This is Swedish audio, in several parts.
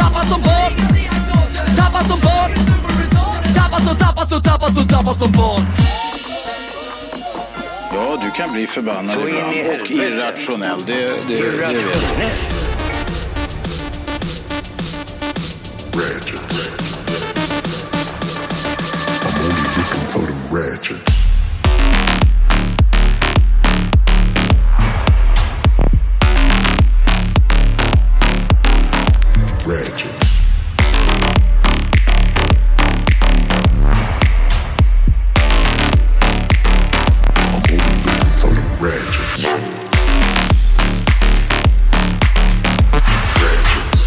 Tappad som barn Tappad som barn Tappad som, tappad som, tappad som, tappad som barn Ja, du kan bli förbannad Så in i ibland och helvete. irrationell. Det, det, det, det vet jag. ratchet. I'm only looking for them ratchet. Ratchet. I'm only looking for them ratchets. Ratchets.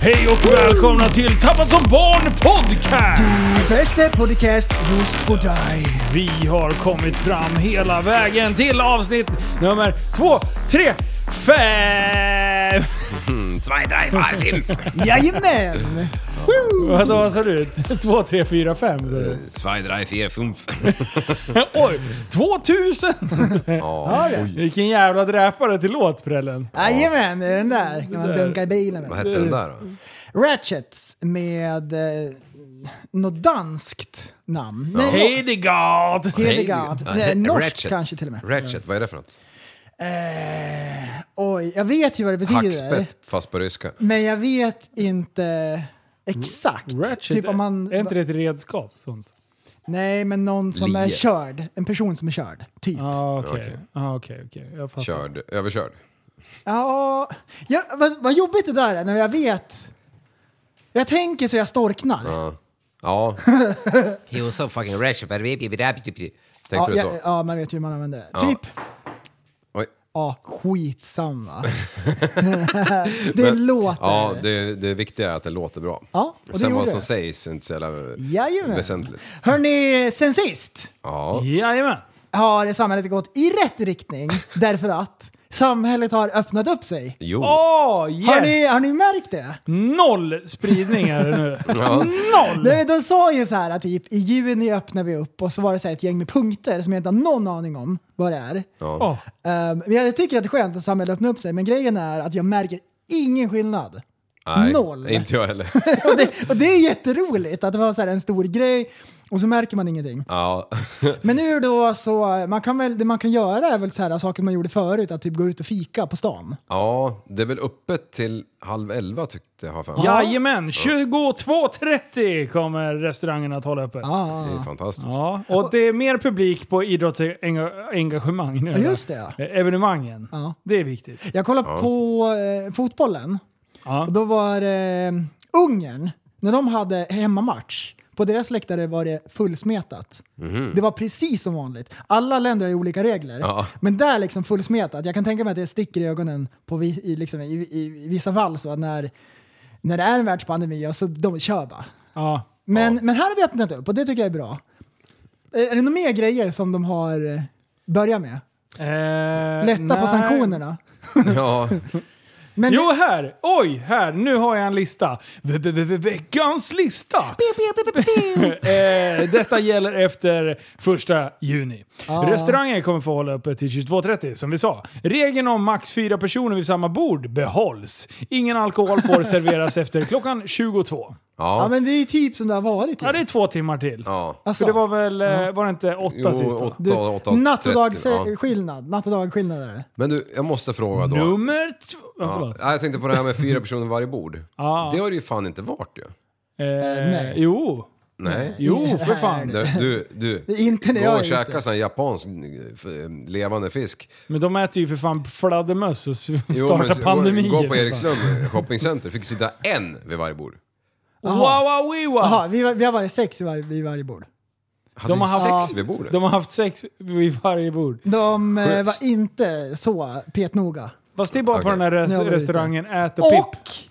Hej och välkomna till Tappad som barn podcast! Bästa podcast just för dig. Vi har kommit fram hela vägen till avsnitt nummer två, tre, fem... Zwei, drei, vier, fünf. Jajamän! Vadå, vad sa du? Två, tre, fyra, fem sa du? Zwei, drei, vier, fünf. Oj! 2000! Vilken jävla dräpare till låt prällen. Jajamän, det är den där. Kan man dunka i bilen Vad med. hette den där då? Ratchets med eh, något danskt namn. Nej, no- Heidegard! Hildegard. Hej- Nej, Hej- Norskt Ratchet. kanske till och med. Ratchet, vad är det för något? Eh, oj, jag vet ju vad det betyder. Hackspett, fast på ryska. Men jag vet inte exakt. Ratchet, typ om man, är inte det ett redskap? Sånt? Nej, men någon som är Lie. körd. En person som är körd, typ. Ja, ah, okej. Okej. Ah, okej, okej. Jag fattar. Körd, överkörd. Ja, ja vad, vad jobbigt det där är när jag vet. Jag tänker så jag storknar. Ja, Ja. He was so fucking ratchet. but baby, baby, baby, baby. Tänkte du ja, så? ja, man vet ju hur man använder det. Typ, Oj. ja, skitsamma. det låter. Ja, det, det viktiga är att det låter bra. Ja, och det Sen gjorde vad som det. sägs är inte så jävla Jajamän. väsentligt. Hörni, sen sist Ja. Jajamän! har samhället gått i rätt riktning därför att samhället har öppnat upp sig. Jo. Åh, yes! Har, ni, har ni märkt det? Noll spridning är det nu. Mm. Noll! Nej, men de sa ju så här att typ i juni öppnar vi upp och så var det så här ett gäng med punkter som jag inte har någon aning om vad det är. Åh. Um, men jag tycker att det är skönt att samhället öppnar upp sig, men grejen är att jag märker ingen skillnad. Nej, noll. Inte jag heller. och, det, och det är jätteroligt att det var så här en stor grej och så märker man ingenting. Ja. Men nu då så, man kan väl, det man kan göra är väl så här saker man gjorde förut, att typ gå ut och fika på stan. ja, det är väl öppet till halv elva tyckte jag har för mig. Jajamän! 22.30 kommer restaurangen att hålla öppet. Det är fantastiskt. Ja, och det är mer publik på idrottsengagemang nu. Eh, Ja, just det. Evenemangen. Ja. Det är viktigt. Jag kollade på eh, fotbollen Ja. och då var eh, Ungern, när de hade hemmamatch, på deras läktare var det fullsmetat. Mhm. Det var precis som vanligt. Alla länder har ju olika regler, Ja. men där liksom fullsmetat. Jag kan tänka mig att det sticker i ögonen på vi, i, liksom, i, i, i vissa fall så att när, när det är en världspandemi och så de kör bara. Ja. Men, men här har vi öppnat upp och det tycker jag är bra. Eh, Är det några mer grejer som de har eh, börjat med? Eh, Lätta på nej. sanktionerna? Ja. Men Jo, här! Oj, här! Nu har jag en lista. Ve- ve- ve- Veckans lista! eh, detta gäller efter första juni. Restaurangen kommer få hålla öppet till 22.30 som vi sa. Regeln om max fyra personer vid samma bord behålls. Ingen alkohol får serveras efter klockan 22. Ja Ja. men det är ju typ som det har varit. ju. Ja, det är två timmar till. ja. Alltså, För det var väl, eh, var det inte åtta Jo, sista? åtta, du, åtta, natt och dag 30, ja. se- skillnad. Natt och dag skillnad är det. Men du, jag måste fråga då. Nummer två... Ja, Ja, förlåt. jag tänkte på det här med fyra personer vid varje bord. Ja. Det har det ju fan inte varit ju. Eh, nej. Jo. Nej. Jo, för fan. Du, du, du. Mm. är inte när gå jag är och ute. käka sån här japansk f- levande fisk. Men de äter ju för fan fladdermöss och startar Jo, men så- gå- pandemier. Gå för på fan. Erikslund shoppingcenter, fick sitta en vid varje bord. Wow, wow, wow. Jaha, vi, var- vi har varit sex i varje, vid varje bord. Hade De de har haft- sex vid bordet? De har haft sex vid varje bord. De eh, Sjukt. var inte så petnoga. Fast det är bara på Okej. den här Nu har res- vi det. restaurangen Ät och Pipp.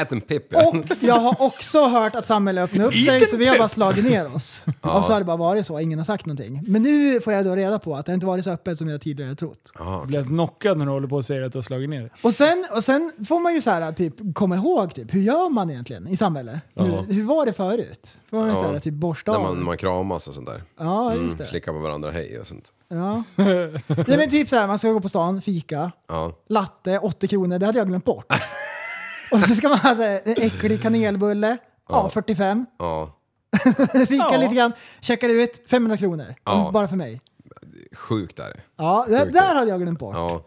Ät en pipp. ja. och jag har också hört att samhället öppnar upp sig så vi har bara slagit ner oss. Och så har det bara varit så, ingen har sagt någonting. Men nu får jag då reda på att det inte varit så öppet som jag tidigare trott. Jag blir helt knockad när du håller på och säger att du har slagit ner dig. Och sen, och sen får man ju så här, typ, komma ihåg, typ, hur gör man egentligen i samhället? Ja. Hur, hur var det förut? Var det Ja. så här, typ borsta När av? man, Mm. man kramas och sånt där. Ja, just det. Slickar på varandra hej och sånt. Ja. Nej, men typ så här, man ska gå på stan, fika, Ja. latte, 80 kronor, det hade jag glömt bort. och så ska man ha så här, en äcklig kanelbulle, A45, Ja. fika lite grann, checkar ut, 500 kronor. Ja. Bara för mig. Sjukt är det. Ja, det, Sjukt. där hade jag glömt bort. Ja.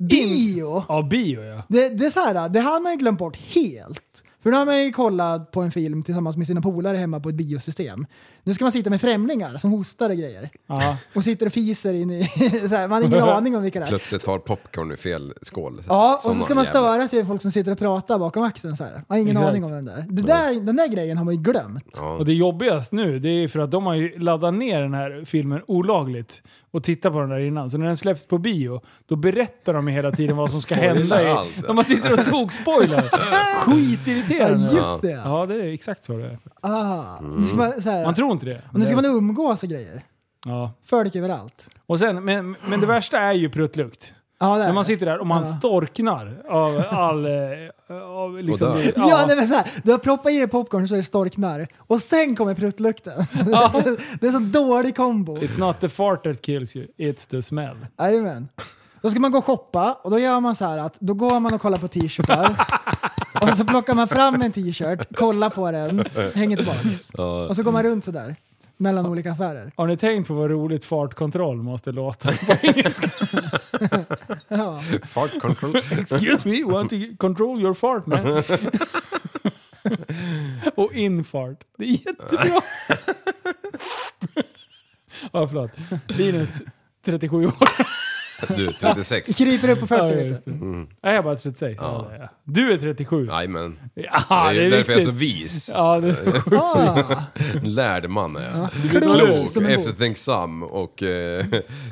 Bio! Ja, bio ja. Det, det, är så här, det här har man ju glömt bort helt. För nu har man ju kollat på en film tillsammans med sina polare hemma på ett biosystem. Nu ska man sitta med främlingar som hostar och grejer. ja. Och sitter och fiser in i... Så här, man har ingen aning om vilka det är. Plötsligt tar popcorn i fel skål. Ja, och Som så ska man jävla- störa sig vid folk som sitter och pratar bakom axeln så här. Man har ingen Exakt. aning om vem det är. Det där, Den där grejen har man ju glömt. Ja. Och det jobbigaste nu, det är för att de har ju laddat ner den här filmen olagligt och tittat på den där innan. Så när den släpps på bio, då berättar de ju hela tiden vad som ska Spoilar hända. I, allt. de bara sitter och tokspoilar. Ja, Skitirriterande. just det. Ja, det är exakt så det är. Ah. Mm. Nu ska man, så här, Man tror inte det. och nu ska man umgås och grejer. ja. Folk överallt. och sen, men, men det värsta är ju pruttlukt. Ja, där. När man sitter där och man storknar av all... eh, Av, liksom, Och dör. det- Ja, nej, men så här, du har proppat i dig popcorn så det storknar och sen kommer pruttlukten. det är så dålig kombo. It's not the fart that kills you, it's the smell. Jajamän. Då ska man gå och shoppa och då gör man så här att då går man och kollar på t-shirtar och så plockar man fram en t-shirt, kollar på den, hänger tillbaks. Och så går man runt så där mellan olika affärer. Har ni tänkt på vad roligt fartkontroll måste låta? Ja. Fart control. Excuse me, want to control your fart man? Och infart. Det är jättebra. ja, förlåt. Linus, 37 år. Du, 36. Kryper upp på Ja, 40 vet just du. det. Nej, jag är bara 36. Ja. det är jag. Du är 37. Ja, Jajamän. ja det är, det är därför jag är så viktigt. vis. Ja, det är så sjukt. Ah, En lärd man är jag. klok Klok, som en bok. eftertänksam och eh,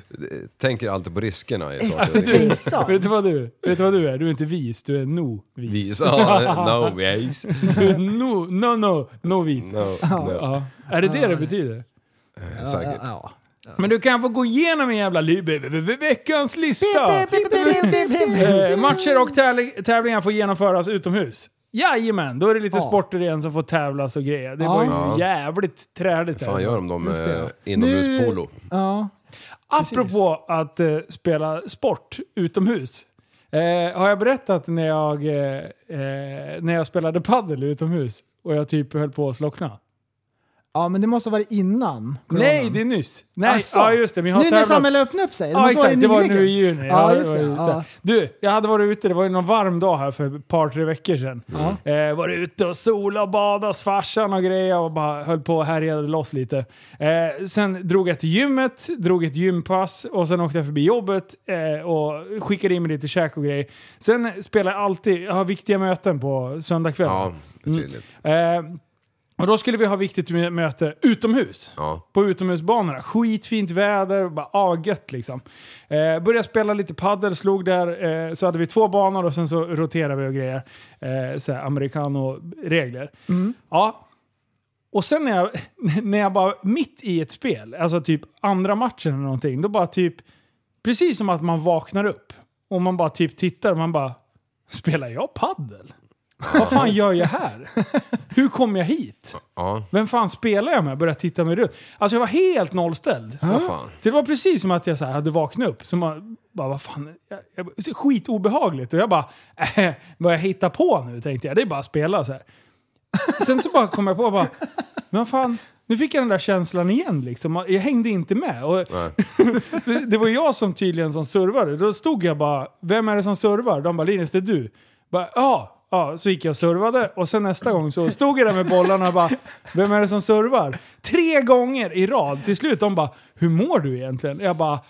tänker alltid på riskerna i saker och ting. Eftertänksam. Vet du, vad du, vet du vad du är? Du är inte vis, du är no-vis. Vis. Ja, no ways. Du är no, no, no, no-vis. No, no. Ja. Är det det det betyder? Säkert. Ja. Men du kan få gå igenom en jävla li- ve- ve- ve- veckans lista. Bip, bip, bip, bip, bip, bip. Eh, matcher och tävling- tävlingar får genomföras utomhus. Jajamän, då är det lite Ja. sporter igen som får tävlas och grejer. Det var ju Ja. jävligt träligt. Fan här. gör de de Just det, ja. eh, inomhuspolo? Ja. Apropå att eh, spela sport utomhus. Eh, har jag berättat när jag, eh, eh, när jag spelade padel utomhus och jag typ höll på att slockna? ja, men det måste ha varit innan coronan. Nej, det är nyss. Nej, Alltså, ja just det. Men jag har Nu när tävlat. samhället öppnade upp sig? Ja måste ha exakt, det var nu i nyligen. juni. Ja, Jag just var det, ute. ja. Du, jag hade varit ute, det var ju någon varm dag här för ett par tre veckor sedan. Eh, var ute och sola och badade, farsan och grejer och bara höll på och härjade loss lite. Eh, sen drog jag till gymmet, drog ett gympass och sen åkte jag förbi jobbet eh, och skickade in mig lite käk och grejer. Sen spelar jag alltid, jag har viktiga möten på Ja, söndagskvällen. det är tydligt. Eh, och då skulle vi ha viktigt mö- möte utomhus Ja. på utomhusbanorna. Skitfint väder, bara ah, gött liksom. Eh, började spela lite padel, slog där, eh, så hade vi två banor och sen så roterade vi och grejer. Eh, så här americano-regler. Ja. Och sen när jag, när jag bara mitt i ett spel, alltså typ andra matchen eller någonting, då bara typ, precis som att man vaknar upp och man bara typ tittar och man bara, spelar jag padel? Vad fan gör jag här? Hur kom jag hit? Ja, Vem fan spelar jag med? Började titta mig runt. Alltså jag var helt nollställd. vad fan. Så det var precis som att jag så här hade vaknat upp. Så man bara, vad fan, jag, jag, skitobehagligt. Och jag bara, äh, vad jag hittar på nu tänkte jag. Det är bara att spela så här. Sen så bara kom jag på, bara, men vad fan, nu fick jag den där känslan igen liksom. Jag hängde inte med. Och, så det var jag som tydligen som servade. Då stod jag bara, vem är det som servar? De bara, Linus det är du. Bara, ja. Ja, så gick jag och servade och sen nästa gång så stod jag där med bollarna och bara Vem är det som servar? Tre gånger i rad. Till slut de bara Hur mår du egentligen? Jag bara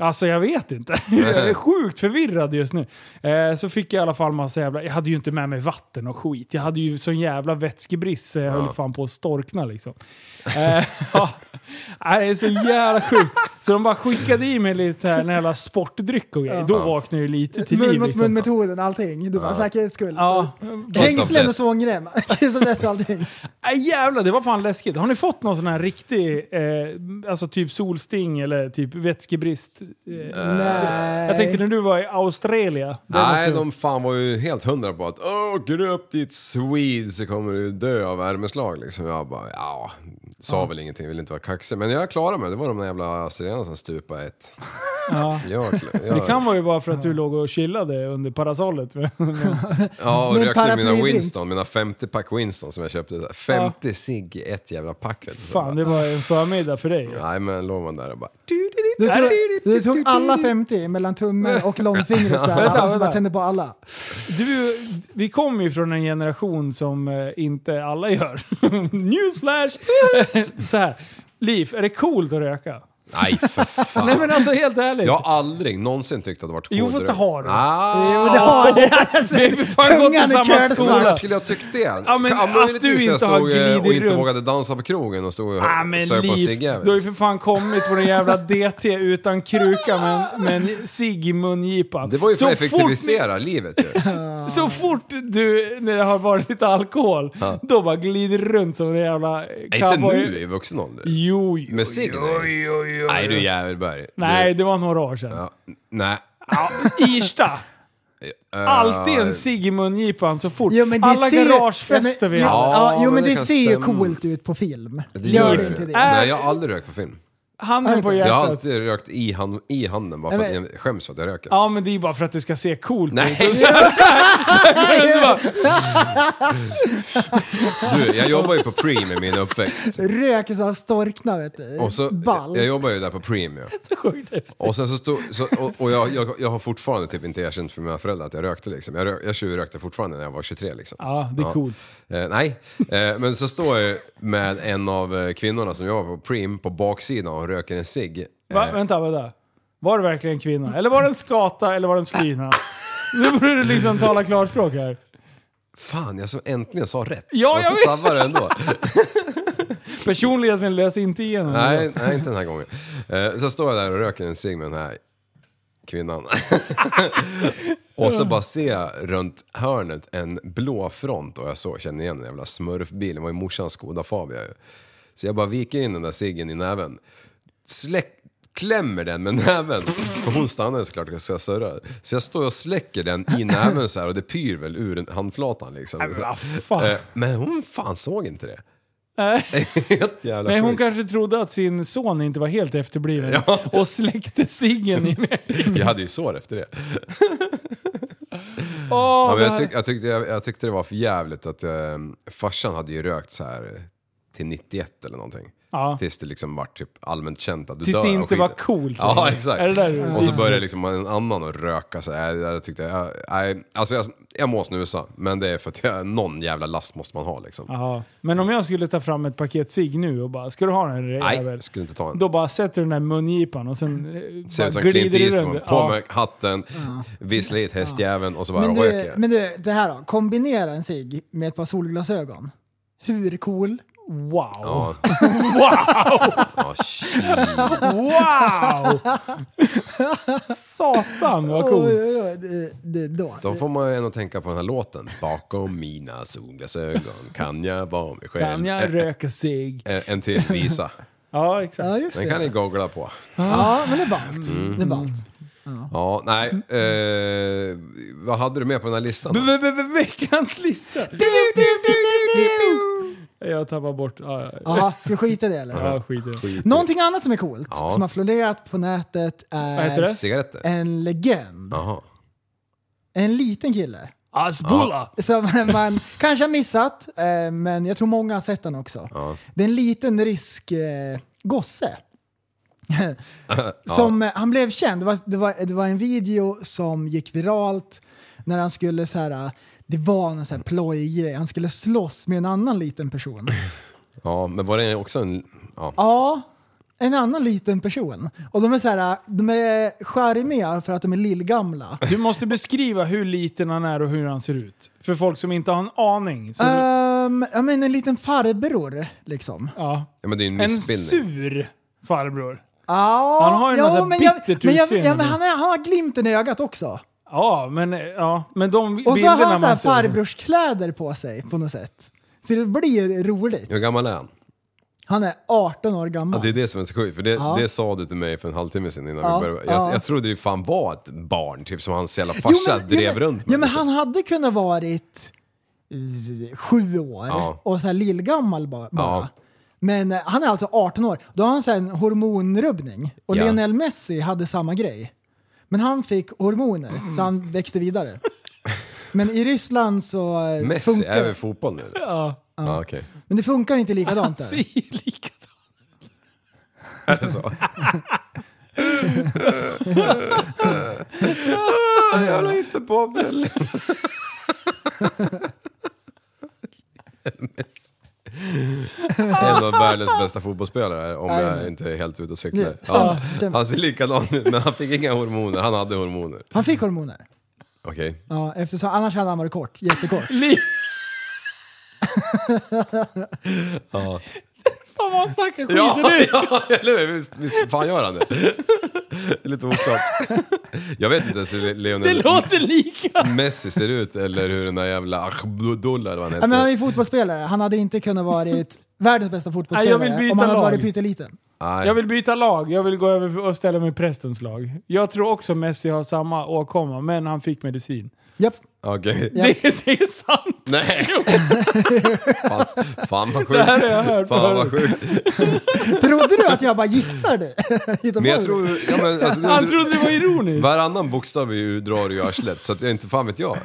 Alltså jag vet inte. Jag är sjukt förvirrad just nu. Eh, så fick jag i alla fall massa jävla... Jag hade ju inte med mig vatten och skit. Jag hade ju sån jävla vätskebrist så jag höll fan på att storkna liksom. Eh, ja. Nej, Det är så jävla sjukt. Så de bara skickade i mig lite så här, en jävla sportdryck och grejer. Då vaknade jag ju lite till Mun liv mot mun liksom. metoden, allting. Du bara säkerhets skull. Ja. Hängslen och svångrem. Kissamnät och allting. Nej jävlar, det var fan läskigt. Har ni fått någon sån här riktig, eh, alltså typ solsting eller typ vätskebrist? Eh, Nej. jag tänkte när du var i Australien. det måste Nej, du- de fan var ju helt hundra på att åker du upp dit Swede så kommer du dö av värmeslag liksom. Jag bara, ja, sa väl ingenting, ville inte vara kaxig. Men jag klarade mig, det var de där jävla sirenerna som stupade ett. Ja. Jag, jag, Det kan vara ju bara för att du låg och chillade under parasollet. ja, och Men rökte mina paraplydrink. Winston, mina 50-pack Winston som jag köpte. där. 50 cigg i ett jävla pack. Vet du. Fan, det var en förmiddag för dig. Nej, men låg man där och bara... Du tog, du tog alla 50 mellan tummen och långfingret så Vänta, här, och så bara vänta. tände på alla. Du, vi kommer ju från en generation som eh, inte alla gör. Newsflash! så här. Liv, är det coolt att röka? Nej, för fan. Nej men alltså helt ärligt. Jag har aldrig någonsin tyckt att det varit coolt. Jo, fast det har du. Ah, Jo, det har det. Vi har ju för fan gått Tungan i i samma köket. skola. Skolan skulle jag tyckt det? Ja, men Kan- att möjligtvis du när jag inte har stod, eh, och glidit inte runt. vågade dansa på krogen och stod och Ah, men söp på en Liv, cigg. du har ju för fan kommit på den jävla DT utan kruka men, men cigg i mungipan. Det var ju för så att fort, effektivisera livet ju. Ah. så fort du, när det har varit lite alkohol, då bara glider du runt som en jävla Nej, inte cowboy. nu i vuxen ålder. Jo, jo. Med cigg? Nej. Nej du jävelberg. Du- Nej, det var några år sedan. Ja, Nej. Irsta! Eh, Alltid en cigg i mungipan så fort. Jo, men det Alla ser- garagefester ja, men- vi har. Ja, Ja, jo, men men det det, kan ser ju stämma. coolt ut på film. det Gör ju- det inte det? Nej, jag har aldrig rökt på film. Handen Äh, på Jag har hjärtat. alltid rökt i, hand, i handen bara för att Nej, men- jag skäms för att jag röker. Ja, men det är ju bara för att det ska se coolt ut. Nej! du, jag jobbar ju på Preem i min uppväxt. Röker så han storknar vet du. Och så, Ball. jag jobbar ju där på Preem ju. Så sjukt häftigt. Och, sen så stod, så, och, och jag, jag, jag har fortfarande typ inte erkänt för mina föräldrar att jag rökte liksom. Jag, rö, jag tjuvrökte fortfarande när jag var 23 liksom. Ja, det är coolt. Eh, nej, eh, men så står jag ju med en av eh, kvinnorna som jobbar på Preem på baksidan och röker en cigg. Va? Eh, Vänta, vänta. Var det verkligen en kvinna? Eller var det en skata? Eller var det en slyna? Nu borde du liksom tala klarspråk här. fan, jag som äntligen sa rätt. Ja, och jag så vet. sabbar det ändå. Personligheten läser inte igenom. nej, nej, inte den här gången. Eh, så står jag där och röker en cigg med den här kvinnan. och så bara ser jag runt hörnet en blå front och jag så, känner igen en jävla smurfbil. Det var ju morsans Skoda Fabia ju. Så jag bara viker in den där ciggen i näven. Släck, klämmer den med näven. För hon stannar ju såklart och ska surra. Så jag står och släcker den i näven så här och det pyr väl ur den- handflatan liksom. men vad Ah, fan. Eh, Men hon fan såg inte det. Nej. Helt jävla Nej, hon sjukt. kanske trodde att sin son inte var helt efterbliven och släckte ciggen i mig. Jag hade ju sår efter det. Åh, Ja, men det jag, här- tyck, jag, tyckte, jag, jag tyckte det var för jävligt att eh, farsan hade ju rökt så här till 91 eller någonting. Ja. Tills det liksom var typ allmänt känt att du Tills dör det av inte var skiten. coolt. Ja, exakt. Är det där du- och så började liksom en annan att röka så här. Jag, jag tyckte, jag, nej, alltså jag, jag må snusa, men det är för att jag, någon jävla last måste man ha liksom. Jaha. Men om jag skulle ta fram ett paket cigg nu och bara “Ska du ha den jävel?” nej, skulle inte ta en. Då bara sätter du den där mungipan och sen eh, Ser ut bara som Clint glider du Eastwood, runt. på Ja. med hatten, visslar hit hästjäveln och så bara men, röker du, jag. men du, det här då. Kombinera en cigg med ett par solglasögon. Hur cool? Wow! Ja. Ja, shit. Wow! Satan vad coolt! Oj, oj, oj, det, det, då. Då får man ju ändå tänka på den här låten. Bakom mina solglasögon kan jag vara mig själv. Kan jag röka sig? Eh, En till visa. Ja, Ja, exakt. just Den det. kan ni googla på. Ja, men det är ballt. Det är ballt. Ja, nej. Eh, vad hade du med på den här listan? då? V- v- v- Veckans lista! Jag tappar bort... Ja, ja. Jaha, ska vi skita i det eller? ja skit i det. Någonting annat som är coolt, Ja. som har florerat på nätet, Vad heter är det? Cigaretter? en legend. Jaha. En liten kille. Asbulla! Som man kanske har missat, eh, men jag tror många har sett den också. Ja. Det är en liten rysk eh, gosse. som, eh, Han blev känd, det var, det, var, det var en video som gick viralt när han skulle så här. eh, Det var någon så här plojgrej, han skulle slåss med en annan liten person. Ja, men var det också en... Ja. Ja, en annan liten person. Och de är så här, de är charmiga för att de är lillgamla. Du måste beskriva hur liten han är och hur han ser ut. För folk som inte har en aning. Så, Ehm, ja men en liten farbror liksom. ja. Ja, men det är ju en En missbildning. sur farbror. Ja, Han har ju en massa men jag- bittert men jag- utseende. Ja men han, är, han har glimten i ögat också. Ja, men, eh, ja, men de Och så bilderna har han så här man ser. farbrorskläder på sig på något sätt. Så det blir roligt. Hur gammal är han? Han är 18 år Ja, det är gammal. det som är så sjukt, för det, Ja. det sa du till mig för en halvtimme sedan innan Ja, vi började. Jag, ja. jag trodde det fan var ett barn, typ som hans jävla farsa drev ja, men, runt ja, men liksom. han hade kunnat varit eh, sju år Ja. och så här lillgammal ba- bara. Ja. Men eh, han är alltså 18 år. Då har han så här en hormonrubbning. Och Ja. Lionel Messi hade samma grej. Men han fick hormoner så han växte vidare. Men i Ryssland så eh, Messi, funkar är vi fotboll nu? eller? Ja. ja okej. Men det funkar inte likadant där. ser likadant Är det så? Ah, Jävla hittepåbrille. Messi. En av världens bästa fotbollsspelare om jag inte är helt ute och cyklar. Det stämmer, Ja, stämmer. Han ser likadan ut men han fick inga hormoner, han hade hormoner. Han fick hormoner. Okej. Ja, eftersom, annars hade han varit kort. Jättekort. Li- Fan vad han snackar skit Ja, nu! ja, eller hur? Visst, visst fan gör han det? Det är lite oklart. Jag vet inte ens hur Det Lionel låter lika! Messi ser ut eller hur den där jävla Akhbdullah eller vad Ja, han men han är heter. ju fotbollsspelare. Han hade inte kunnat varit världens bästa Nej, jag fotbollsspelare vill byta om han hade lag. varit pytteliten. Nej. Jag vill byta lag, jag vill gå över och ställa mig i prästens lag. Jag tror också Messi har samma åkomma, men han fick medicin. Japp. Okej. Ja. Det, det är sant! Nej! fan, fan vad Det här har sjukt. jag hört Fan vad förut. sjukt. Trodde du att jag bara gissar det? Hittar Men på jag det? tror... Ja, men, alltså, du- Han du- trodde det var ironiskt. Varannan bokstav är ju drar i arslet så att jag inte fan vet jag.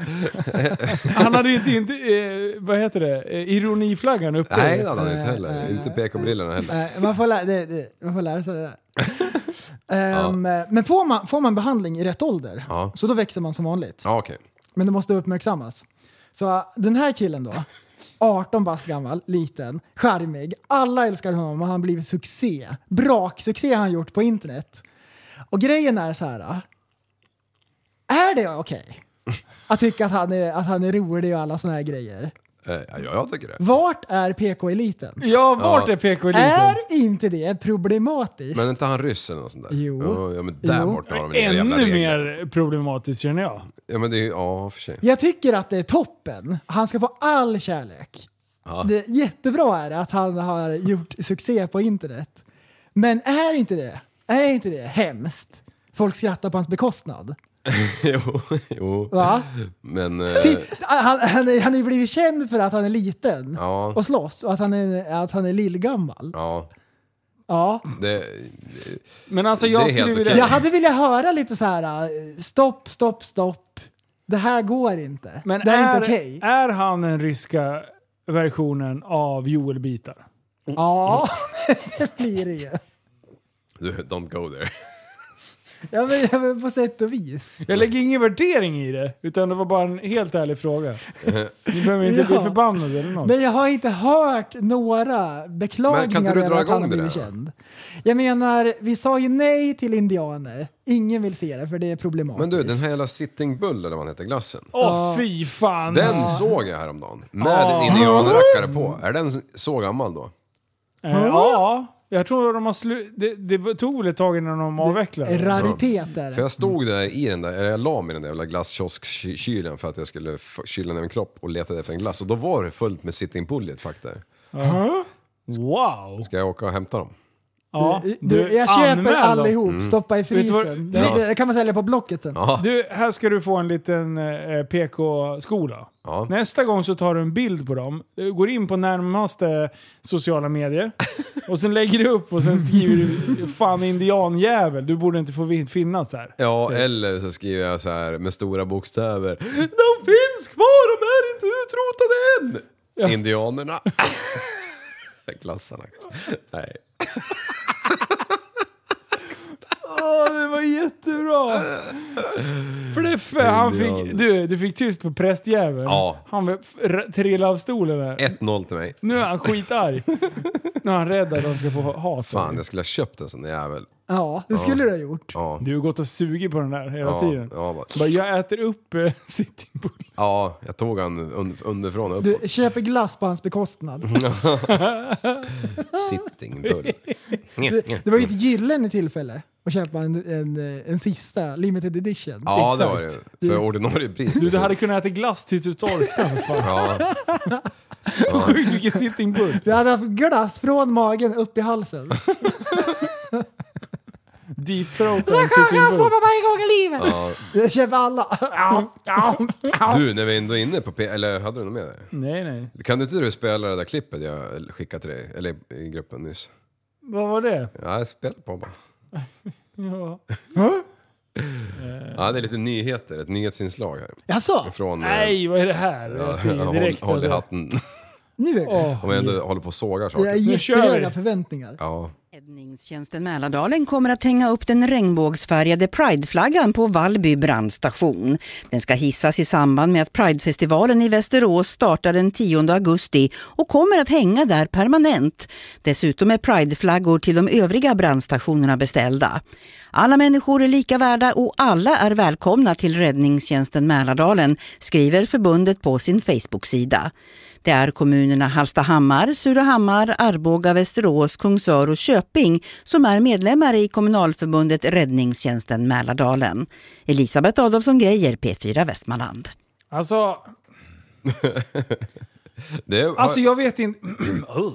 Han hade ju inte, inte eh, vad heter det, eh, ironiflaggan uppe. Nej det hade han inte heller. Inte PK-brillorna heller. Nej, Eh, man, får lära, det, det, man får lära sig det där. Ehm, Men får man, får man behandling i rätt ålder, Ja. så då växer man som vanligt. Ja okej. Men det måste uppmärksammas. Så äh, den här killen då, 18 bast gammal, liten, charmig. Alla älskar honom och han har blivit succé. Braksuccé har han gjort på internet. Och grejen är så här. äh, Är det okej? Att tycka att han, är, att han är rolig och alla såna här grejer. Eh, Ja, jag tycker det. Vart är PK-eliten? Ja, vart är PK-eliten? Är inte det problematiskt? Men är inte han ryss eller något sånt där? Jo. Ja, Ja men där Jo. borta har de en jävla Ännu regel. mer problematiskt känner jag. Ja men det är ju, ja för sig. Jag tycker att det är toppen. Han ska få all kärlek. Det jättebra är att han har gjort succé på internet. Men är inte det, är inte det hemskt? Folk skrattar på hans bekostnad. jo, jo. Va? Men... eh, Ty- Han, han, är- han har ju blivit känd för att han är liten Ja. och slåss och att han är, att han är lillgammal. ja, Ja. det... Men alltså Det är jag helt skulle vilja... okej. Jag hade velat höra lite så här: eh, stopp, stopp, stopp. Det här går inte. Men det här är, är, inte okej. är han den ryska versionen av Joel Bitar? Ja, det blir det ju. Du, don't go there. Ja men, ja, men på sätt och vis. Jag lägger ingen värdering i det, utan det var bara en helt ärlig fråga. Ni behöver inte bli Ja. förbannade eller något. Men jag har inte hört några Men kan inte beklagningar du dra över att han har igång det blivit där då? känd. Jag menar, vi sa ju nej till indianer. Ingen vill se det för det är problematiskt. Men du, den här jävla Sitting Bull eller vad han heter, glassen. Åh fy fan! Den såg jag häromdagen. Med en indianrackare på. Är den så gammal då? Eh, ja, jag tror de har slu... det, det tog väl ett tag innan de avvecklade den. Rariteter. För jag stod där i den där, eller jag la mig i den där jävla glasskioskskylen för att jag skulle f- kyla ner min kropp och letade efter en glass. Och då var det fullt med Sitting Bull i ett fack där. Wow! Ska jag åka och hämta dem? Ja, Du, du, jag köper anmäl dem. allihop, stoppa i du vad- frysen. Det, det kan man sälja på Blocket sen. Mm. Ja. Du, här ska du få en liten eh, PK-skola. Ja. Nästa gång så tar du en bild på dem, du går in på närmaste sociala medier och sen lägger du upp och sen skriver du “Fan indianjävel, du borde inte få vin- finnas här”. Ja, eller så skriver jag så här med stora bokstäver. De finns kvar, de är inte utrotade än! Indianerna. Glassarna kanske. Nej. Åh, det var jättebra! För det Biff, han fick, Indian. du, du fick tyst på prästjäveln. Ja. Han f- r- trillade av stolen där. 1-0 till mig. Nu är han skitarg. nu är han rädd att de ska få ha för Fan, det. jag skulle ha köpt en sån jävel. Ja, det skulle du ha gjort. Ja. Du har gått och sugit på den där hela Ja, tiden. ja, bara- bara, jag äter upp eh, Sitting Bull. Ja, jag tog han under, underifrån och uppåt. Du köper glass på hans bekostnad. Mm. Sitting bull. Det var ju ett gyllene tillfälle att köpa en, en, en sista limited edition. Ja, det var det. Exakt. För ordinarie pris. Du, du liksom. hade kunnat äta glass tills du torkade. Fan, Ja, Så sjukt mycket Sitting Bull. Du hade haft glass från magen upp i halsen. Deep throat och en Sitting Bull. varje gång i livet! Jag köper alla. Ja, ja. du, när vi ändå är inne på P... Eller hade du något mer där? Nej, nej. Kan inte du spela det där klippet jag skickade till dig, eller i gruppen nyss? Vad var det? Ja, jag spelar på bara. Ja. Ja, det är lite nyheter, ett nyhetsinslag här. Jaså? Från... eh, Nej, vad är det här? Ja, Jag ser håll, direkt att håll i det- hatten. Nu är det. Om jag ändå håller på och sågar Jag har saker. Nu kör vi. jättehöga förväntningar. Ja. Räddningstjänsten Mälardalen kommer att hänga upp den regnbågsfärgade prideflaggan på Vallby brandstation. Den ska hissas i samband med att Pridefestivalen i Västerås startar den 10 augusti och kommer att hänga där permanent. Dessutom är prideflaggor till de övriga brandstationerna beställda. Alla människor är lika värda och alla är välkomna till Räddningstjänsten Mälardalen, skriver förbundet på sin Facebook-sida. Det är kommunerna Hallstahammar, Surahammar, Arboga, Västerås, Kungsör och Köping som är medlemmar i kommunalförbundet Räddningstjänsten Mälardalen. Elisabeth Adolfsson Geijer, P4 Västmanland. Alltså, Det är, Alltså jag vet inte... Ugh.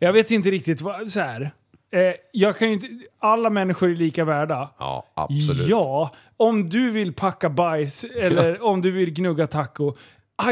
jag vet inte riktigt vad... Så här. Eh, jag kan ju inte... Alla människor är lika värda. Ja, absolut. Ja, om du vill packa bajs eller om du vill gnugga taco.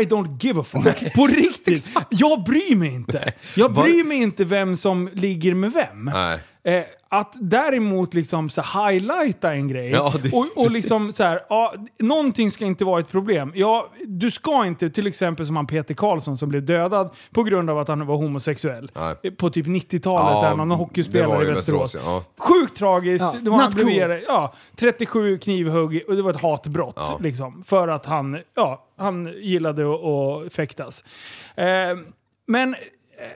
I don't give a fuck. På riktigt. Jag bryr mig inte. Jag bryr mig inte vem som ligger med vem. Nej. Eh, att däremot liksom så här highlighta en grej Ja, det- och, och precis. liksom så här, ja, någonting ska inte vara ett problem. Ja, du ska inte, till exempel som han Peter Karlsson som blev dödad på grund av att han var homosexuell. Nej. Eh, På typ 90-talet, Ja, där man var det var hockeyspelare i i Västerås. Västerås, ja. Sjukt tragiskt. Ja, det var han not blev cool. era- ja, 37 knivhugg och det var ett hatbrott. Ja. Liksom, för att han, ja, han gillade att- att fäktas. Eh, men eh,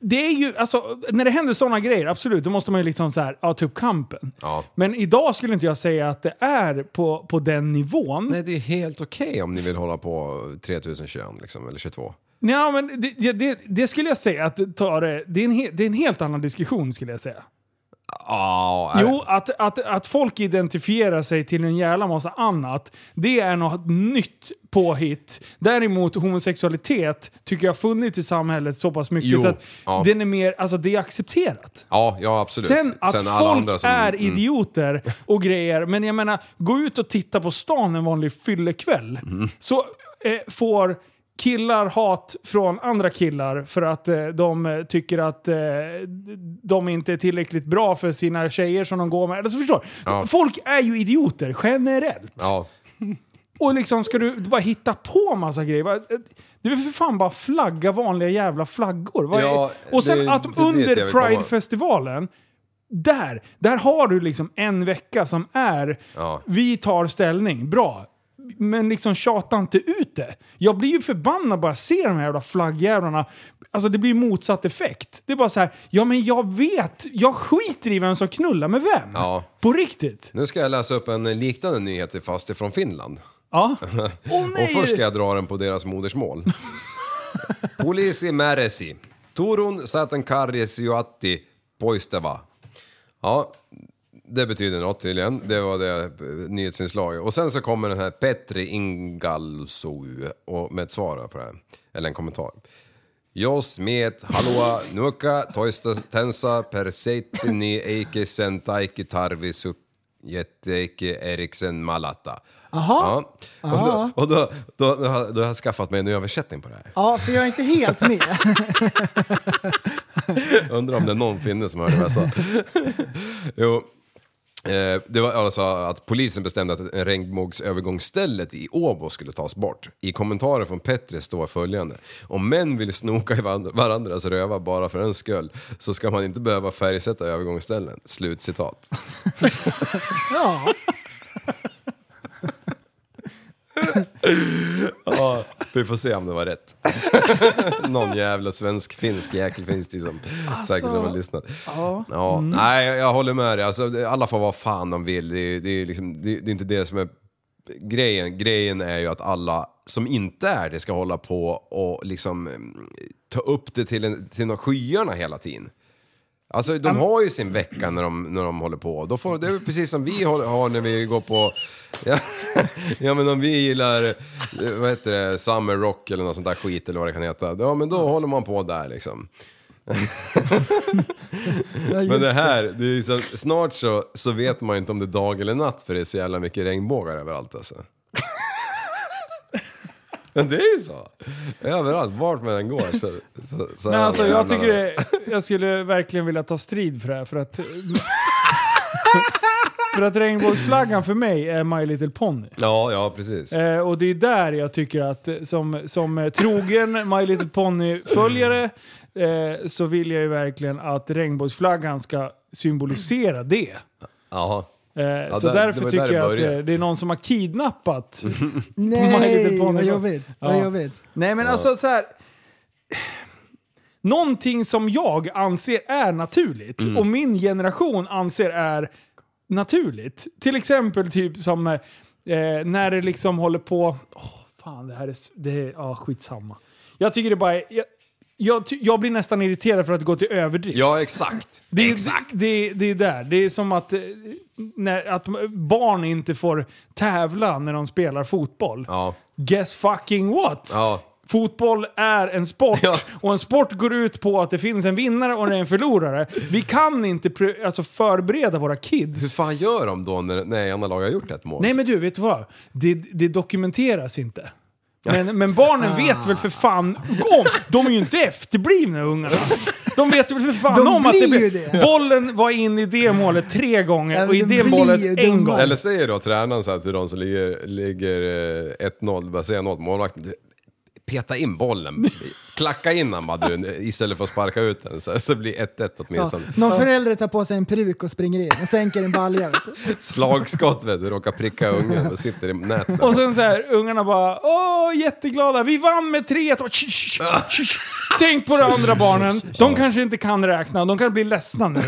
det är ju, alltså, när det händer sådana grejer, absolut, då måste man ju liksom så här, ja, ta upp kampen. Ja. Men idag skulle inte jag säga att det är på, på den nivån. Nej. Nej, det är helt okej om ni vill hålla på 3000 kön liksom, eller 22. men det, det- det, det skulle jag säga att det tar, det, det, är en he, det är en helt annan diskussion skulle jag säga. Ja, nej. Jo, att, att, att folk identifierar sig till en jävla massa annat, det är något nytt påhitt. Däremot homosexualitet tycker jag har funnits i samhället så pass mycket Jo, så att ja. den är mer, alltså det är accepterat. Ja, ja absolut. Sen att alla andra folk som- är mm. idioter och grejer, men jag menar, gå ut och titta på stan en vanlig fyllekväll. Mm. Så eh, får killar hat från andra killar för att eh, de eh, tycker att eh, de inte är tillräckligt bra för sina tjejer som de går med. Eller så förstår du? Ja. Folk är ju idioter generellt. Ja, Och liksom ska du bara hitta på massa grejer. Bara, eh, Det är väl för fan bara flagga vanliga jävla flaggor. Vad är- Ja, och sen det- att det är de dit jag vill under komma. Pride-festivalen, där, där har du liksom en vecka som är Ja. vi tar ställning, bra. Men liksom tjata inte ut det. Jag blir ju förbannad bara se de här jävla flaggjävlarna. Alltså det blir motsatt effekt. Det är bara så här, ja men jag vet, jag skiter i vem som knullar med vem. Ja. På riktigt. nu ska jag läsa upp en liknande nyhet fast ifrån Finland. Ja. Åh, Och först ska jag dra den på deras modersmål. Polisi Meresi. Turun Satankarjesjuatti Poistava. Ja, det betyder något tydligen. Det var det eh, nyhetsinslaget. Och sen så kommer den här Petri Ingalsou och med ett svar här på det här. Eller en kommentar. Jos smet halua nuka toista tensa per seittini eike sentaiki tarvi subjetteike eriksen malata. Aha. Ja. Och, då, och då, då, då, har- då har jag skaffat mig en översättning på det här. Ja, för jag är inte helt med. Undrar om det är någon finne som hörde vad jag sa. jo. Eh, Det var alltså att polisen bestämde att regnbågsövergångsstället i Åbo skulle tas bort. I kommentaren från Petri står följande. Om män vill snoka i varand- varandras röva bara för en skull så ska man inte behöva färgsätta övergångsställen. Slutcitat. Ja. Ja, vi får se om det var rätt. Någon jävla svensk-finsk jäkel finns det som säkert har lyssnat. Ja. nej, jag håller med dig. Alltså, det- alla får vara fan de vill. Det, är- det, är liksom, det, det är inte det som är grejen. Grejen är ju att alla som inte är det ska hålla på och liksom mm, ta upp det till, en, till de skyarna hela tiden. Alltså de har ju sin vecka när de, när de håller på. Då får, det är väl precis som vi har, har när vi går på... Ja, ja men om vi gillar, eh, vad heter det, Summer Rock eller något sånt där skit eller vad det kan heta. Ja men då håller man på där liksom. Men det här, det är ju så, snart så, så vet man ju inte om det är dag eller natt för det är så jävla mycket regnbågar överallt alltså. Men det är ju så. Överallt, vart man än går så... så, så Men alltså jag tycker det. det, jag skulle verkligen vilja ta strid för det här för att... För att regnbågsflaggan för mig är My Little Pony. Ja, ja precis. Eh, och det är där jag tycker att eh, som, som eh, trogen My Little Pony-följare eh, så vill jag ju verkligen att regnbågsflaggan ska symbolisera det. Jaha. Eh, så där- det därför var där tycker det jag att började. Mm. eh, det är någon som har kidnappat My Little Nej, Pony. vad jobbigt. Vad Ja. jobbigt. Nej men alltså så här. Någonting som jag anser är naturligt Mm. och min generation anser är naturligt. Till exempel typ som eh, när det liksom håller på... Åh fan, det här är... s- Det är ja, skitsamma. Jag tycker det bara är... Jag, jag, ty- jag blir nästan irriterad för att det går till överdrift. Ja, exakt. Det är, Exakt! Det, det är där. Det är som att, eh, när, att barn inte får tävla när de spelar fotboll. Ja. Guess fucking what? Ja. Fotboll är en sport Ja. och en sport går ut på att det finns en vinnare och en förlorare. Vi kan inte pre- alltså förbereda våra Hur kids. fan gör de då när, när ena lag har gjort ett mål? Nej men du, vet du vad? Det, det dokumenteras inte. Men, men barnen vet väl för fan om... De är ju inte efterblivna ungarna. De vet väl för fan De om att blir det, ju blir- det. Bollen var in i det målet tre gånger Ja, och i de det blir ju målet en dumma. gång. Eller säger då tränaren så här till de som ligger, ligger eh, 1-0, bara säger något, målvakten du, peta in bollen, klacka in den bara, du, istället för att sparka ut den så, så blir 1-1 Ja. åtminstone. Någon förälder tar på sig en peruk och springer in och sänker en balja. vet du. Slagskott vet du, råkar pricka ungen och sitter i nätet. Och sen så här, ungarna bara åh jätteglada, vi vann med 3-1. Och tsch, tsch, tsch. Tänk på de andra barnen, de kanske inte kan räkna, de kan bli ledsna nu.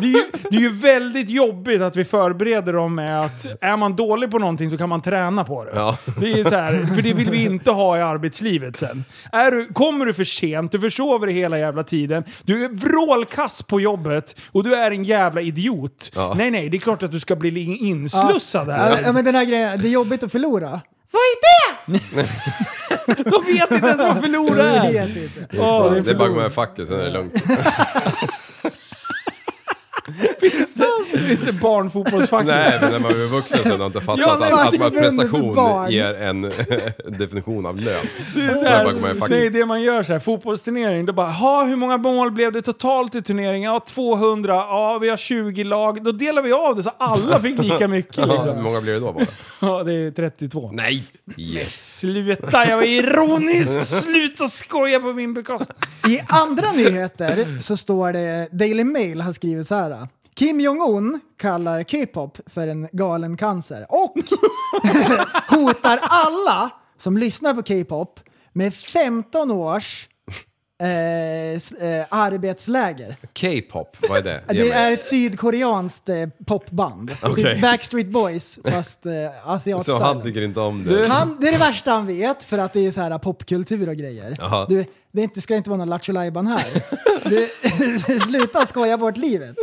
Det är, ju, det är ju väldigt jobbigt att vi förbereder dem med att är man dålig på någonting så kan man träna på det. Ja. Det är så här, för det vill vi inte ha i arbetslivet sen. Är du, kommer du för sent, du försover dig hela jävla tiden, du är vrålkass på jobbet och du är en jävla idiot. Ja. Nej, nej, det är klart att du ska bli in- inslussad här. Ja, men den här grejen, det är jobbigt att förlora. Vad är det? De vet inte ens vad förlora Jag är. vet inte. Åh, det är bara att gå förlora. med i facket sen är det lugnt. Finns det, finns det barnfotbollsfack? Nej, men när man är vuxen sen har man inte fattat Ja, men- att, att man Men prestation barn. ger en definition av lön. Det är så När man går med i här, facket. nej, det man gör så här, fotbollsturnering, då bara ha hur många mål blev det totalt i turneringen? Ja, 200. Ja, vi har 20 lag. Då delar vi av det så alla fick lika mycket Ja, hur liksom. många blir det då bara? Ja, det är 32. Nej! Yes! Sluta, jag var ironisk! Sluta skoja på min bekostnad. I andra nyheter så står det, Daily Mail har skrivit så här. Kim Jong-Un kallar K-pop för en galen cancer och hotar alla som lyssnar på K-pop med 15 års eh, s- eh, arbetsläger. K-pop, vad är det? Ge Det mig. är ett sydkoreanskt eh, popband. Okej. Typ Backstreet Boys fast eh, asiatiskt. Så han style. tycker inte om det? Han, det är det värsta han vet för att det är så här popkultur och grejer. Jaha. Du, det är inte, ska inte vara någon Lattjo Lajban här. Du, sluta skoja bort livet.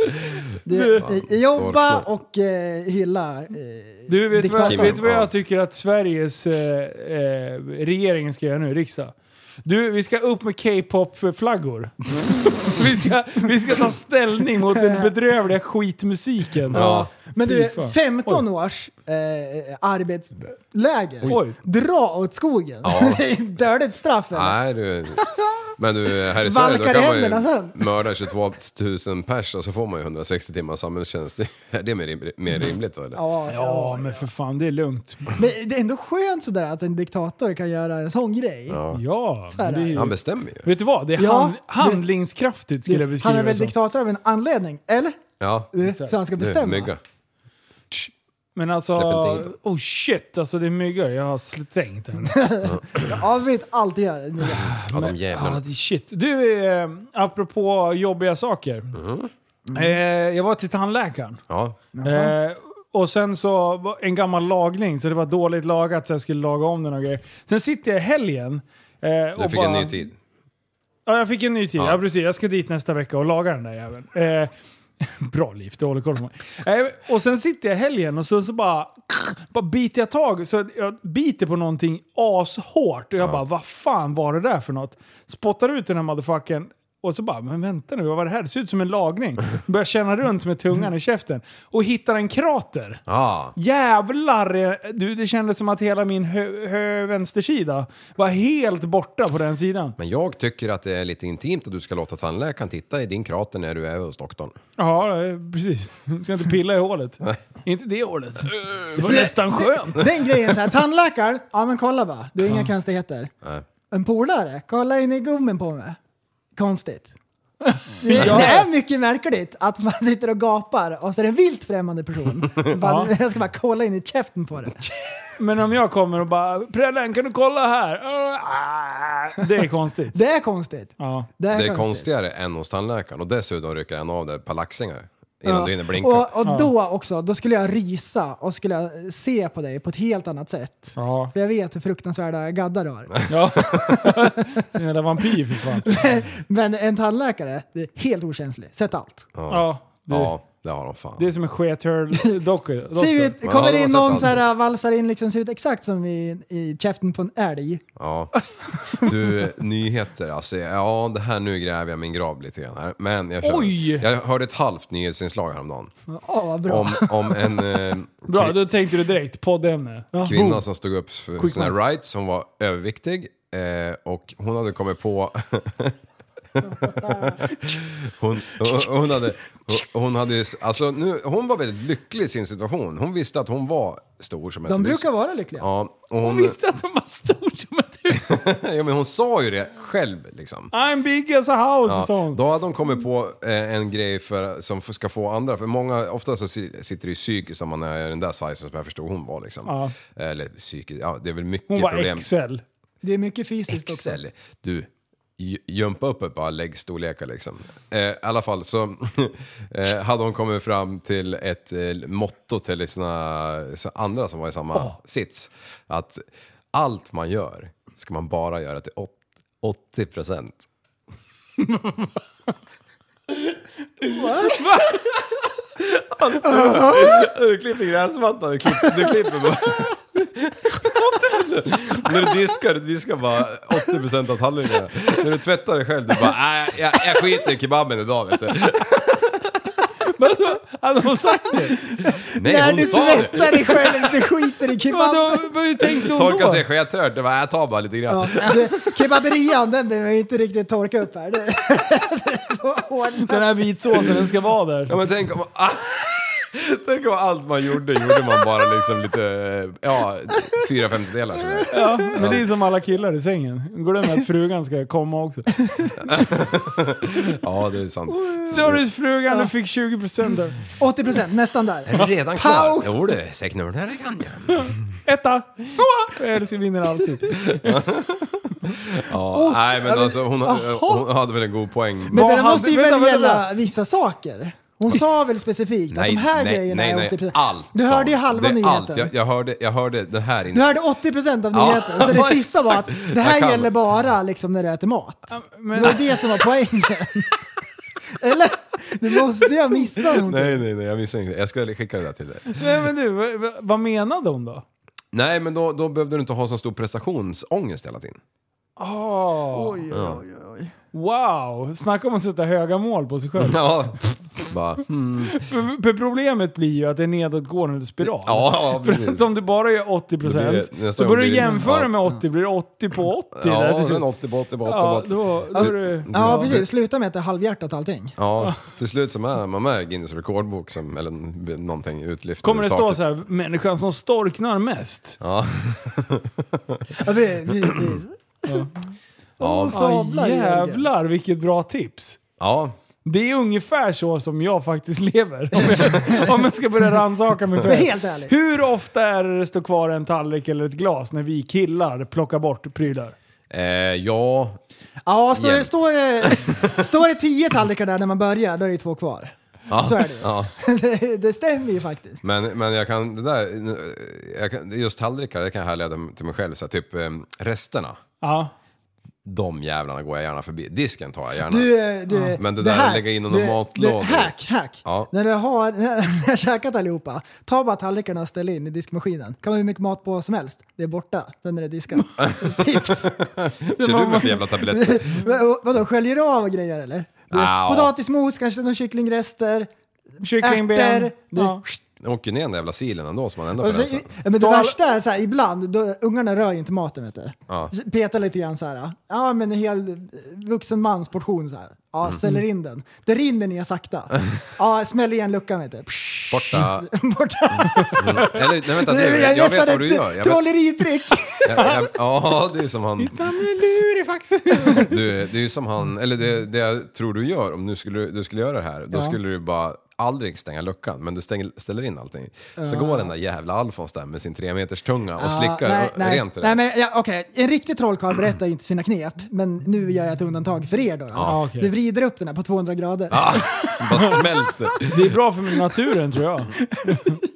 Du, eh, jobba Storknop. och eh, hylla eh, Du, vet du vad, diktatorn. vet du vad Ja. jag tycker att Sveriges eh, eh, regering ska göra nu? Riksdag. Du, vi ska upp med K-pop-flaggor. vi, ska, vi ska ta ställning mot den bedrövliga skitmusiken. Ja. Men du, Fy fan. 15 års eh, arbetsläger. Oj. Dra åt skogen. Det är Dörligt straff. eller? Nej du. Men du, här i Sverige då Valkar kan man händerna ju sen. mörda 22 000 pers och så får man ju 160 timmars samhällstjänst. Det- Är det mer, rim- mer rimligt då eller? Ja, ja. Ja, men för fan, det är lugnt. Men det är ändå skönt sådär att en diktator kan göra en sån grej. Ja, men här det är, Han ju- bestämmer ju. vet du vad? Det är Ja, hand, det- handlingskraftigt skulle jag beskriva han är väl det som. diktator av en anledning, eller? Ja. Så han ska bestämma. Mygga. Men alltså, Släpp inte in. oh shit, alltså det är myggor. Jag har slängt den. Avbryt allt du gör. Ja, de Ah, jävlarna. det- shit. Du, eh, apropå jobbiga saker. Mm. Eh, jag var till tandläkaren. Ja. Eh, och sen så, var en gammal lagning, så det var dåligt lagat så jag skulle laga om den och grejer. Sen sitter jag i helgen. eh, Du och fick en bara- ny tid. Ja, jag fick en ny tid. Ja. Ja. precis. Jag ska dit nästa vecka och laga den där jäveln. Eh, bra liv, det håller koll på mig. Eh, och sen sitter jag i helgen och så, så bara, bara biter jag tag. Så jag biter på någonting ashårt och jag bara, vad fan var det där för något? Spottar ut den här motherfuckern. Och så bara, men vänta nu, vad var det här? Det ser ut som en lagning. Börjar känna runt med tungan i käften. Och hittar en krater. Ja. Jävlar! eh, Du, det kändes som att hela min hö, hö, vänstersida var helt borta på den sidan. Men jag tycker att det är lite intimt att du ska låta tandläkaren titta i din krater när du är hos doktorn. Ja, eh, precis. Ska inte pilla i hålet. inte det hålet. Eh, Det var nästan skönt. Den grejen så här, tandläkaren, ja men kolla bara, det är inga konstigheter. Nej. En polare, kolla in i gummen på mig. Konstigt. Det, det är mycket märkligt att man sitter och gapar och så är det en vilt främmande person. Bara, Jag ska bara kolla in i käften på det. Men om jag kommer och bara “Prällen, kan du kolla här?” Ah, ah. Det är konstigt. Det är konstigt. Ja. Det är, Det är konstigt. konstigare än hos tandläkaren och dessutom rycker han av dig ett par laxingar innan du hinner blinka. Och, och då också, då skulle jag rysa och skulle jag se på dig på ett helt annat sätt. Ja. För jag vet hur fruktansvärda gaddar du har. ja. Som jävla vampyr för fan. Men en tandläkare, det är helt okänslig. Sett allt. Ja. Det, Ja, det har de fan. det är som en skethörl-docka. Ser ut, Men kommer han har in sett någon allt. så här, valsar in liksom, ser ut exakt som i, i käften på en älg. Ja. Du, nyheter alltså. Ja, det här nu gräver jag min grav lite grann här. Men jag, kör. Oj! jag hörde ett halvt nyhetsinslag häromdagen. Ja, vad bra. Om, om en eh, Bra, kri- då tänkte du direkt. Poddämne. kvinna som stod upp för Quick sina ones. rights. Hon var överviktig eh, och hon hade kommit på... hon, hon, hon hade... Hon, hon, hade, ju- alltså nu, hon var väldigt lycklig i sin situation. Hon visste att hon var stor som ett De hus. brukar vara lyckliga. Ja, och hon, Hon visste att de var stort som ett hus. ja, men hon sa ju det själv liksom. I'm big as a house, Ja, sa hon. Då hade de kommit på eh, en grej för, som f- ska få andra, för många, ofta så si- sitter det ju psykiskt om man är den där sizen som jag förstod hon var liksom. Ja. Eller psykiskt, ja det är väl mycket Hon var problem. Excel. Det är mycket fysiskt också. Excel. Du, j- jumpa upp ett par läggstorlekar liksom. Eh, I alla fall så eh, hade hon kommit fram till ett eh, motto till sina så andra som var i samma sits. Att allt man gör ska man bara göra till åt- 80 procent. Du klipper gräsmattan, du klipper, du klipper bara... 80%! När du diskar, du diskar bara 80% av tallrikarna. När du tvättar dig själv, du bara nej, jag, jag skiter i kebaben idag vet du. Hade hon sagt det? Nej, När hon du sa det! svettar dig själv, du skiter i kebab. Vadå, Vad hur tänkte hon Torka då? sig skethört, det var "Äh, jag tar bara lite grann. Ja, det- Kebaberian, den behöver jag inte riktigt torka upp här. Det- Den här vitsåsen, den ska vara där. Ja men tänk om... Ah, tänk om allt man gjorde, gjorde man bara liksom lite, ja, fyra femtedelar sådär. Ja, men det är som alla killar i sängen. Glöm att frugan ska komma också. Ja, det är sant. Sorry frugan, du fick 20% där. 80 procent, nästan där. Är du redan Paus! Jo du, säcknördare kan jag. Etta! Tvåa! Älskling vinner alltid. Ja, nej men alltså hon, hon hade väl en god poäng. Men Vad det där hade- måste ju vänta, väl vänta, gälla vänta. vissa saker? Hon sa väl specifikt att Nej, de här nej, grejerna nej, nej, är 80 procent? Allt Du sa hörde ju hon. halva Det är nyheten. Jag, jag, hörde, jag hörde det här Du inne. hörde 80 procent av Ja, nyheten. så ja, det sista var att exakt. det här Jag kan. gäller bara liksom när du äter mat. men- Det var det som var poängen. Eller? Nu måste jag missa någonting. Nej, nej, nej, jag missade inte. Jag ska skicka det där till dig. Nej men du, vad- vad- vad menade hon då? Nej, men då, då behövde du inte ha så stor prestationsångest hela tiden. Oh, wow! Snacka om att sätta höga mål på sig själv. Ja, bara, För- För problemet blir ju att det är nedåtgående spiral. ja För att precis. om du bara gör Då blir 80% det- nästa så börjar gång du blir det- jämföra ja. med 80, blir det 80 på 80? där Ja, till slut. sen 80 på 80 på 80 ja, på 80. då, då är det... Alltså, Ja, precis. Sluta med att det är halvhjärtat allting. Ja, till slut så är man med i Guinness rekordbok som, eller någonting utlyft. Kommer det ur stå taket. så här, människan som storknar mest? Ja. Ja, precis, precis. Ja. Sablar, jävlar vilket bra tips! ja. Det är ungefär så som jag faktiskt lever. Om jag, om jag ska börja rannsaka mig själv. Men helt ärligt. Hur ofta är det det står kvar en tallrik eller ett glas när vi killar plockar bort prylar? Eh, ja, Ja, står det, Jämt. står, det, står det tio tallrikar där när man börjar, då är det två kvar. Så är det ju. ja. det, det stämmer ju faktiskt. Men, men jag kan, det där, jag kan, just tallrikar, det kan jag härleda till mig själv. Så här, typ eh, resterna, Ja. de jävlarna går jag gärna förbi. Disken tar jag gärna. Du, eh, du, eh, Men det där att lägga in någon du- matlådor. du- Hack, hack. Ja. När du har när jag har käkat allihopa, ta bara tallrikarna och ställ in i diskmaskinen. kan vara hur mycket mat på som helst. Det är borta, sen är det diskat. Tips! Kör du med för jävla tabletter? Vad- Vadå, sköljer du av och grejer eller? Du, Ja. Potatismos, kanske någon kycklingrester, Kycklingben. ärtor. Du, Ja. Den åker ner den där jävla silen ändå som man ändå får Och så, rensa. i- ja, men det Skal- värsta är så här, ibland, då, ungarna rör ju inte maten vet du. Ja. Petar lite grann så här, ja men en hel eh, vuxen mans portion så här. Ja, Mm. ställer in den. Det rinner ner sakta. Ja, smäller igen luckan vet du. Psh, Borta. Borta. Eller nej vänta, det, Jag, jag, jag vet gissade vad du ett gör. Jag vet, Trolleritrick. jag, jag, ja, det är som han... Lurifax! Du, det är ju som han, eller det, det jag tror du gör om du skulle, du skulle göra det här, då skulle du bara aldrig stänga luckan, men du stänger, ställer in allting. Så går den där jävla Alfons där med sin tre meters tunga och slickar nej, och- nej, rent i det. nej, men ja, okej. En riktig trollkarl berättar ju inte sina knep, men nu gör jag ett undantag för er då. då. okej. Du vrider upp den här på 200 grader. Ah, bara smälter. Det är bra för naturen tror jag.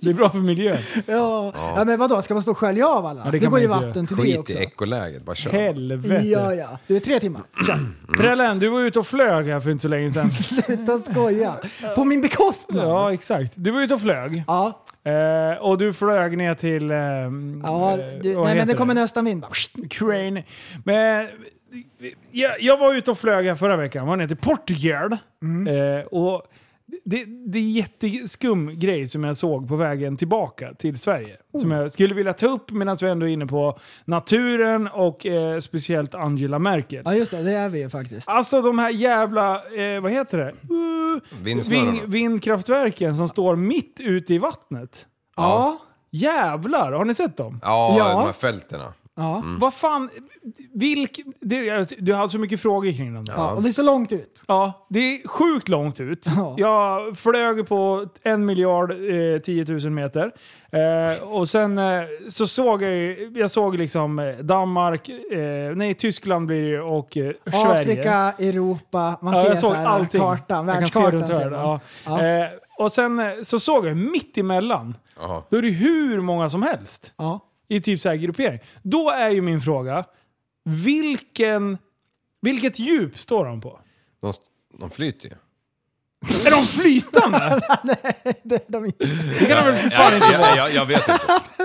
Det är bra för miljön. Ja. Ja, men vadå, ska man stå och skölja av alla? Ja, det det, kan går man inte ju vatten till det Skit i också. ekoläget, bara kör. Helvete. Ja, ja. Du är tre timmar. Mm. Prellen, du var ute och flög här för inte så länge sedan. Sluta skoja. På min bekostnad. Ja. Ja, exakt. Du var ute och flög. Ja, Eh, och du flög ner till... ehm, eh, du, vad heter nej, men det kommer nästa min. bara. Psst. Crane. Men, jag, jag var ute och flög här förra veckan, var ner till Portugal. Mm. Eh, och det, det är en jätteskum grej som jag såg på vägen tillbaka till Sverige. Oh. Som jag skulle vilja ta upp medan vi ändå är inne på naturen och eh, speciellt Angela Merkel. Ja, just det. Det är vi ju faktiskt. Alltså de här jävla, eh, vad heter det? Uh, Vindsnurrorna. vindkraftverken som står mitt ute i vattnet. Ja. Jävlar, har ni sett dem? Ja, Ja. de här fälterna. Mm. Vad fan, vilk, det, du hade så mycket frågor kring dem där. Ja, och det är så långt ut. Ja, det är sjukt långt ut. Ja. Jag flög på en miljard eh, 10 000 meter. Eh, och sen eh, så såg jag ju, jag såg liksom eh, Danmark, eh, nej Tyskland blir det ju och eh, Sverige. Afrika, Europa, man Ja, ser jag såg så här, allting. kartan, Jag kan se världskartan runt ser här, man. ja. Ja. Eh, och sen eh, så såg jag mitt emellan, Jaha. då är det hur många som helst Ja. i typ så här gruppering. Då är ju min fråga, vilken, vilket djup står de på? De, de flyter ju. Är de flytande? Det är de inte. Det kan de väl för fan inte Jag, jag, jag vet inte.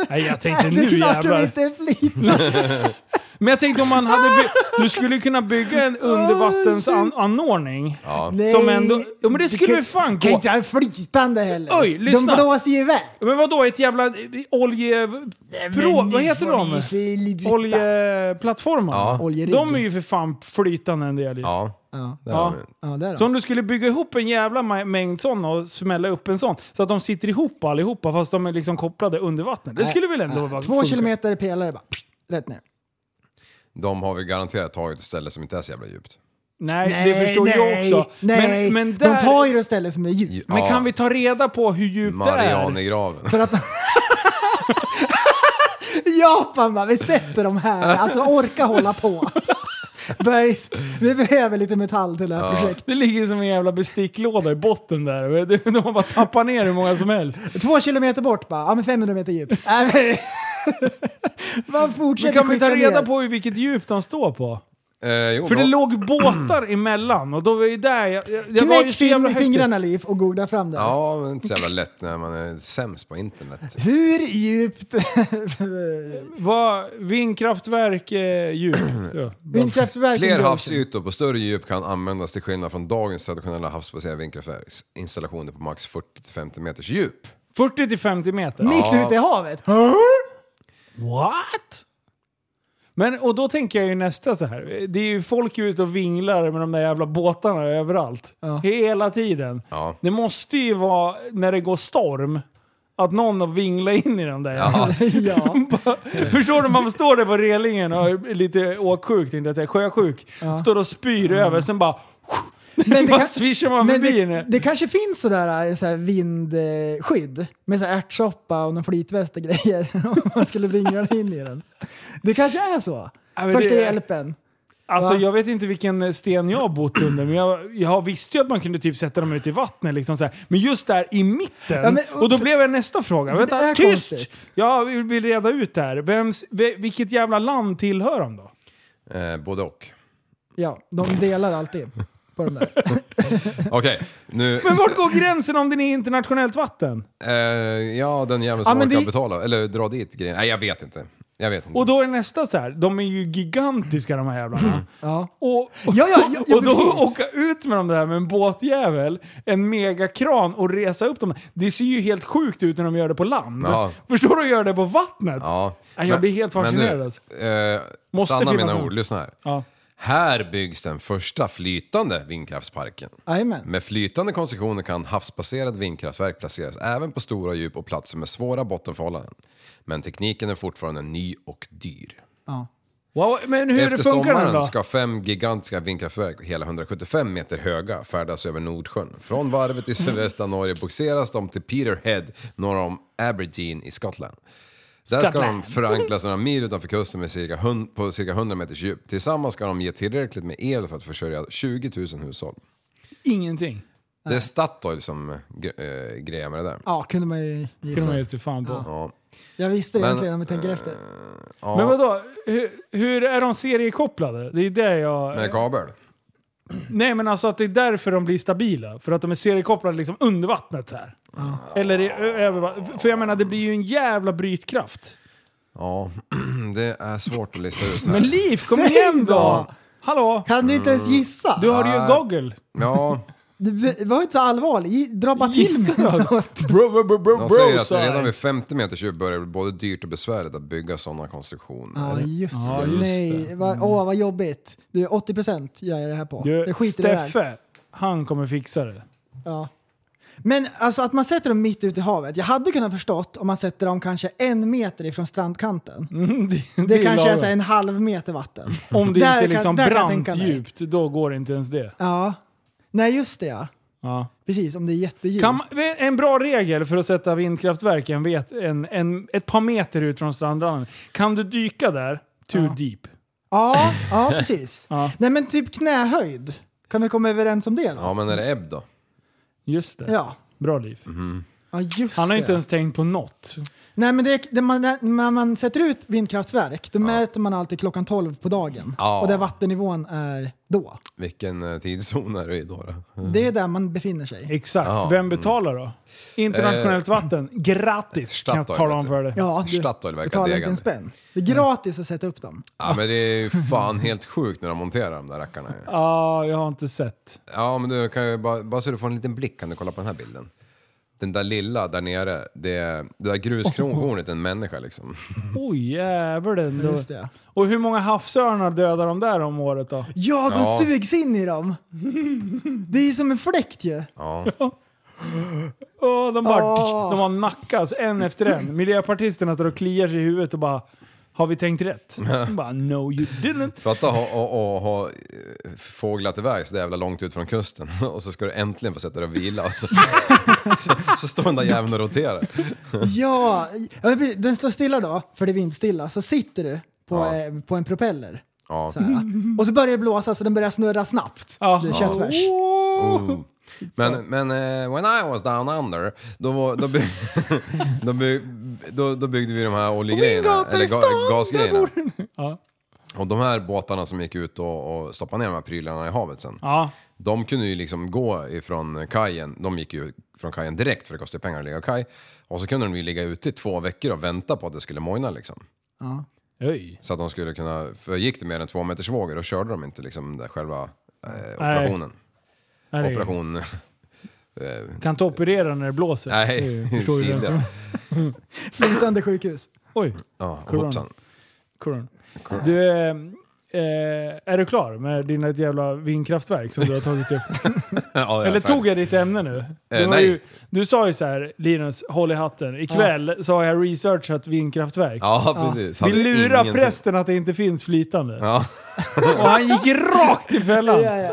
Nej, jag tänkte Det är nu klart de jävlar. inte är flytande. Men jag tänkte om man hade... by- Du skulle kunna bygga en undervattensanordning. Ja. Nej. Som ändå- Jo, men det skulle kan- ju fan kan gå. inte vara flytande heller. Oj, lyssna. De blåser ju iväg. Men vadå, ett jävla eh, olje... Pro, Men Eh, vad nu heter får de? ni sluta. Oljeplattformar? Ja. Oljerigg. De är ju för fan flytande en del ju. Ja, Ja, det Ja. har de ju. ja det är de. Så om du skulle bygga ihop en jävla ma- mängd sådana och smälla upp en sån så att de sitter ihop allihopa fast de är liksom kopplade under vattnet. Det skulle väl ändå vara Eh, Två funka? kilometer pelare bara. psst, Rätt ner. De har väl garanterat tagit ett ställe som inte är så jävla djupt. Nej, det förstår jag också. Nej, men, men där, de tar ju det stället som är djupt. Men kan vi ta reda på hur djupt det är? Marianergraven. För att... Japan bara, vi sätter dem här. Alltså orka hålla på. Böjs, vi behöver lite metall till det här projektet. Det ligger som en jävla besticklåda i botten där. De har bara tappat ner hur många som helst. Två kilometer bort bara, ja men 500 meter djupt. Nej, men- Man Men fortsätter kan vi ta skicka reda ner. på hur vilket djup de står på? Eh, jo, För det de- låg båtar emellan och då var ju där jag... jag, jag var ju Knäck så jävla fin- högt. fingrarna Liv och googla fram det. Ja, men det är inte så jävla lätt när man är sämst på internet. Hur djupt... Vad- Vindkraftverk eh, djup. Så. Vindkraftverken Fler drar havsytor på större djup kan användas till skillnad från dagens traditionella havsbaserade vindkraftverksinstallationer på max 40-50 meters djup. 40 till 50 meter. sig. Mitt ute i havet. What? Men, och då tänker jag ju nästa så här. Det är ju folk ute och vinglar med de där jävla båtarna överallt. Hela tiden. Ja. Det måste ju vara när det går storm. Att någon har vinglat in i den där. Ja. Ja. Förstår du? Man står där på relingen och är lite åksjuk, tänkte jag säga, sjösjuk. Står och spyr över, sen bara... Men det, Bara kan- svischar man men förbi det, henne. det kanske finns sådär, eh, såhär vindskydd med såhär ärtsoppa och någon flytväst och grejer. Om man skulle vingla in i den. Det kanske är så. men Första det- hjälpen. Alltså Va? jag vet inte vilken sten jag har bott under, men jag, jag visste ju att man kunde typ sätta dem ute i vattnet. Liksom så här. Men just där i mitten, Ja, men- och då blev jag nästa fråga. Det Vänta, är tyst! konstigt. Jag vill, vill reda ut det här. Vems, ve- vilket jävla land tillhör de då? Eh, både och. Ja, de delar alltid på de där. Okej, nu... Men vart går gränsen om det är internationellt vatten? Eh, ja, den jäveln Ja, som men orkar det- betala. Eller dra dit grejen. Nej, jag vet inte. Jag vet inte. Och då är det nästa så här. de är ju gigantiska de här jävlarna. Ja. Och, och, Ja, ja, ja, ja, och då precis. åka ut med dem där med en båtjävel, en megakran och resa upp dem. Det ser ju helt sjukt ut när de gör det på land. Ja. Förstår du att göra det på vattnet? Ja. Nej, jag blir helt fascinerad, alltså. eh, Måste sanna finnas mina en- ord, lyssna här. Ja. Här byggs den första flytande vindkraftsparken. Jajamän. Med flytande koncessioner kan havsbaserade vindkraftverk placeras även på stora djup och platser med svåra bottenförhållanden. Men tekniken är fortfarande ny och dyr. Wow, men hur Efter funkar den då? sommaren ska fem gigantiska vindkraftverk, hela 175 meter höga, färdas över Nordsjön. Från varvet i sydvästra Norge boxeras de till Peterhead norr om Aberdeen i Skottland. Där ska de Skottland. förankras några mil utanför kusten med cirka hun- på cirka 100 meters djup. Tillsammans ska de ge tillräckligt med el för att försörja 20 000 hushåll. Ingenting. Det är Statoil som gre- eh, grejer med det där. Ja, kunde man ju Kunde man gissa. ge sig fan på. Ja. Jag visste det Men- egentligen om jag tänker efter. Men vadå, hur, hur är de seriekopplade? Det är det jag... Med kabel. Nej men alltså att det är därför de blir stabila. För att de är seriekopplade liksom under vattnet så här. Eller i- ö- över vattnet. För jag menar det blir ju en jävla brytkraft. Ja, det är svårt att lista ut här. Men Liv, kom Säg igen då! då! Hallå? Kan du inte ens gissa? Du hörde ju en Ah. Nej. goggle. Ja, Du var inte så allvarlig. Gi- Dra bara till Gissa med något. Bro, bro, bro, bro, De säger att side. redan vid 50 meters djup börjar det bli både dyrt och besvärligt att bygga sådana konstruktioner. Ja, just Ja, det. just Nej, Va- åh vad jobbigt. Du, 80% gör jag det här på. Du, jag skiter i det här. Steffe, han kommer fixa det. Ja. Men alltså att man sätter dem mitt ute i havet. Jag hade kunnat förstått om man sätter dem kanske en meter ifrån strandkanten. Mm, det Det, det kanske är lagom. så här en halv meter vatten. Om det inte Där är kan- liksom där kan jag brant tänka mig. djupt, då går det inte ens det. Ja. Nej, just det ja. Ja. Precis, om det är jättedjupt. Kan man, en bra regel för att sätta vindkraftverk en vet, en, en, ett par meter ut från strandranden. Kan du dyka där, too deep. Ja, ja precis. Ja. Nej men typ knähöjd. Kan vi komma överens om det då? Ja, men är det ebb då? Just det. Ja. Bra liv. Mhm. Ja, just Han har det. inte ens tänkt på något. Nej men det, det man, när man sätter ut vindkraftverk då mäter man alltid klockan 12 på dagen. Ja. Och där vattennivån är då. Vilken eh, tidszon är det i då? då? Det är där man befinner sig. Exakt. Ja, Mm. Eh. Vem betalar då? Internationellt vatten. Gratis kan jag Statoil, tala om vet för dig. Ja, du Statoil verkar betalar inte degande. en spänn. Det är gratis att sätta upp dem. Ja, men det är ju fan helt sjukt när de monterar de där rackarna. ju. Ja, jag har inte sett. Ja, men du kan ju bara, bara så du får en liten blick kan du kolla på den här bilden. Den där lilla där nere, det, det där gruskronornet är en människa liksom. Oj jävlar ändå. Just det. Och hur många havsörnar dödar de där om året då? Ja, de Ja. sugs in i dem. Det är ju som en fläkt ju. Ja. Åh, de, bara, Åh. de bara nackas en efter en. Miljöpartisterna står och kliar sig i huvudet och bara har vi tänkt rätt? De bara, no you didn't. Fatta att ha, ha, ha, ha eh, fåglat iväg så jävla långt ut från kusten och så ska du äntligen få sätta dig och vila och så, så, så står den där jäveln och roterar. Ja, ja, men precis. den står stilla då, för det är vindstilla. Så sitter du på, Ja. eh, på en propeller. Ja. Så här. Och så börjar det blåsa så den börjar snurra snabbt. Ja. Det känns värst. Oh. Men, men eh, when I was down under, då, var, då, by, då, by, då, då byggde vi de här oljegrejerna, eller ga, gasgrejerna. Ja. Och de här båtarna som gick ut och, och stoppade ner de här prylarna i havet sen. Ja, De kunde ju liksom gå ifrån kajen, de gick ju från kajen direkt för det kostar ju pengar att ligga kaj. Och så kunde de ju ligga ute i två veckor och vänta på att det skulle mojna liksom. Oj. Så att de skulle kunna, för gick det mer än två meters vågor då körde de inte liksom där själva eh, operationen. Herregud. Operation... Kan inte operera när det blåser. Det är ju- Nej, förstår du vem som- Silja. Flytande sjukhus. Oj, Ja, och Corona. hoppsan. Cool. Du, eh, eh, är du klar med dina jävla vindkraftverk som du har tagit upp? Ja, Eller tog jag ditt ämne nu? Du, Eh, var nej. Ju, du sa ju så här, Linus, håll i hatten. Ikväll så har jag researchat vindkraftverk. Ja, precis. Vi Hade lurar ingenting. prästen att det inte finns flytande. Ja. Och han gick rakt i fällan. Ja, ja.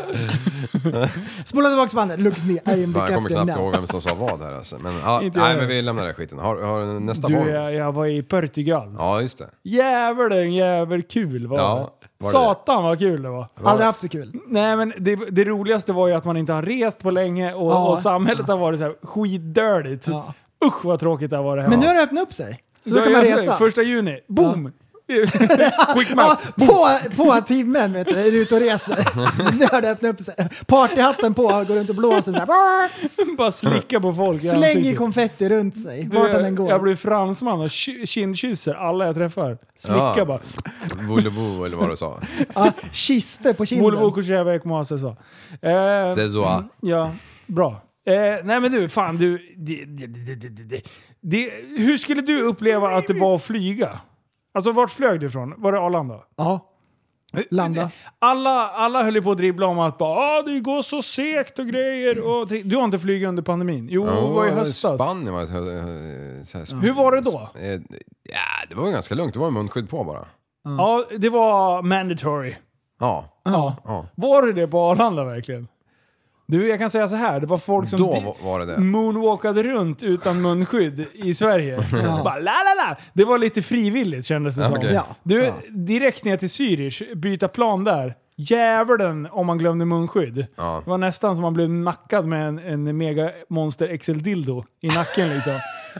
Spola tillbaka bandet. Look at me, I am the Fan, jag kommer captain knappt now. ihåg vem som sa vad här alltså. Men, ja, Inte jag nej, heller. men vi lämnar den här skiten. Har, har du nästa Du, barn? jag, jag var i Portugal. Ja, just det. Djävulen jävel kul var, Ja, det. var det Satan vad kul det var. Aldrig haft så kul. Nej men det, det roligaste var ju att man inte har rest på länge och, Ja. och samhället har varit så här skitdördigt. Ja. Usch vad tråkigt det har varit här. Men nu har det öppnat upp sig. Så då Ja, kan man jag- resa. Första juni, boom! Quick Ja, map. på, på timmen vet du, är du ute och reser. Nu har det öppnat upp sig. Partyhatten på, går runt och blåser så här. Bara slicka på folk i Slänger ansiktet. konfetti runt sig, Du, vart den än jag, jag går. blir fransman och ki- kindkysser alla jag träffar. Slicka Ja. bara. Voulez-vous eller vad du sa. Ja, Kister på Volvo kinden. Kusheva Ekmase sa. Eh, C'est ça. Ja, bra. Eh, nej men du, fan du. Det, det, det, det, det, det, det, hur skulle du uppleva att det var att flyga? Alltså vart flög du ifrån? Var det Arlanda? Ja. Landa. Alla, alla höll ju på att dribbla om att bara, ah, det går så segt och grejer. Och, tri-" du har inte flugit under pandemin? Jo, det var i höstas. Spanien var ett... hö- hö- eh, så här- Hur var det då? Eh, Ja, det var ju ganska lugnt. Det var ju munskydd på bara. Ja, det var mandatory. Ja. Ja. Ja. Var det det på Arlanda verkligen? Du, jag kan säga så här. Det Mm. var folk som Då di- va- var det det. moonwalkade runt utan munskydd i Sverige. Bara, la, la, la. Det var lite frivilligt kändes det som. okej. Ja. Du, Ja. direkt ner till Zürich, byta plan där. Djävulen om man glömde munskydd. Ja. Det var nästan som man blev nackad med en, en mega monster XL-dildo i nacken liksom.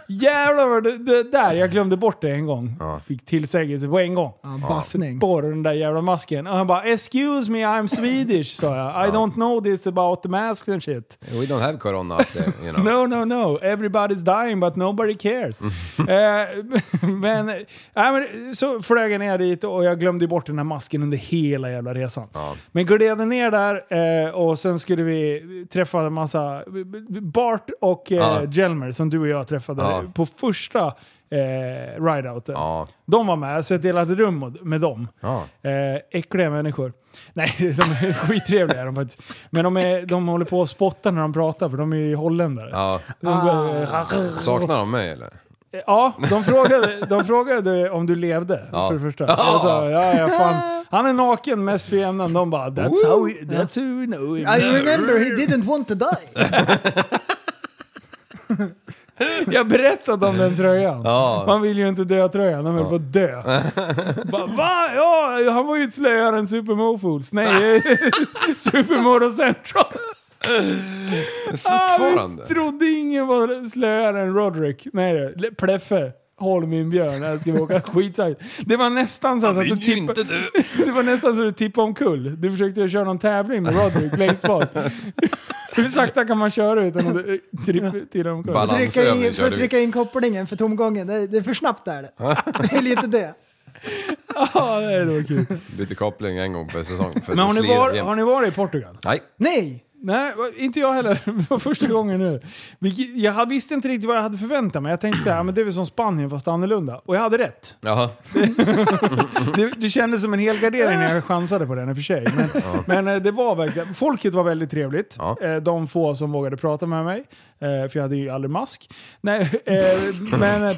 Jävlar vad det, det där, jag glömde bort det en gång. Fick tillsägelse på en gång Ja, Bassning. borr den där jävla masken. Och han bara “Excuse me, I'm Swedish” sa jag. “I don't know this about the masks and shit”. We don't have corona up there, you know. No, no, no. Everybody's dying but nobody cares. Mm. eh, men, äh, men så flög jag ner dit och jag glömde ju bort den här masken under hela jävla resan. Men gled ner där eh, och sen skulle vi träffa en massa Bart och eh, Ja. Jelmer som du och jag träffade Ja. på första eh, ride-outen. Ja. De var med, så jag delade ett rum med- med dem. Ja. Eh, äckliga människor. Nej, de är skittrevliga är de faktiskt. Men de, är, de håller på att spotta när de pratar för de är ju holländare. Ja. De, går- Saknar de mig eller? ja, de, frågade, de frågade om du levde Ja. för det första. Jag sa, ja, ja, fan. Han är naken mest för jämnan. De bara that's how, we, that's how we know him. I remember he didn't want to die. Jag berättade om den tröjan. Ja. Man vill ju inte dö av tröjan, de höll på att dö. Bara, Va? Ja, han var ju slöare än Supermofools. Nej, Supermodo Central. Ah, Fortfarande. vi trodde ingen var slöare än Roderick. Nej, det- Pleffe. Håll min björn, här ska vi åka skitsajt. Det var nästan så typ- att du tippade... Det var nästan så att du tippade omkull. Du försökte köra någon tävling med Roderick längst bak. Hur sakta kan man köra utan att eh, tripp- till omkull? Balans. Trycka in, Balansövning för körde att vi. trycka in kopplingen för tomgången, det är, det är för snabbt där. Det är lite det. Ja, det var kul. Byter koppling en gång per säsong. För att Men har det ni, slirar var, jämt. har ni varit i Portugal? Nej. Nej! Nej, va- inte jag heller. Det var första gången nu. Vilket- Jag hade- visste inte riktigt vad jag hade förväntat mig. Jag tänkte så här, "Ja, men det är väl som Spanien fast annorlunda. Och jag hade rätt. Jaha. Det, det kändes som en helgardering när jag chansade på den i och för sig. Men, men eh, det var verkligen, folket var väldigt trevligt. Ja. Eh, De få som vågade prata med mig. eh, För jag hade ju aldrig mask. Nej, eh, men, eh,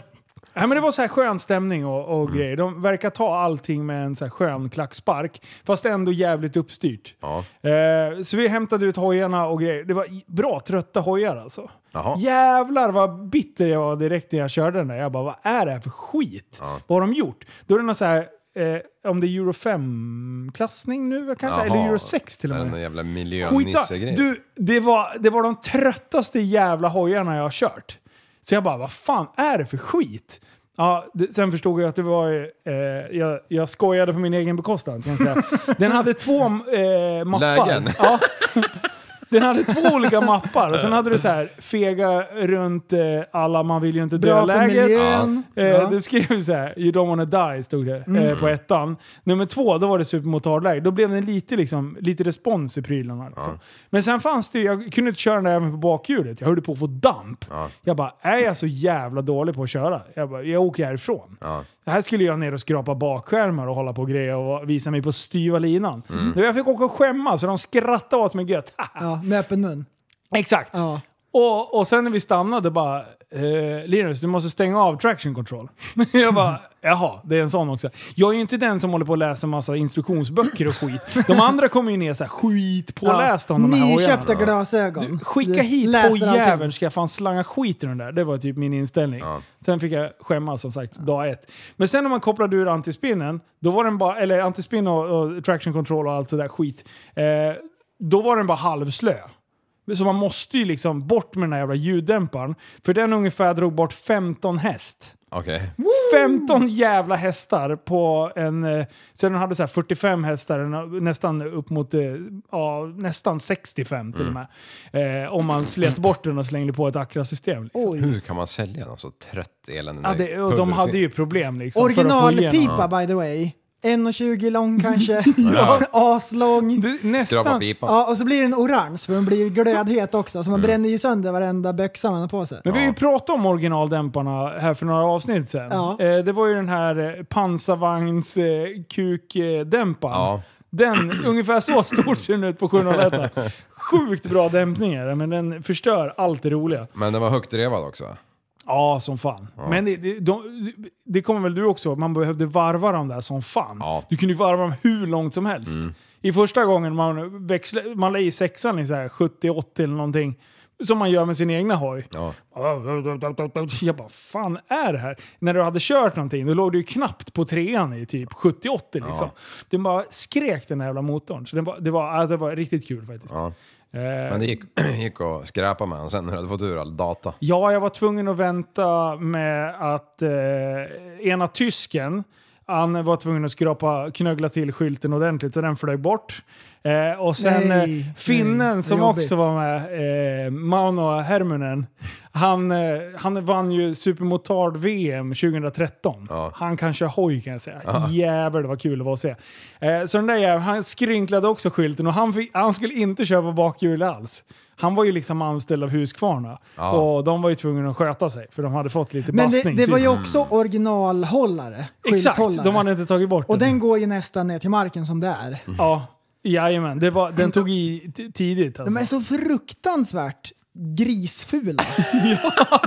nej, men det var så här skön stämning och, Mm. och grejer. De verkar ta allting med en så här skön klackspark. Fast ändå jävligt uppstyrt. Ja. Eh, så vi hämtade ut hojarna och grejer. Det var i- bra trötta hojar alltså. Jaha. Jävlar vad bitter jag var direkt när jag körde den där. Jag bara, vad är det här för skit? Vad har de gjort? Då är det någon så här, eh, om det är euro 5-klassning nu kanske? Jaha. Eller euro 6 till och Den där med. jävla Skitsamma. miljönissegrejen. Du, det var, det var de tröttaste jävla hojarna jag har kört. Så jag bara, vad fan är det för skit? Ja, det, sen förstod jag att det var... ju, Eh, jag, jag skojade på min egen bekostnad kan jag säga. Den hade två eh, mappar. Lägen. Ja. Den hade två olika mappar och sen hade du så här fega runt eh, alla man vill ju inte Bra för dö-läget. miljön. Eh, Ja. Det skrev så här, you don't wanna die, stod det eh, på ettan. Nummer två, då var det supermotardläge. Då blev det lite, liksom, lite respons i prylarna. Liksom. Men sen fanns det ju- jag kunde inte köra den där även på bakhjulet. Jag höll på att få damp. Jag bara, är jag så jävla dålig på att köra? Jag bara, jag åker härifrån. Det här skulle jag ner och skrapa bakskärmar och hålla på och greja och visa mig på styva linan. Mm. Jag fick åka och skämma så de skrattade åt mig gött. Ja, med öppen mun. Exakt! Ja. Och, och sen när vi stannade bara, eh, Linus du måste stänga av traction control. jag bara, jaha, det är en sån också. Jag är ju inte den som håller på att läsa massa instruktionsböcker och skit. De andra kommer ju ner såhär skitpålästa om de här Nyköpta hojarna. glasögon. Skicka Du hit läser allting. hojjäveln ska jag fan slanga skit i den där. Det var typ min inställning. Sen fick jag skämmas som sagt dag ett. Men sen när man kopplade ur antispinnen, då var den bara, eller antispinn och, och traction control och allt sådär skit. Eh, då var den bara halvslö. Så man måste ju liksom bort med den här jävla ljuddämparen. För den ungefär drog bort 15 häst. Okej. 15 jävla hästar på en... eh, Sen den hade så här 45 hästar, en- nästan upp mot eh, ja, nästan 65 till och med. Eh, om man slet bort den och slängde på ett Acra-system. Liksom. Hur kan man sälja något så trött elände? Ja, det, och de hade ju problem liksom. för att få igenom- Originalpipa by the way. 1,20 lång kanske. ja. Aslång. Du, nästan, Skrapa pipan. Ja, och så blir den orange, för den blir ju glödhet också. Så man Mm. bränner ju sönder varenda böxa man har på sig. Men vi har ju pratat om originaldämparna här för några avsnitt sedan. Ja. Eh, det var ju den här eh, pansarvagns eh, kukdämparen. Ja. Den, ungefär så stor ser den ut på 701. Sjukt bra dämpningar, men den förstör allt det roliga. Men den var högt revad också. Ja, som fan. Men det, det, de, det kommer väl du också Man behövde varva dem där som fan. Ja. Mm. Du kunde ju varva dem hur långt som helst. I första gången man, växla, man la i sexan i så här 70-80 eller någonting, som man gör med sin egna hoj. Ja. Jag bara, fan är det här? När du hade kört någonting, då låg du ju knappt på trean i typ 70-80 liksom. Den bara skrek den här jävla motorn. Så den var, det, var, äh, det var riktigt kul faktiskt. Ja. Eh, Men det gick, gick att skräpa med den sen när du hade fått ur all data. Ja, jag var tvungen att vänta med att eh, ena tysken han var tvungen att skrapa, knögla till skylten ordentligt så den flög bort. Eh, och sen Nej, eh, finnen nej, som vad jobbigt. också var med, eh, Mauno Hermunen, han, eh, han vann ju Supermotard-VM 2013. Ja. Han kan köra hoj kan jag säga. Jävlar vad kul det var att se. Eh, så den där jäveln, han skrynklade också skylten och han, fick, han skulle inte köra på bakhjul alls. Han var ju liksom anställd av Husqvarna Ja. och de var ju tvungna att sköta sig för de hade fått lite Men det, bastning. det var sist. ju också originalhållare. Exakt, de hade Skylthållare. inte tagit bort Och den går ju nästan ner till marken som det är. Ja, jajamän. Det var, den tog i t- tidigt De alltså. är så fruktansvärt grisfula.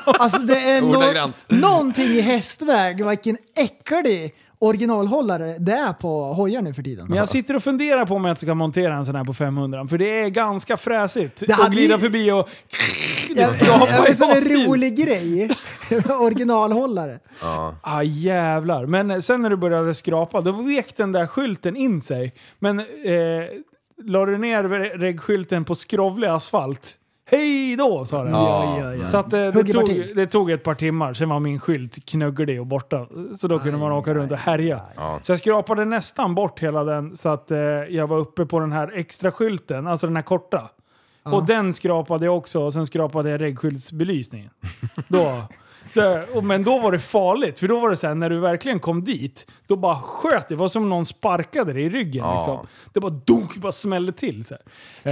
alltså det är nå- Ordagrant. någonting i hästväg, vilken äcklig originalhållare det är på hojar nu för tiden. Men jag sitter och funderar på om jag inte ska montera en sån här på 500 för det är ganska fräsigt Det att hade glida ju- förbi och... Det Jag- jag- skrapar Det i är som en baksidan. rolig grej. Originalhållare. Ah jävlar. Men eh, sen när du började skrapa, då vek den där skylten in sig. Men eh, la du ner regskylten på skrovlig asfalt, hej då sa den. Ja, ja, ja. Så att, eh, det, Hugger tog, parti. det tog ett par timmar, sen var min skylt knugglig och borta. Så då kunde man åka runt och härja. Så jag skrapade nästan bort hela den så att eh, jag var uppe på den här extra skylten, alltså den här korta. Och den skrapade jag också och sen skrapade jag reggskyltsbelysningen. Då, det, och, men då var det farligt, för då var det så här, när du verkligen kom dit, då bara sköt det. Det var som någon sparkade dig i ryggen. Liksom. Det bara dunk, bara smällde till. Så här.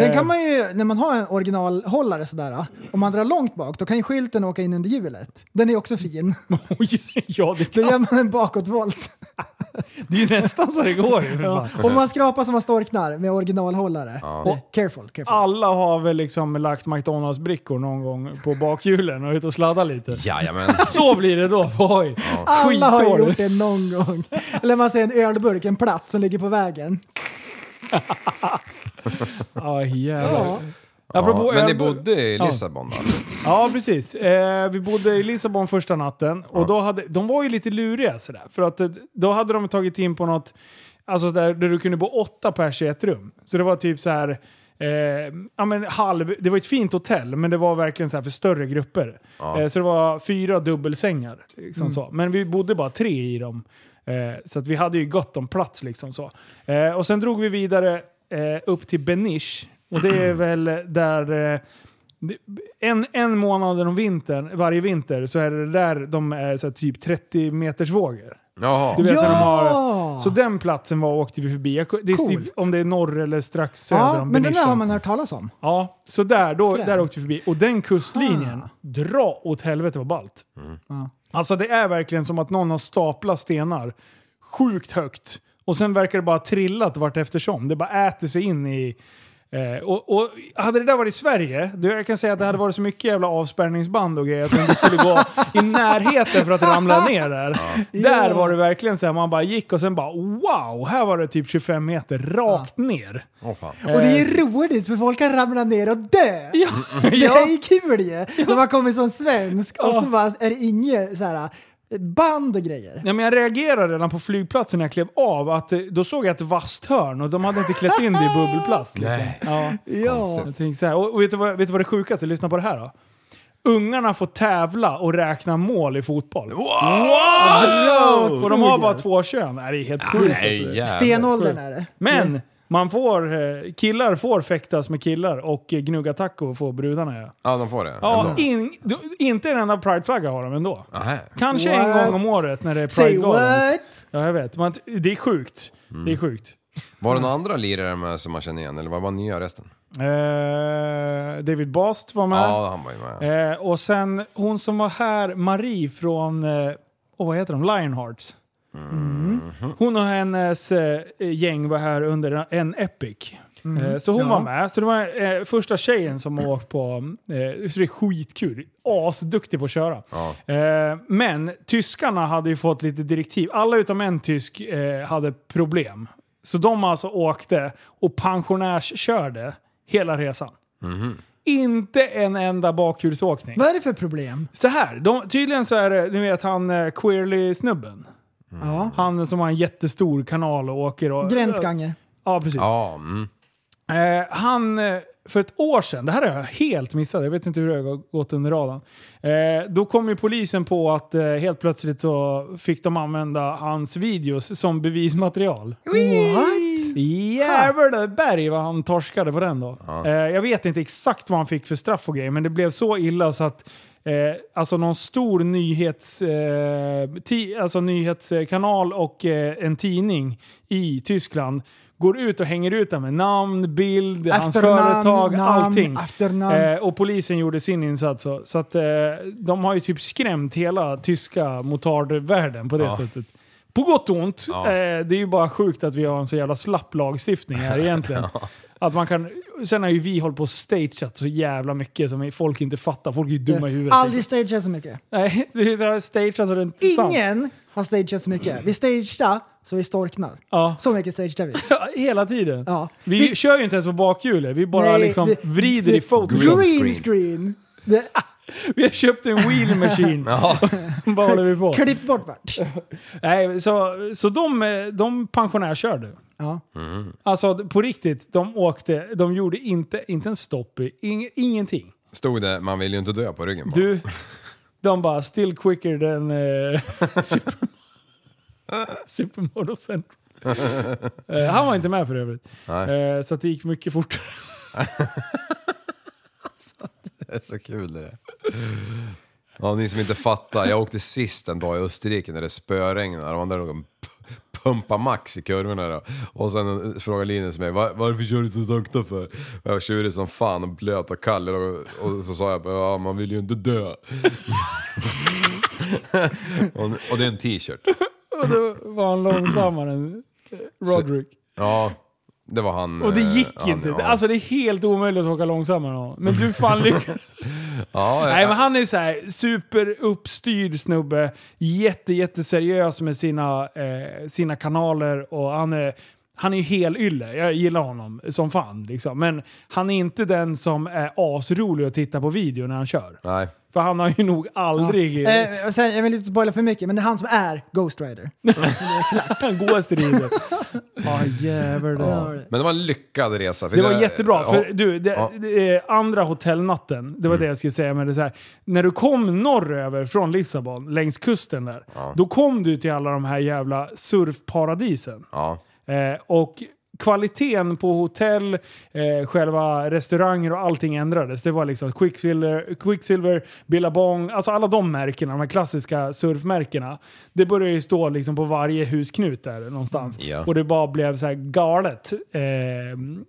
Sen Eh, kan man ju, när man har en originalhållare sådär, om man drar långt bak, då kan ju skylten åka in under hjulet. Den är också fin. Oj, Eh, ja, det, Då kan, gör man en bakåtvolt. det är ju nästan så det går. ju, för Ja. fan. Om man skrapar som man storknar med originalhållare. Och Careful, careful. Alla har väl liksom lagt McDonalds-brickor någon gång på bakhjulen och ut och sladdat lite. Jajamän. Så blir det då på hoj. Alla har ju Skitdåligt. gjort det någon gång. Eller man ser en ölburk, en platt som ligger på vägen. Ah, Ja. jävlar. Ja, Apropå men ni ölburk- bodde i Lissabon då? Ja, precis. Eh, vi bodde i Lissabon första natten och då hade, de var ju lite luriga sådär. För att eh, då hade de tagit in på något, alltså där, där du kunde bo åtta pers i ett rum. Så det var typ så här. Eh, ja, men halv, det var ett fint hotell, men det var verkligen så här för större grupper. Eh, så det var fyra dubbelsängar. Liksom så. Men vi bodde bara tre i dem. Eh, så att vi hade ju gott om plats. Liksom så. Eh, och sen drog vi vidare eh, upp till Beniche. Och det är väl där eh, en, en månad om vintern, varje vinter, så är det där de är så här, typ 30 meters vågor. Du Jaha. vet när de har... Ja! Så den platsen var åkte vi förbi. Jag, det är typ Coolt. om det är norr eller strax söder Ja, om men den där Benicia. har man hört talas om. Ja, så där, då, Frän. där åkte vi förbi. Och den kustlinjen, dra åt helvete vad ballt. Alltså det är verkligen som att någon har staplat stenar sjukt högt. Och sen verkar det bara ha trillat vart eftersom. Det bara äter sig in i... Eh, och, och hade det där varit i Sverige, då jag kan säga att det hade varit så mycket jävla avspärrningsband och grejer att man inte skulle gå i närheten för att ramla ner där. Där var det verkligen så här, man bara gick och sen bara wow, här var det typ 25 meter rakt ner. Åh fan. Och det är Eh, ju roligt för folk kan ramla ner och dö! Ja, Det ja. är ju kul ju! När man kommer som svensk och så bara är det inget så här band och grejer. Ja, men jag reagerade redan på flygplatsen när jag klev av. Att, eh, då såg jag ett vasthörn och de hade inte klätt in det i bubbelplast. Liksom. Nej. Ja. Ja. Jag tänkte så här, och, och vet, du vad, vet du vad det sjukaste är? Lyssna på det här då. Ungarna får tävla och räkna mål i fotboll. Wow! Och de har bara två kön. Nej, det är helt sjukt. Alltså. Nej, jävlar. Stenåldern är det. Men man får, eh, killar får fäktas med killar och eh, gnugga taco får brudarna göra. Ja, de får det. Ja, Ändå. in, du, inte en enda prideflagga har de ändå. Nähä. Kanske en What? gång om året när det är Say pridegalan. what? Ja, jag vet. Man, det är sjukt. Det är sjukt. Var det några andra lirare med som man känner igen eller var bara nya resten? Eh, David Bast var med. Ja, han var ju med. Eh, och sen hon som var här, Marie från, eh, åh, vad heter de, Lionhearts. Mm. Hon och hennes eh, gäng var här under en Epic. Eh, så hon var med. Så det var eh, första tjejen som har åkt på, eh, så det är skitkul. Asduktig på att köra. Eh, men tyskarna hade ju fått lite direktiv. Alla utom en tysk eh, hade problem. Så de alltså åkte och pensionärskörde hela resan. Inte en enda bakhjulsåkning. Vad är det för problem? Så här, de, tydligen så är det, ni vet han eh, Queerly-snubben. Mm. Ja. Han som har en jättestor kanal och åker och... Gränsganger. Ja, precis. Ja, mm. Eh, han, eh, för ett år sedan, det här har jag helt missat, jag vet inte hur det har gått under radarn. Eh, då kom ju polisen på att eh, helt plötsligt så fick de använda hans videos som bevismaterial. What? Jävlar berg vad han torskade på den då. Eh, jag vet inte exakt vad han fick för straff och grejer, men det blev så illa så att eh, alltså någon stor nyhets, eh, ti, alltså nyhetskanal och eh, en tidning i Tyskland går ut och hänger ut där med namn, bild, hans Efternamn, företag, namn, allting. efternamn. Eh, och polisen gjorde sin insats. Så, så att, eh, de har ju typ skrämt hela tyska motardvärlden på det sättet. På gott och ont. Eh, det är ju bara sjukt att vi har en så jävla slapp lagstiftning här egentligen. Att man kan, sen har ju vi hållit på och stageat så jävla mycket som folk inte fattar. Folk är ju dumma i huvudet. Aldrig stageat så mycket. Nej, det är så här stageat så det är inte sant. Ingen har stageat så mycket. Vi stagear så vi storknar. Ja. Så mycket stagear vi. Hela tiden. Ja. Vi, Vi- kör ju inte ens på bakhjulet. Vi bara Nej, liksom det- vrider i det- Photoshop. Green screen! Det, Vi har köpt en wheel machine. Vad håller vi på? klippt bort vart. Nej, så, så de, eh, de pensionärskörde. Ja. Mm. Alltså på riktigt, de åkte, de gjorde inte, inte en stopp, i- ing, ingenting. Stod det man vill ju inte dö på ryggen på. Du, de bara still quicker than eh, super, Supermodo Central. Eh, han var inte med för övrigt. Eh, så att det gick mycket fortare. Det är så kul det där. Ja, ni som inte fattar. Jag åkte sist en dag i Österrike när det spöregnade. De andra låg och p- pumpa max i kurvorna då. Och sen frågade Linus mig, "Va- varför kör du så sakta för? Och jag var tjurig som fan och blöt och kall. Och, och så sa jag, bara, ja man vill ju inte dö. och, och det är en t-shirt. Och då var han långsammare än eh, Roderick. Ja, det var han. Och det eh, gick han, inte. Ja, Alltså det är helt omöjligt att åka långsammare än honom. Men du fan lyckades. ja, Nej jag- men han är så här superuppstyrd snubbe, jätte jätteseriös med sina, eh, sina kanaler och han är han är ju helylle, jag gillar honom som fan. Liksom. Men han är inte den som är asrolig att titta på video när han kör. Nej. För han har ju nog aldrig... Ja. Eh, och sen, jag vill inte spoila för mycket, men det är han som är Ghost Rider. Han går strider. Ja jävlar. Ja. Men det var en lyckad resa. alltså, för Det var jättebra. För ja. du, det, Ja. Mm. det, eh, andra hotellnatten, det var det jag skulle säga. Men det är så här, när du kom norröver från Lissabon, längs kusten där, då kom du till alla de här jävla surfparadisen. Ja. Eh, och kvaliteten på hotell, eh, själva restauranger och allting ändrades. Det var liksom Quicksilver, Quicksilver Billabong, alltså alla de märkena, de här klassiska surfmärkena. Det började ju stå liksom på varje husknut där någonstans. Mm, Ja. Och det bara blev så här galet. Eh,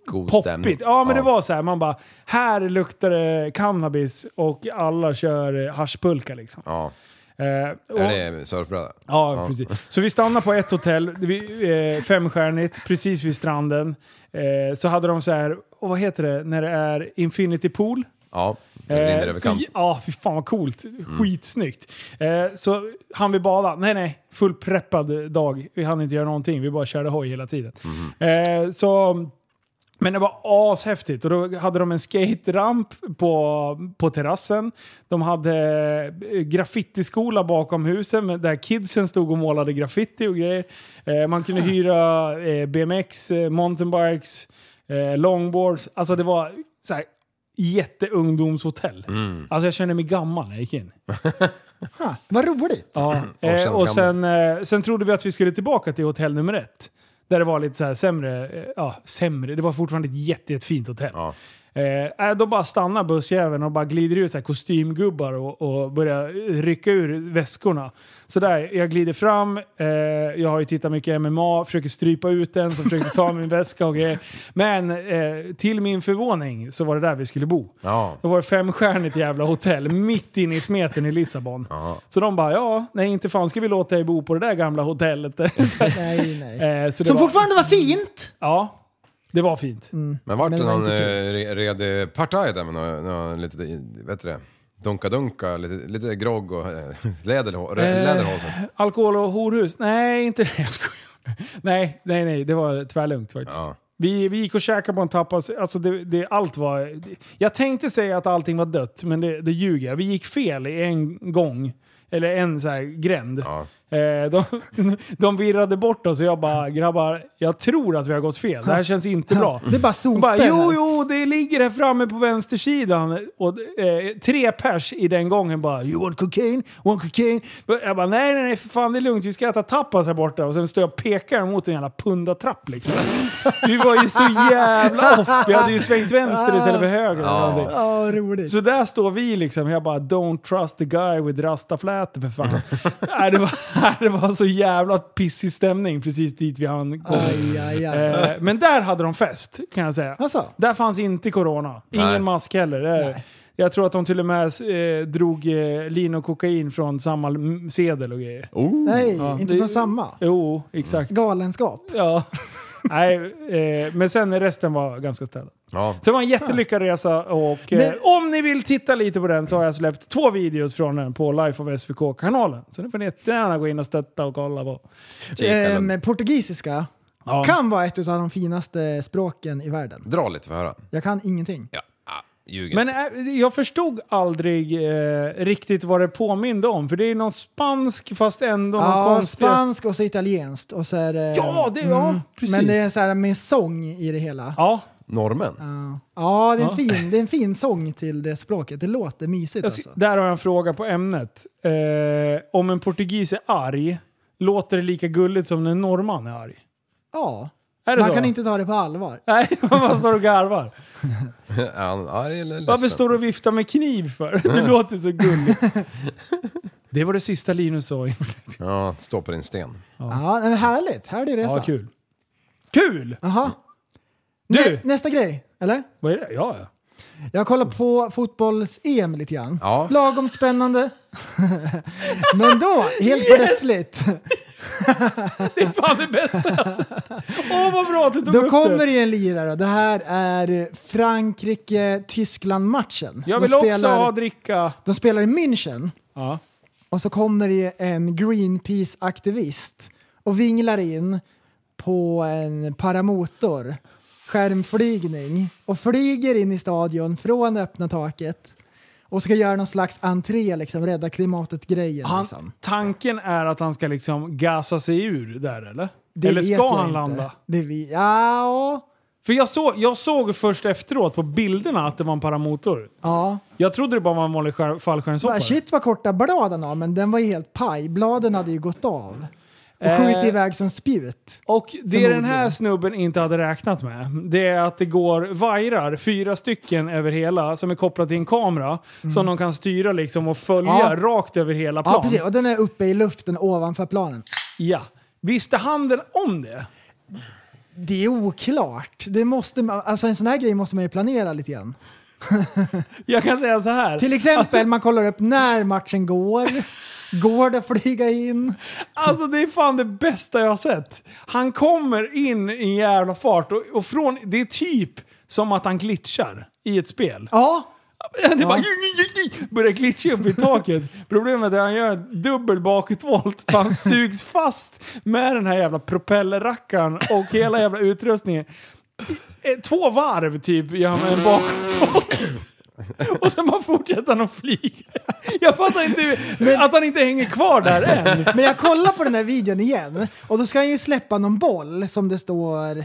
God stämning. poppigt. Ja men det Ja. var så här, man bara, här luktar det cannabis och alla kör eh, haschpulka liksom. Ja. Eh, och- Är det surfbräda? Ja, precis. Så vi stannade på ett hotell, vi, eh, femstjärnigt, precis vid stranden. Eh, så hade de så här, och vad heter det, när det är infinity pool. Ja, det rinner Eh, över så, kant. ja, fy fan vad coolt. Skitsnyggt. Eh, så han vi bada? Nej, nej. Full preppad dag. Vi hann inte göra någonting. Vi bara körde hoj hela tiden. Eh, så... Men det var ashäftigt och då hade de en skateramp på, på terrassen. De hade eh, graffitiskola bakom husen med- där kidsen stod och målade graffiti och grejer. Eh, man kunde hyra eh, BMX, eh, mountainbikes, eh, longboards. Alltså det var så här, jätteungdomshotell. Alltså jag kände mig gammal när jag gick in. Ha, vad roligt! Ja, känns eh, och gammal. sen, eh, sen trodde vi att vi skulle tillbaka till hotell nummer ett. Där det var lite så här sämre, eh, ja sämre, det var fortfarande ett jätte, jättefint hotell. Ja. Eh, eh, då bara stannar bussjäveln och bara glider ut så här kostymgubbar och, och börjar rycka ur väskorna. Så där, jag glider fram, eh, jag har ju tittat mycket MMA, försöker strypa ut den, så försöker ta min väska och grejer. Men eh, till min förvåning så var det där vi skulle bo. Ja. Då var det femstjärnigt jävla hotell mitt inne i smeten i Lissabon. Så de bara, ja, nej inte fan ska vi låta dig bo på det där gamla hotellet. Eh, Nej, nej. så det Som var, fortfarande var fint! Ja, det var fint. Men Men vart det det var någon inte eh, re- redig partaj där med någon, någon lite, vet du det? Dunka-dunka, lite, lite grogg och eh, läderhå- Eh, rö- läderhosen. Alkohol och horhus? Nej, inte det. Jag skojar. Nej, nej, nej. Det var tvärlugnt faktiskt. Ja. Vi, vi gick och käkade på en tapas. Alltså det, det, allt var, det, jag tänkte säga att allting var dött, men det, det ljuger jag. Vi gick fel i en gång. Eller en så här gränd. Ja. Eh, de, de virrade bort oss och jag bara “grabbar, jag tror att vi har gått fel. Det här känns inte bra”. Det är bara Hon sopor bara, jo, här. jo, det ligger här framme på vänstersidan. Och eh, tre pers i den gången bara, you want cocaine? Want cocaine? Jag bara, nej, nej, nej, för fan det är lugnt. Vi ska äta tapas här borta. Och sen står jag och pekar mot en jävla pundatrapp liksom. Vi var ju så jävla off. Vi hade ju svängt vänster istället för höger. Eller någonting. Ja, vad roligt. Så där står vi liksom. Jag bara “Don't trust the guy with rastaflätor för fan”. Nej, det, var, det var så jävla pissig stämning precis dit vi hann komma. Aj, aj, aj. Eh, men där hade de fest, kan jag säga. Alltså? Där fanns inte corona. Ingen Nej. mask heller. Det, jag tror att de till och med eh, drog eh, lin och kokain från samma mm, sedel och grejer. Nej, Ja, inte det- från samma. Jo, exakt. Galenskap. Ja. Nej, eh, men sen resten var ganska städat. Ja. Så det var en jättelyckad resa och eh, Men- om ni vill titta lite på den så har jag släppt två videos från den på Life of SVK-kanalen. Så nu får ni jättegärna gå in och stötta och kolla på. Ehm, Ehm, portugisiska Ja. kan vara ett av de finaste språken i världen. Dra lite för att höra. Jag kan ingenting. Ja, ah, ljuger Men inte. eh, jag förstod aldrig eh, riktigt vad det påminde om. För det är någon spansk fast ändå någon Ja, konstig... spanskt och så italienskt. Och så är det, Mm. Ja, det- ja, precis. Men det är så här med sång i det hela. Ja, Ja, Norrmän? det, är en Ja. fin, det är en fin sång till det språket. Det låter mysigt jag, s- alltså. där har jag en fråga på ämnet. Eh, om en portugis är arg, låter det lika gulligt som när en norrman är arg? Ja, Är det man så? kan inte ta det på allvar. Nej, vad står du och garvar? Är han arg eller ledsen? Varför står du och viftar med kniv för? Du låter så gullig. Det var det sista Linus sa. Ja, stå på din sten. Ja, men härligt. Härlig resa. Ja, kul. Kul! Jaha. Du! Nä, nästa grej, eller? Vad är det? Ja, ja. Jag kollar Mm. på fotbolls-EM lite grann. Ja. Lagom spännande. Men då, helt plötsligt, Det är fan det bästa jag har sett. Åh, vad bra att du tog då upp kommer det. det en lirare. Det här är Frankrike-Tyskland-matchen. Jag De vill också spelar- ha dricka. De spelar i München Ja. och så kommer det en Greenpeace-aktivist och vinglar in på en paramotor, skärmflygning, och flyger in i stadion från det öppna taket och ska göra någon slags entré, liksom, rädda klimatet-grejen. Han, Liksom. tanken är att han ska liksom gasa sig ur där eller? Det eller vet ska jag han inte. landa? Det vi, ja, För jag, så, jag såg först efteråt på bilderna att det var en paramotor. ja. Jag trodde det bara var en vanlig skär- fallskärmshoppare. Bara, shit vad korta bladen har, men den var ju helt paj. Bladen hade ju gått av. Och Eh. skjutit iväg som spjut. Och det den här Förmodligen. snubben inte hade räknat med, det är att det går vajrar, fyra stycken över hela, som är kopplade till en kamera som de kan styra liksom och följa Mm. Ja. rakt över hela Ja, plan. precis. Och den är uppe i luften ovanför planen. Ja. Visste handeln om det? Det är oklart. Det måste, man- alltså en sån här grej måste man ju planera lite grann. Jag kan säga så här. Till exempel, man kollar upp när matchen går. Går det att flyga in? Alltså det är fan det bästa jag har sett. Han kommer in i en jävla fart och, och från, det är typ som att han glitchar i ett spel. Ja. Det bara börjar glitcha upp i taket. Problemet är att han gör en dubbel bakåtvolt för han sugs fast med den här jävla propellerrackaren och hela jävla utrustningen. I- eh, Två varv typ gör han med en bakåtvolt. Och sen bara fortsätter han att flyga. Jag fattar inte hur- att han inte hänger kvar där än. Men jag kollar på den där videon igen och då ska han ju släppa någon boll som det står eh,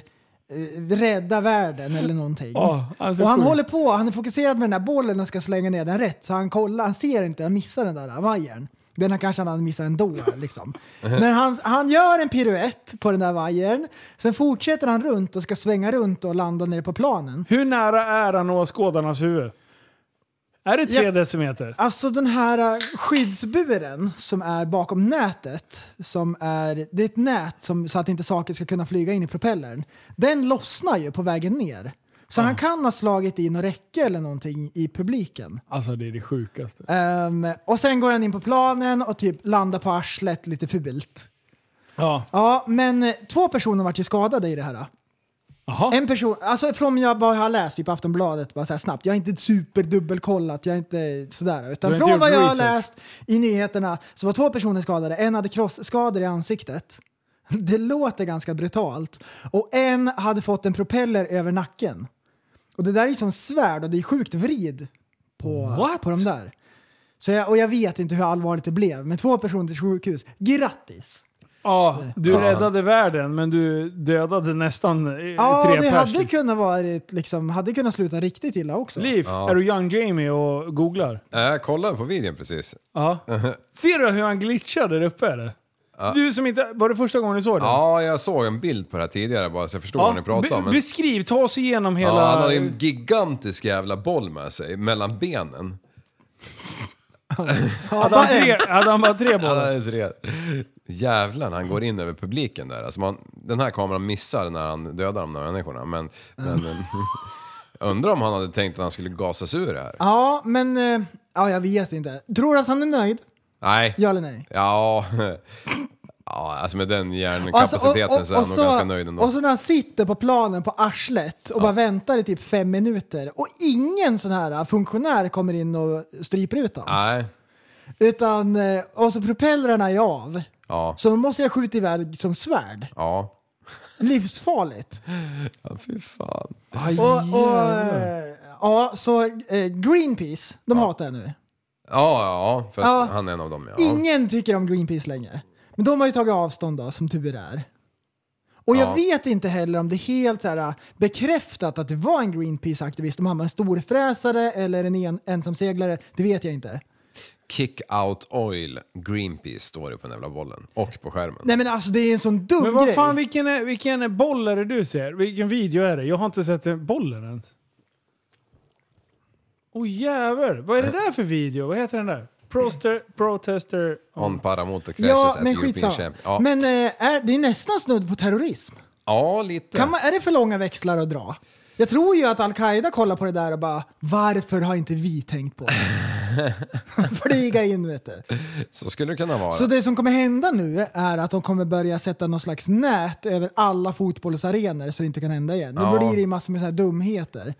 rädda världen eller någonting. Ja, han är så och han sjuk. håller på, han är fokuserad med den där bollen och ska slänga ner den rätt. Så han kollar, han ser inte, han missar den där vajern. Den här kanske han hade missat ändå. Liksom. Men han, han gör en piruett på den där vajern. Sen fortsätter han runt och ska svänga runt och landa nere på planen. Hur nära är han åskådarnas huvud? Är det tre Ja. decimeter? Alltså den här eh, skyddsburen som är bakom nätet, som är, det är ett nät som, så att inte saker ska kunna flyga in i propellern. Den lossnar ju på vägen ner. Så han kan ha slagit i något räcke eller någonting i publiken. Alltså det är det sjukaste. Ehm, och sen går han in på planen och typ landar på arslet lite fult. Ja. Ja, men eh, två personer vart ju skadade i det här. Jaha. En person, alltså från jag bara har läst typ Aftonbladet bara så här snabbt, jag har inte superdubbelkollat, jag är inte sådär. Du Utan har inte från gjort vad jag har research. läst i nyheterna så var två personer skadade, en hade krossskador i ansiktet. Det låter ganska brutalt. Och en hade fått en propeller över nacken. Och det där är ju som svärd och det är sjukt vrid på, What? på de där. Så jag, och jag vet inte hur allvarligt det blev, men två personer till sjukhus. Grattis! Ja, du räddade världen men du dödade nästan eh, Ja, tre det pers. hade liksom. kunnat, varit, liksom, hade kunnat sluta riktigt illa också. Liv, är du young Jamie och googlar? Jag kollade Eh, på videon precis. Ja. Ser du hur han glitchar där uppe eller? Du som inte, var det första gången du såg det? Ja, jag såg en bild på det här tidigare bara så jag förstår vad ni pratar om. be- Men, Beskriv, ta oss igenom hela... ja, han hade ju en gigantisk jävla boll med sig mellan benen. hade, han tre, hade han bara tre bollar? Ja, det är tre. Jävlar, han går in över publiken där. Alltså man, den här kameran missar när han dödar de där människorna. Men, men, jag undrar om han hade tänkt att han skulle gasas ur det här. Ja, men eh, ja, jag vet inte. Tror du att han är nöjd? Nej. Ja eller nej? Ja. ja, alltså med den Alltså, hjärnkapaciteten så är han nog ganska nöjd ändå. och så när han sitter på planen på arslet och bara väntar i typ fem minuter och ingen sån här eh, funktionär kommer in och stryper ut honom. Nej. Utan, eh, och så propellrarna är av. Ja. Så då måste jag skjuta iväg som svärd. Ja. Livsfarligt. ja. Fy fan. Aj, Och, och, jävlar. eh, ja, så eh, Greenpeace, de hatar jag nu. Ja, ja, för att Ja. han är en av dem. Ja. Ingen tycker om Greenpeace längre. Men de har ju tagit avstånd då, som tur är. Och jag Ja. vet inte heller om det är helt så här, äh, bekräftat att det var en Greenpeace-aktivist, om han var en storfräsare eller en en, ensamseglare. Det vet jag inte. Kick out oil Greenpeace står det på den jävla bollen. Och på skärmen. Nej men alltså det är en sån dum Men vad grej. fan, vilken, är- vilken boll är det du ser? Vilken video är det? Jag har inte sett en bollen än. Åh jävel, vad är det där för video? Vad heter den där? Proster, protester... On paramotor crashes ja, at men European skitsamma. Champion. Ja. Men eh, är, det är nästan snudd på terrorism. ja, lite. Kan man, är det för långa växlar att dra? Jag tror ju att Al-Qaida kollar på det där och bara “Varför har inte vi tänkt på det?” Flyga in vet du. Så skulle det kunna vara. Så det som kommer hända nu är att de kommer börja sätta någon slags nät över alla fotbollsarenor så det inte kan hända igen. Då Ja. blir det ju massor med så här dumheter.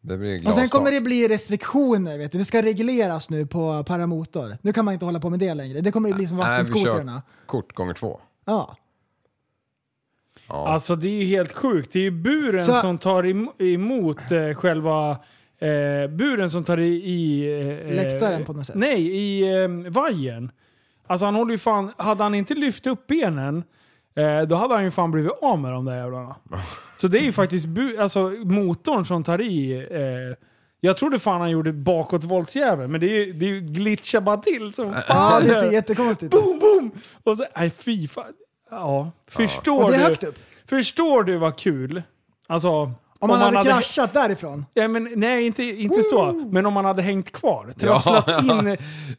Det blir Och sen glastak. kommer det bli restriktioner. Vet du. Det ska regleras nu på paramotor. Nu kan man inte hålla på med det längre. Det kommer ju bli som Nej, vi kör vattenskotrarna. kort gånger två. Ja. Alltså det är ju helt sjukt. Det är ju buren Så- som tar em- emot eh, själva... Eh, buren som tar i... i eh, Läktaren på något sätt. Nej, i eh, vajern. Alltså han håller ju fan... Hade han inte lyft upp benen, eh, då hade han ju fan blivit av med de där jävlarna. Så det är ju faktiskt bu- alltså, motorn som tar i... Eh, jag trodde fan han gjorde bakåtvoltsjäveln, men det är ju, det är ju glitchar bara till som ja, fan. det ser jättekonstigt ut. boom, boom! Och så, nej fy fan. Ja, förstår Och det är du? högt upp. Förstår du vad kul? Alltså, om, Om man hade kraschat därifrån. Ja, men, nej, inte, inte så. Men om man hade hängt kvar. Trasslat in.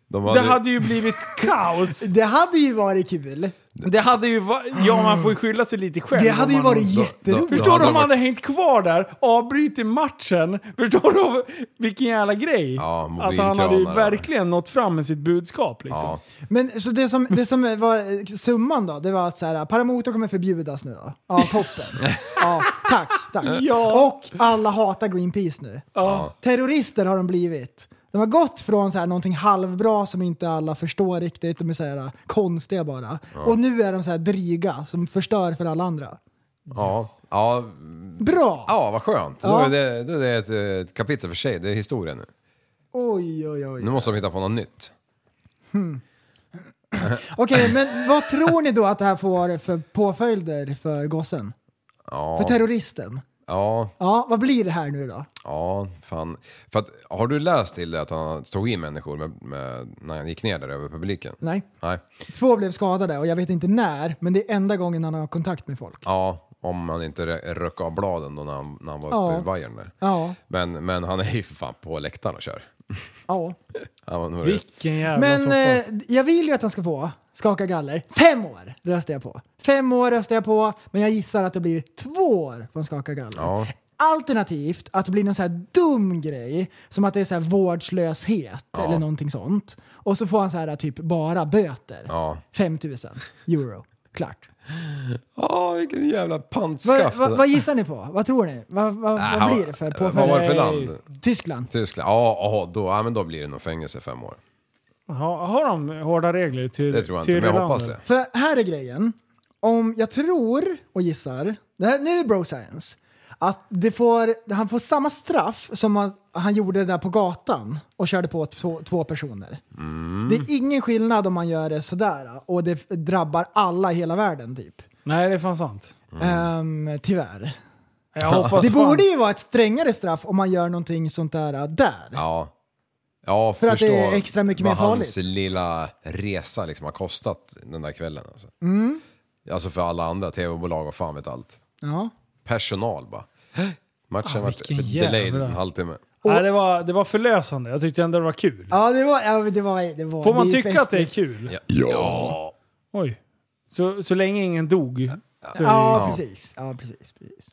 De Det hade- hade ju blivit kaos. Det hade ju varit kul. Det hade ju va- ja, man får ju skylla sig lite själv. Det om hade ju man- varit då- jätteroligt. då- Förstår du hade om han varit- hade hängt kvar där, avbryter matchen. Förstår du vilken jävla grej? Ja, mobilkranar. alltså han hade ju verkligen nått fram med sitt budskap liksom. Ja. Men så det som, det som var eh, summan då, det var att så här, paramotor kommer förbjudas nu då. Ja, toppen. Ja, tack, tack. Ja. Och alla hatar Greenpeace nu. Ja. Terrorister har de blivit. De har gått från så här, någonting halvbra som inte alla förstår riktigt, de är så här, konstiga bara. Och nu är de så här dryga som förstör för alla andra. Ja, ja, Bra! ja vad skönt. Då Ja. är det, då är det ett, eh, ett kapitel för sig, det är historia nu. Oj, oj, oj. Nu måste de hitta på något nytt. Okej, men vad tror ni då att det här får för påföljder för gossen? För Ja, terroristen? ja, Ja, vad blir det här nu då? ja, fan. För att, har du läst till det att han tog in människor med, med, när han gick ner där över publiken? Nej. Nej. Två blev skadade och jag vet inte när, men det är enda gången han har kontakt med folk. Ja, om han inte rö- röck av bladen då när han, när han var Ja. uppe i vajern där. Ja, Men, men han är ju för fan på läktaren och kör. ja. Han var nog- Vilken jävla Men eh, soppas. jag vill ju att han ska få skaka galler. Fem år röstar jag på. Fem år röstar jag på, men jag gissar att det blir två år från skaka galler. Ja. Alternativt att det blir någon så här dum grej, som att det är så här vårdslöshet eller någonting sånt. Och så får han så här typ bara böter. Ja. 5000 euro. Klart. Åh, vilken jävla pantskaft. Vad, det vad, där. vad gissar ni på? Vad tror ni? Vad, vad, Äh, vad han- blir det för eh, Vad var det påföljd? för land? Tyskland. Tyskland? Ja, ja, då, ja, men då blir det nog fängelse i fem år. Ha, har de hårda regler till Det tror jag till inte, men jag landet? hoppas det. För här är grejen. Om jag tror och gissar, det här, nu är det bro science, att det får, han får samma straff som att han gjorde det där på gatan och körde på två, två personer. Det är ingen skillnad om man gör det sådär och det drabbar alla i hela världen typ. Nej, det är fan sant. Ehm, tyvärr. Jag hoppas Det fan- borde ju vara ett strängare straff om man gör någonting sånt där äh, där. Ja. Ja, För att det förstå är extra mycket vad mer farligt. hans lilla resa liksom har kostat den där kvällen. Alltså, Mm. alltså för alla andra, tv-bolag och fan vet allt. Ja. Personal bara. Matchen Ah, var vilken delayed jävla- en halvtimme. Nej, det, var, det var förlösande. Jag tyckte ändå det var kul. Ja, det var... Ja, det var, det var Får man det är ju tycka att det är festligt. kul? Ja. Oj. Så, så länge ingen dog. Så Ja, precis. Ja, precis, precis.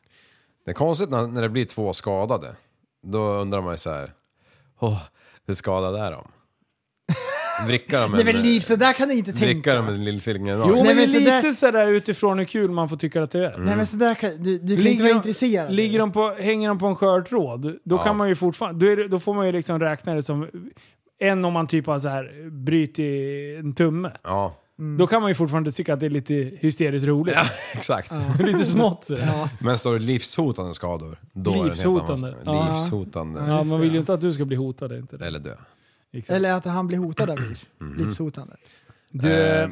Det är konstigt när, när det blir två skadade. Då undrar man ju så här, åh, hur skadade är de? Vrickar de Nej en, men Liv, så där kan du inte tänka. vrickar de en lillfinger? Jo, Jo. men det är men så lite där- sådär utifrån hur kul man får tycka att det är. Mm. Nej men så där kan, du, du kan inte vara de- intresserad. Mm. ligger de på, hänger de på en skör tråd, då Ja. kan man ju fortfarande... Då, är, det- då får man ju liksom räkna det som... Än om man typ har så här brutit en tumme. Ja, Mm. Då kan man ju fortfarande tycka att det är lite hysteriskt roligt. exakt. lite smått. så. Men står det livshotande skador, då är det en helt Livshotande. annan Ja. sak. Livshotande. Ja, man vill ju inte att du ska bli hotad. det är Inte det. Eller dö. Exakt. Eller att han blir hotad av Liv. Mm. Livshotande. du, Eh,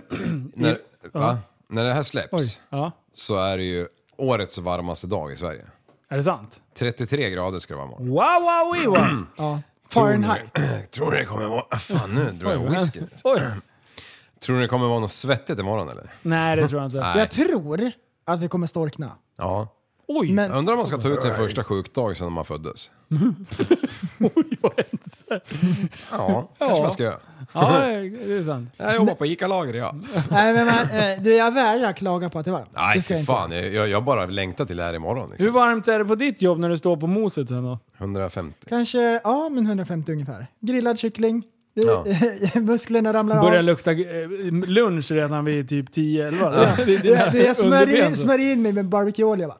när, va? när det här släpps oj, ja. så är det ju årets varmaste dag i Sverige. Är det sant? 33 grader ska det vara imorgon. Wow, wow, wee, wow. Ja. Fahrenheit. Tror ni det kommer vara... Ah, Fan nu drog jag whisky. Oj. Tror ni det kommer vara något svettigt imorgon eller? Nej, det tror jag inte. Jag tror att vi kommer storkna. Ja. Oj, Men Undrar om man ska ta ut sin första sjukdag sedan man föddes. oj, vad hände? Ja, kanske man ska göra. Ja, det är sant. Jag jobbar på Ica-lager ja. Nej, men, man, eh, du, jag vägrar klaga på att det är varmt. Nej det ska jag fy inte. fan, jag, jag- jag bara längtar till det här imorgon. Hur Liksom. varmt är det på ditt jobb när du står på moset sen då? 150. Kanske, ja men 150 ungefär. Grillad kyckling. Det- Ja. Musklerna ramlar Börjar av. lukta eh, lunch redan vid typ 10-11? Det, det, Jag, jag smörjer, smörjer in mig med barbecueolja bara.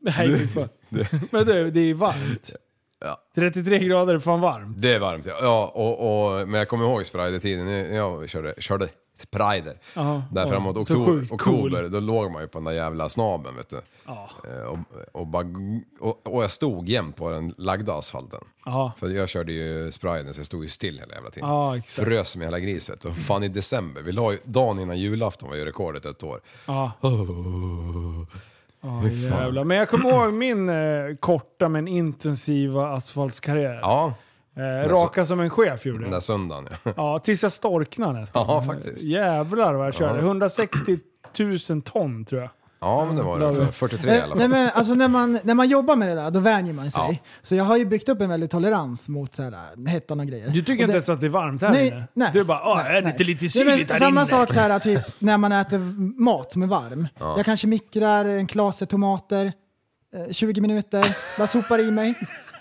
Nej, fy fan. Men du, det är varmt. Ja. 33 grader är fan varmt. Det är varmt ja. ja och, och, men jag kommer ihåg Sprider-tiden när jag körde, körde Sprider. Jaha. Där Ja. framåt Så oktober, sjukt oktober cool. då låg man ju på den där jävla snaben vet du. Ja. Eh, Och, och, bara, och, och jag stod jämt på den lagda asfalten. Ja. För jag körde ju Sprider så jag stod ju still hela jävla tiden. Ja, exakt. Frös med hela gris vet du. Och Fan i december, vi la ju, dagen innan julafton var ju rekordet ett år. Ja. Oh. Ja, jävlar. Men jag kommer ihåg min eh, korta men intensiva asfaltskarriär. Ja, eh, raka som en chef gjorde den där jag. söndagen ja. Ja, tills jag storknade nästan. Ja, faktiskt. Jävlar vad jag körde. 160 000 ton tror jag. Ja, men det var det. Lager. 43 i Eh, alla Nej, fall. men, alltså, när, man, när man jobbar med det där, då vänjer man sig. Ja. Så jag har ju byggt upp en väldig tolerans mot så här, hettan och grejer. Du tycker Och inte det- ens att det är varmt här Nej, inne? nej. Du bara, åh, är det nej. inte lite Nej, men kyligt här Samma inne? sak så här, typ, när man äter mat som är varm. Jag kanske mikrar en klase tomater, eh, 20 minuter, bara sopar i mig.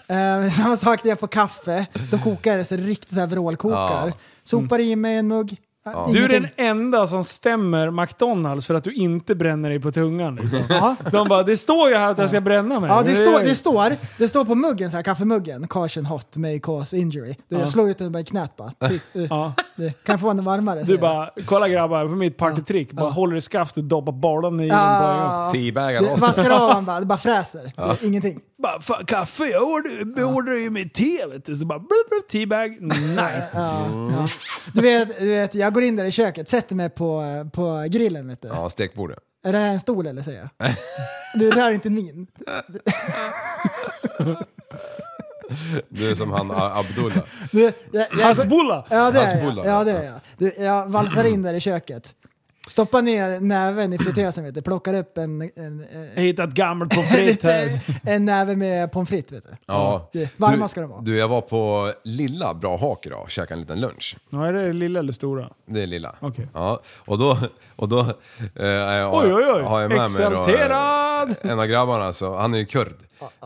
Eh, samma sak när jag får kaffe, då kokar det så riktigt så här vrålkokar. Ja. Sopar i mig en mugg. Eh, Du är Ingenting. den enda som stämmer McDonalds för att du inte bränner dig på tungan. liksom. Ja. De bara, det står ju här att jag ska bränna mig. Ja, det, Men står, det, står, det står på muggen, så här, kaffemuggen, caution hot may cause injury. Du, Jag slog ut den bara i knät bara. Ty- uh, Ja. du, Kan jag få den varmare? Du säger jag. bara, kolla grabbar på mitt partytrick. Bara håller i skaft och doppar bollen i den på en gång. Ah, Teabagad det oss. vaskar av han bara, det bara fräser. Det är Ingenting. Bara, fan, kaffe, jag order- beordrar ju med te vet du. Så bara, blub, blub, teabag, nice. Ja, ja. Du, vet, du vet, jag går in där i köket, sätter mig på, på grillen vet du. Ja, stekbordet. Är det här en stol eller säger jag? Du rör inte min. Du är som han A- Abdullah. Du, jag, jag, Hasbulla! Ja det är Hasbullar. jag. Ja, det är jag. Du, jag valsar in där i köket. Stoppar ner näven i fritösen vet du. Plockar upp en, en, en, Jag hittade ett gammalt pommes frites här. lite, en näve med pommes frites vet du. Ja. Du, varma Du- ska de vara. Du, jag var på Lilla Bra Hak idag och käkade en liten lunch. Ja, är det lilla eller stora? Det är Lilla. Okej. Ja, och då, och då eh, har, Oj, oj, oj. har jag med mig då, Exalterad! eh, en av grabbarna, så, han är ju kurd.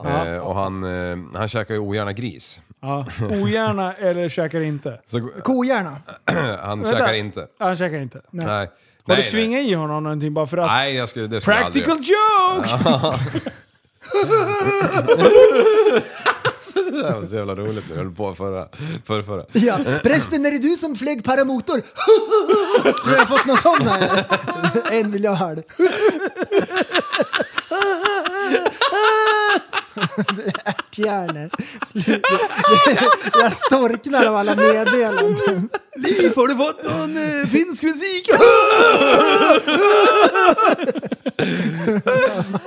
Eh, och han, eh, han käkar ju ogärna gris. Ja. Ogärna eller käkar inte? Så, Kohjärna. han Vänta. käkar inte. Han käkar inte. Nej. Nej. Har du nej. tvingat i honom någonting bara för att? Nej, jag skulle, det skulle jag aldrig Practical joke! göra. Det var så jävla roligt när jag höll på förra, förra, förra. Ja. Prästen är det du som flög paramotor? Tror jag har fått någon sån här? En vill jag ha det. Ärthjärnor. Sluta. Jag storknar av alla meddelanden. Liv, har du fått någon eh, finsk musik?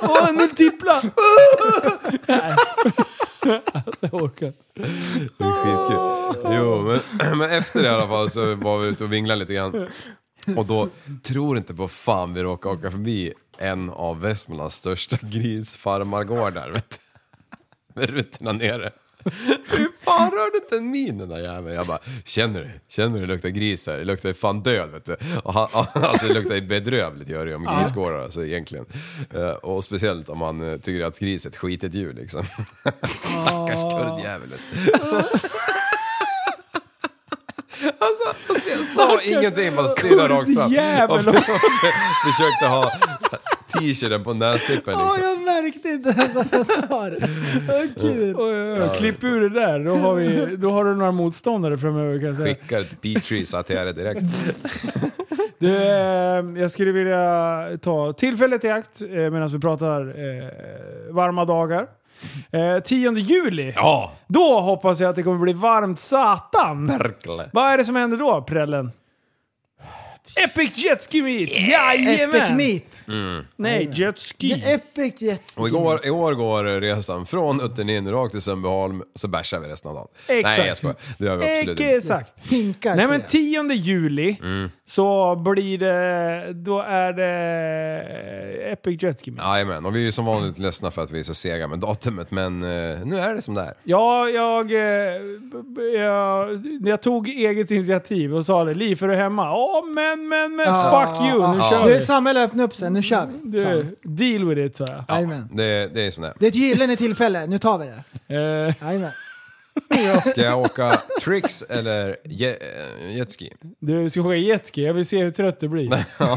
Åh, en multipla! alltså jag orkar inte. Det är skitkul. Jo, men, men efter det i alla fall så var vi ute och vinglade lite grann. Och då, tror inte på fan vi råkade åka förbi en av Västmanlands största grisfarmargårdar. Vet du. Med rutorna nere. Hur fan rörde inte en min den där jäveln? Jag bara, känner du? Känner du det luktar gris här? Det luktar fan död vet du. Och han, alltså det luktar ju bedrövligt gör det ju om grisgårdar alltså egentligen. Eh, Och speciellt om man eh, tycker att gris är ett skitigt djur liksom. Stackars kurdjävel. vet du. Alltså, alltså jag sa ingenting, bara stirrade rakt fram. Kurdjävel Och försökte, försökte ha t-shirten på nästippen Ja, liksom. jag märkte inte ens att jag sa det. Vad kul. Oj, oj, oj. Klipp ur det där, då har, vi, då har du några motståndare framöver kan jag säga. Skickar ett Beatrice-attiare direkt. Du, eh, jag skulle vilja ta tillfället i akt eh, medan vi pratar eh, varma dagar. Eh, 10 juli, Ja, då hoppas jag att det kommer bli varmt satan! verkligen. Vad är det som händer då, prällen? Epic Jet Ski Meet! Jajamän! Epic meet. Mm. Nej, Jet Ski. Epic jet. Och igår, i år går resan från Utternind rakt till Sundbyholm, så bärsar vi resten av dagen. Exakt. Nej, jag skojar. Det gör vi absolut inte. Exakt. Hinkar. Nej ska men jag. Mm. 10 juli så blir det, då är det eh, Epic Jet Ski Meet. Jajamän, och vi är ju som vanligt ledsna för att vi är så sega med datumet, men eh, nu är det som det är. Ja, jag, eh, b- b- jag, jag tog eget initiativ och sa det. Liv, är du hemma? Ja, men, men, men fuck you. Nu kör Du, vi. samhället öppnar upp sig, nu kör vi. Så. Du, deal with it, sa jag. Jajamän. Det, det är som det är. Det är ett gyllene tillfälle, nu tar vi det. Eh, Jajamän. Ska jag åka tricks eller je, eh, jetski? du ska åka jetski. Jag vill se hur trött du blir. Nej, jag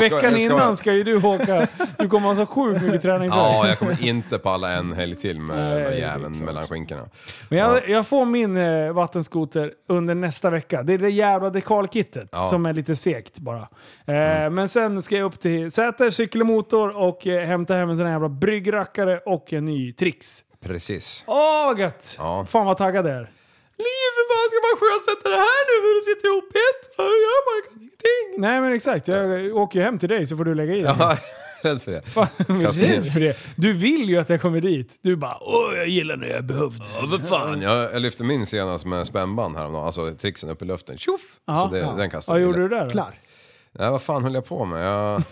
Veckan jag skojar. innan ska ju du åka. Du kommer ha så sjukt mycket träning för Ja, jag kommer inte palla en helg till Nej, med den det där är jäveln klart. mellan skinkorna. Men jag, jag får min eh, vattenskoter under nästa vecka. Det är det jävla dekalkittet Ja. Mm. som är lite segt bara. Eh, Men sen ska jag upp till Säter, cykel och motor och eh, hämta hem en sån här jävla bryggrackare och en ny Trix. Precis. Åh vad gött! Ja. Fan vad taggad jag är. Livet bara, ska man sjösätta det här nu när du sitter ihop ett? Vad gör man? Jag kan ingenting. Nej men exakt, jag åker ju hem till dig så får du lägga i den. Ja, rädd för det. Fan, jag är Kasta in. rädd för det. Du vill ju att jag kommer dit. Du bara åh jag gillar när jag är behövd. Ja, vad fan. Jag, jag lyfte min senast med spännband häromdagen, alltså trixen upp i luften. Tjoff! Så det, den kastade Vad jag gjorde du till. där då? Klar. Nej, vad fan höll jag på med? Jag,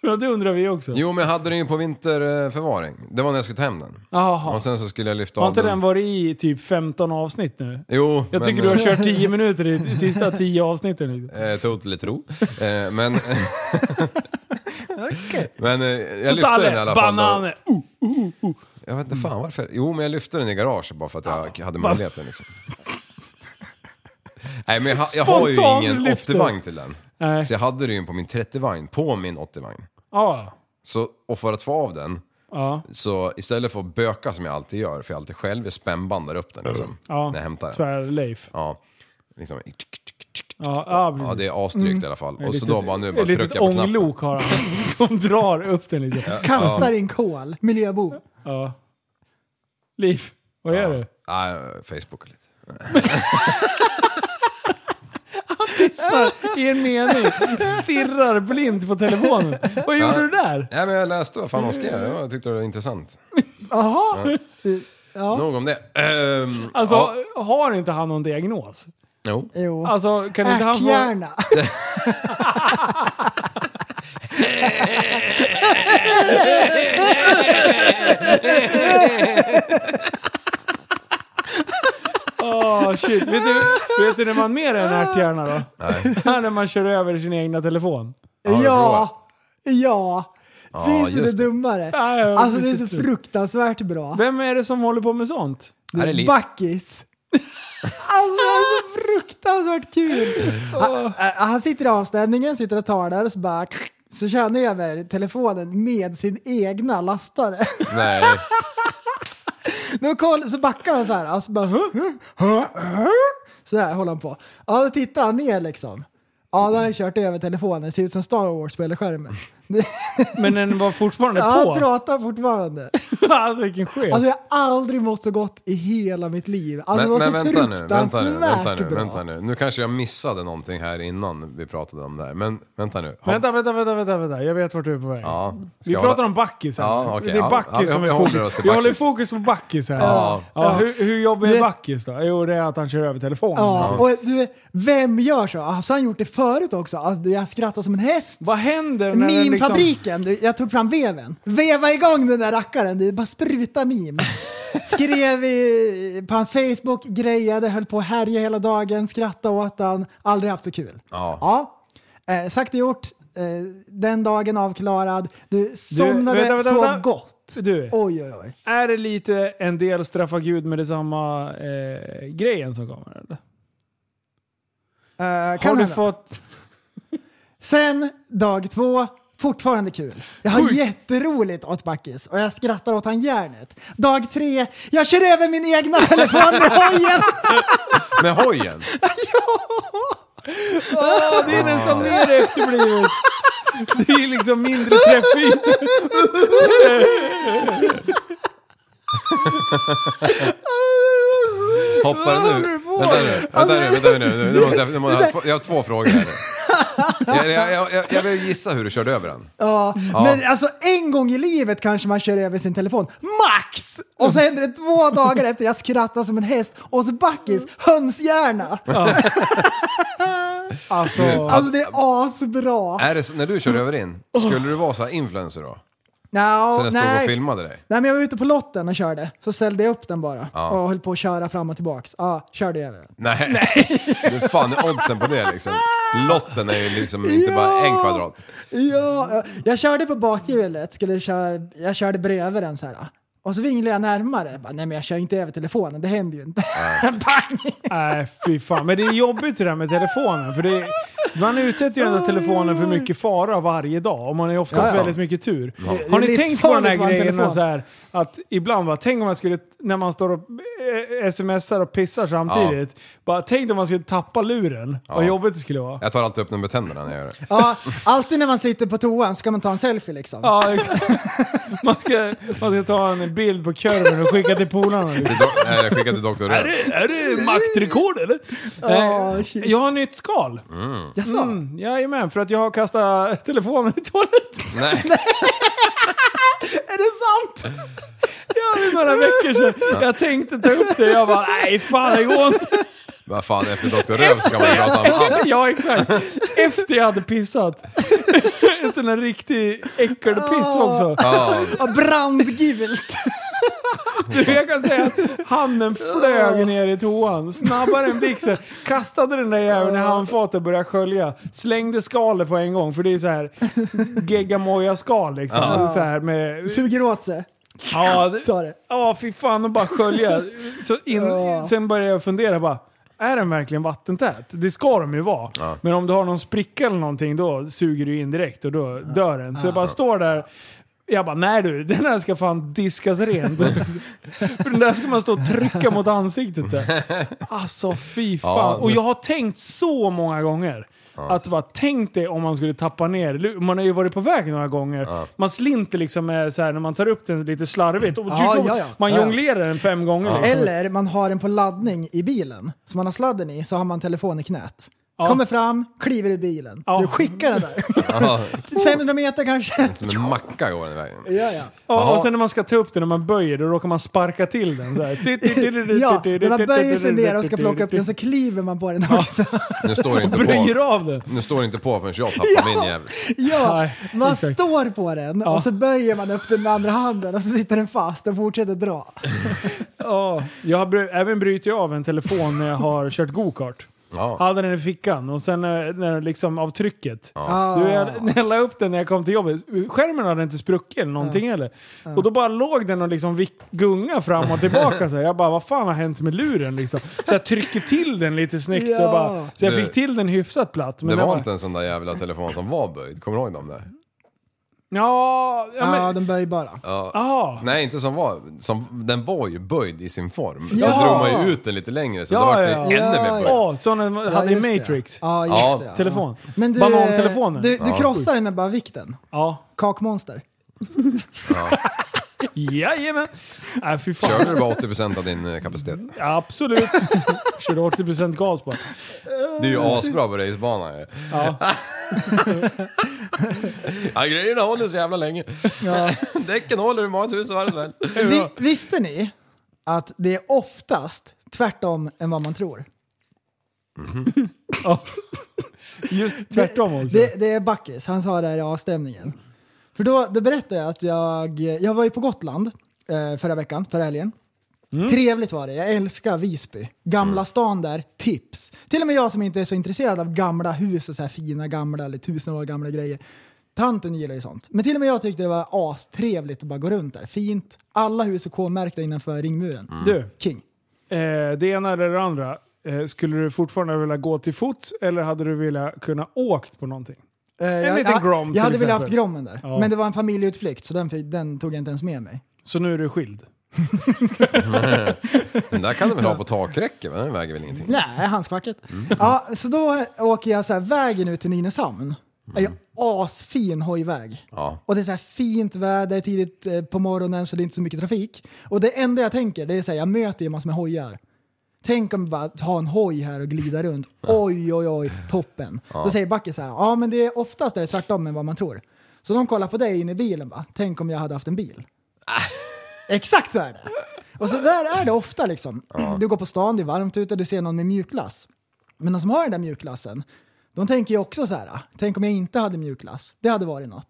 Ja, det undrar vi också. Jo, men jag hade den ju på vinterförvaring. Det var när jag skulle ta hem den. Jaha. Och sen så skulle jag lyfta Har av inte den varit i typ 15 avsnitt nu? Jo, Jag tycker du har kört 10 minuter i de sista 10 avsnitten. Liksom. Eh, totally tro. Eh, men... Men eh, jag lyfte den i Talle, alla fall. då. Uh. bananer! Oh, Jag vet Mm. inte fan varför. Jo, men jag lyfte den i garaget bara för att jag hade Bara- möjligheten liksom. Nej, men jag, ha- jag har ju Spontan ingen lyfter. 80-vagn till den. Nej. Så jag hade den ju på min 30-vagn, på min 80-vagn. Ja. Så, och för att få av den, Ja. så istället för att böka som jag alltid gör, för jag alltid själv jag spännbandar upp den liksom, ja. när jag hämtar den. Tvär-Leif. Ja, liksom, Ja, ja, precis. ja, det är Mm. asdrygt i alla fall. Och så då bara nu bara Ett litet trycker jag på knappen. ånglok har han som drar upp den lite. Kastar in kol. Miljöbo. Ja. Liv, vad gör du? Nej, Facebook lite. Tystnar i en mening. Stirrar blint på telefonen. Vad gjorde Ja. du där? Nej, men jag läste vad fan hon skrev, jag tyckte det var intressant. Jaha! Nog om det. Ehm, Alltså, ja, har inte han någon diagnos? jo. Jo. Alltså, kan inte han få... Ärthjärna. Åh, shit. Vet du, vet du när man mer än ärthjärna då? Nej. När man kör över sin egna telefon. du Ja. Ja. Finns det just det det. dummare? Ja, ja, Alltså det är så precis. fruktansvärt bra. Vem är det som håller på med sånt? Här är Liv. Backis. Alltså det är så fruktansvärt kul! Han, äh, han sitter i avstämningen, sitter och talar och så bara... Så kör han över telefonen med sin egna lastare. Nej. Då koll, så backar han så här. Alltså bara, huh, huh, huh, huh. Så där håller han på. Ja, då tittar han ner liksom. Ja, då har jag kört över telefonen. Ser ut som Star Wars spelar skärmen. Men den var fortfarande Ja, på. han pratar fortfarande. alltså vilken chef. Alltså jag har aldrig mått så gott i hela mitt liv. Alltså, Men, men det var så vänta nu, vänta nu, vänta nu, fruktansvärt bra. vänta nu. Nu kanske jag missade någonting här innan vi pratade om det här. Men vänta nu. Har- Vänta, vänta, vänta, vänta, vänta. Jag vet vart du är på väg. Ja, ska Vi jag pratar hålla- om backis här. Ja, okej. Det är Ja, backis ja, vi- som är vi håller oss fokus. till Vi håller backis. fokus på backis här. Ja. hur, hur jobbar är Det- backis då? Jo, det är att han kör över telefonen. Ja, och du, vem gör så? Alltså, han har gjort det förut också. Alltså, du, jag skrattar som en häst. Vad händer när den liksom... Mimfabriken, du, jag tog fram veven. Veva igång den där rackaren, du, bara spruta memes. Skrev i, på hans Facebook, grejade, höll på att härja hela dagen, skrattade åt han. Aldrig haft så kul. Ja. Eh, sagt och gjort. Eh, den dagen avklarad. Du somnade vänta, vänta, så vänta. gott. Du, Oj, oj, Eh, oj. är det lite en del straffa gud med detsamma eh, grejen som kommer? Eller? Eh, Har kan du hända. fått... Sen dag två, fortfarande kul. Jag har jätteroligt åt Backis och jag skrattar åt han järnet. Dag tre, jag kör över min egna telefon med hojen! Med hojen? Ja, det är nästan mer efterblivet. Det är liksom mindre träffigt. Hoppar den nu? Vänta nu, vänta nu, vänta nu, nu, nu måste jag, nu måste jag, Alltså- jag har två frågor här nu. jag, jag, jag- jag, jag vill gissa hur du körde över den. Ja, men alltså en gång i livet kanske man kör över sin telefon. Max! Och så händer det två dagar efter jag skrattar som en häst åt Backis hönshjärna. Alltså, Alltså det är asbra. Är det så, när du körde över in, skulle du vara så här influencer då? No, Sen jag stod och filmade dig? Nej men jag var ute på lotten och körde, så ställde jag upp den bara och höll på att köra fram och tillbaks. Ja, körde över den. Nej. Nej. Fan, är oddsen på det liksom? Lotten är ju liksom inte bara en kvadrat. Ja, jag körde på bakhjulet, skulle köra, jag körde bredvid den så här. Och så vinglade jag närmare. Jag Bara, Nej men jag kör inte över telefonen, det händer ju inte. Bang! Nej, Äh, fy fan. Men det är jobbigt det där med telefonen. För det är, man utsätter ju ändå telefonen för mycket fara varje dag och man har oftast Ja, ja. väldigt mycket tur. Det Har är ni tänkt på den livsfarligt att här ha en grejen telefon. så här, att ibland bara, tänk om man skulle, när man står och eh, smsar och pissar samtidigt, bara tänk om man skulle tappa luren. Vad Ja. jobbigt det skulle vara. Jag tar alltid upp den med tänderna när jag gör det. Ja, alltid när man sitter på toan ska man ta en selfie liksom. Ja, exakt. man, ska, man ska ta en bild på kurven och skicka till polarna. Liksom. Till do- Nej, jag skickar till doktor Röd. Är det maktrekord eller? Ja, Eh, shit. jag har nytt skal. Jaså? Mm, jajamän, för att jag har kastat telefonen i toaletten. Nej. Är det sant? Ja, det är några veckor sedan. Jag tänkte ta upp det, jag bara nej fan det går inte. Vad fan, efter doktor Röv ska man prata om allt. Ja exakt. Efter jag hade pissat. En sån där riktig äckelpiss också. Ja, brandgult. Du, jag kan säga att handen flög ner i toan snabbare än blixten. Kastade den där jäveln i handfatet och började skölja. Slängde skalet på en gång för det är så här geggamoja-skal liksom. Det är Så här med, Suger åt sig. ja, det- Sa det. ja, fy fan och bara skölja. Så in, Ja. Sen började jag fundera bara. Är den verkligen vattentät? Det ska de ju vara. Men om du har någon spricka eller någonting då suger du in direkt och då dör den. Så jag bara står där. Jag bara, nej du, den här ska fan diskas rent. För den där ska man stå och trycka mot ansiktet. Så. här. Alltså fy fan. Ja, Och men- jag har tänkt så många gånger. Att bara, tänk dig om man skulle tappa ner lu- Man har ju varit på väg några gånger. Man slinter liksom med, så här, när man tar upp den lite slarvigt. Och Ah, Ja, ja, ja. Man Ja, ja. jonglerar den fem gånger. Liksom. Eller man har den på laddning i bilen. Så man har sladden i, så har man telefon i knät. Ja. Kommer fram, kliver i bilen. Ja. Du skickar den där. 500 meter kanske. Som en macka går den vägen. Ja, ja. Ja, och Jaha. sen när man ska ta upp den och man böjer, då råkar man sparka till den. Så här. Ja, när man böjer sig ner och ska plocka upp den så kliver man på den också. Nu står det inte Böjer på, av den. nu står det inte på förrän jag tappar min jävel. Ja, Nej, man exakt. står på den och så böjer man upp den med andra handen och så sitter den fast och fortsätter dra. Ja, jag har bry- även bryter jag av en telefon när jag har kört gokart. Ja. Hade den i fickan och sen eh, när den liksom av trycket. Ah. Du, jag, när jag la upp den när jag kom till jobbet, skärmen hade inte spruckit eller Ah. någonting eller. Och då bara låg den och liksom vick- gunga fram och tillbaka. Så här. Jag bara, vad fan har hänt med luren liksom? Så jag trycker till den lite snyggt. Ja. Och bara, så jag Du- fick till den hyfsat platt. Det jag var bara, inte en sån där jävla telefon som var böjd, kommer du ihåg dem där? Ja, ja men... ah. Ja, den böjbara. Aha. Nej, inte som var, som, den var ju böjd i sin form. Ja. Så drog man ju ut den lite längre så Ja, det var ju ja, ännu Ah, ja. mer böjd. Åh, Ah, sån den hade i just det. Matrix. Ja, just Ja. det. Ja. Telefon. Men du, Banantelefonen. Du, du krossar den med bara vikten. Ja. Kakmonster. Jajamän. Äh, fy fan. Körde du bara 80% av din eh, kapacitet? Absolut. Körde 80% gas bara. Du är ju asbra på racebanan ju. Ja. Ja, grejerna håller så jävla länge. Däcken håller hur många tusen varv som helst. Vi, visste ni att det är oftast tvärtom än vad man tror? Just tvärtom också. Det, det är Backis, han sa det här i avstämningen. För då, då berättade jag att jag, jag var ju på Gotland eh, förra veckan, förra helgen. Mm. Trevligt var det, jag älskar Visby. Gamla stan där, tips. Till och med jag som inte är så intresserad av gamla hus och så här fina gamla eller tusen år gamla grejer. Tanten gillar ju sånt. Men till och med jag tyckte det var astrevligt att bara gå runt där. Fint. Alla hus är K-märkta innanför ringmuren. Mm. Du, King. eh, det ena eller det andra. Eh, skulle du fortfarande vilja gå till fots eller hade du velat kunna åkt på någonting? Eh, jag, liten jag, Grom, till Jag hade exempel. velat haft Grommen där. Ja. Men det var en familjeutflykt så den, fick- den tog jag inte ens med mig. Så nu är du skild. Den där kan du väl ha på takräcket? va? Den väger väl ingenting? Nej, handskfacket. Ja, så då åker jag så här vägen ut till Nynäshamn. Det är ju asfin hojväg. Ja. Och det är så här fint väder tidigt eh, på morgonen så det är inte så mycket trafik. Och det enda jag tänker det är så här, jag möter ju massor med hojar. Tänk om bara ha en hoj här och glida runt. Oj, oj, oj, toppen. Då säger Backe så här, ja men det är oftast är det tvärtom än vad man tror. Så de kollar på dig in i bilen bara, tänk om jag hade haft en bil. Exakt så är det. Och så där är det ofta liksom. Du går på stan, det är varmt ute, du ser någon med mjukglass. Men de som har den där mjukglassen, de tänker ju också så här, "Ah, tänk om jag inte hade mjukglass, det hade varit något.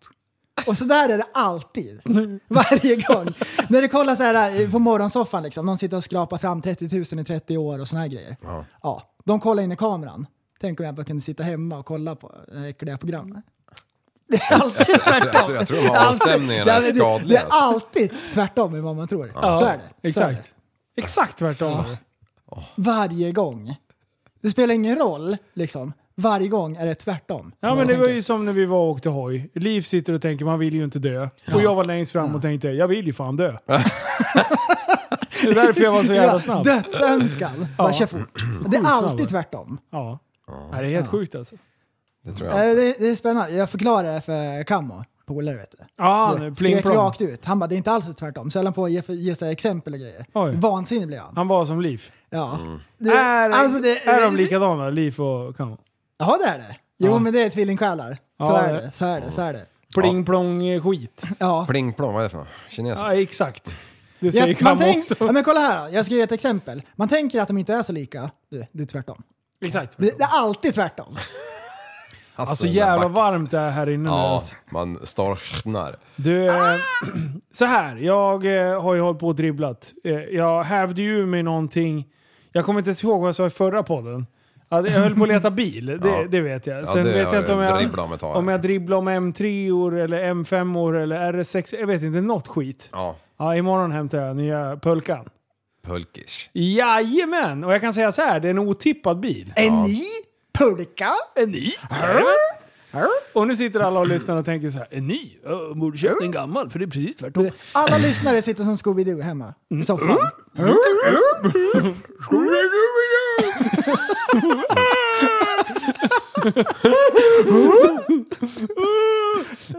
Och så där är det alltid, varje gång. När du kollar så här eh, på morgonsoffan, liksom, någon sitter och skrapar fram 30 000 i 30 år och såna här grejer. Ja. de kollar in i kameran. Tänk om jag bara kunde sitta hemma och kolla på det här äckliga programmet. Det är alltid tvärtom. Jag tror, jag tror de här avstämningarna Det är det- Det skadliga. alltså. är alltid tvärtom än vad man tror. Så är det. Så Är det. alltså. Exakt. Exakt tvärtom. Varje gång. Det spelar ingen roll, liksom. Varje gång är det tvärtom. Ja men det var ju som när vi var och åkte hoj. Liv sitter och tänker man vill ju inte dö. Och jag var längst fram och tänkte jag vill ju fan dö. det är därför jag var så jävla Ja, snabb. dödsönskan. Bara kör fort. Det är alltid tvärtom. Ja. Nej, det är helt sjukt alltså. Det tror Eh, jag. Det, det är spännande. Jag förklarar det för Kammo, polare vet du. Ja, Det nu, pling skrek plong. rakt ut. Han bara, det är inte alls tvärtom. Så höll han på att ge, ge sig exempel och grejer. Oj. Vansinnig blev han. Han var som Liv. Ja. Det, Är, alltså, det- är de likadana, Liv och Kamo? Ja, det är det. Jo, Ja. men det är tvillingsjälar. Så Ja, är det- det. Så är det. Så är det. Pling plong skit. Ja. Pling plong, vad är det för något? Kines? Ja, exakt. Det Ja, säger man Kamo tänk, också. ja, men kolla här, då. jag ska ge ett exempel. Man tänker att de inte är så lika. Du, det är tvärtom. Exakt. Det, det är alltid tvärtom. Alltså den där jävla backen. varmt det är här inne nu. Ja, alltså. man storknar. Du, eh, så här. Jag eh, har ju hållit på och dribblat. Eh, jag hävde ju ur mig någonting. Jag kommer inte ens ihåg vad jag sa i förra podden. Ja, det- jag höll på att leta bil, det, Ja. det vet jag. Ja, Sen det vet har jag inte jag om jag, dribblat om ett tag. om jag dribblar om M3-or eller M5-or eller RS6. Jag vet inte, något skit. Ja, Ja, imorgon hämtar jag nya pulkan. pulkish. Jajamän! Och jag kan säga så här, det är en otippad bil. En ny pulka? En ny? Och nu sitter alla och lyssnar och tänker så här, en ny? Jag borde köpa en gammal, för det är precis tvärtom. Alla lyssnare sitter som Scooby-Doo hemma i soffan.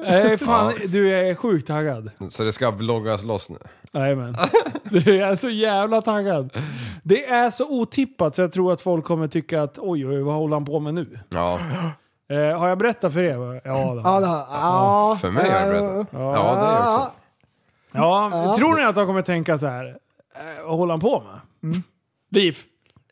Nej, Eh, fan, du jag är sjukt taggad. Så det ska vloggas loss nu. Jajamän. Du är så jävla taggad. Det är så otippat så jag tror att folk kommer tycka att oj, oj, vad håller han på med nu? Ja, Eh, har jag berättat för er? vad- Ja, det Ja, har det jag. har, ja. för mig har det berättat. Ja, det är också. ja, tror ni att de kommer tänka så här? Eh, vad håller han på med? Liv?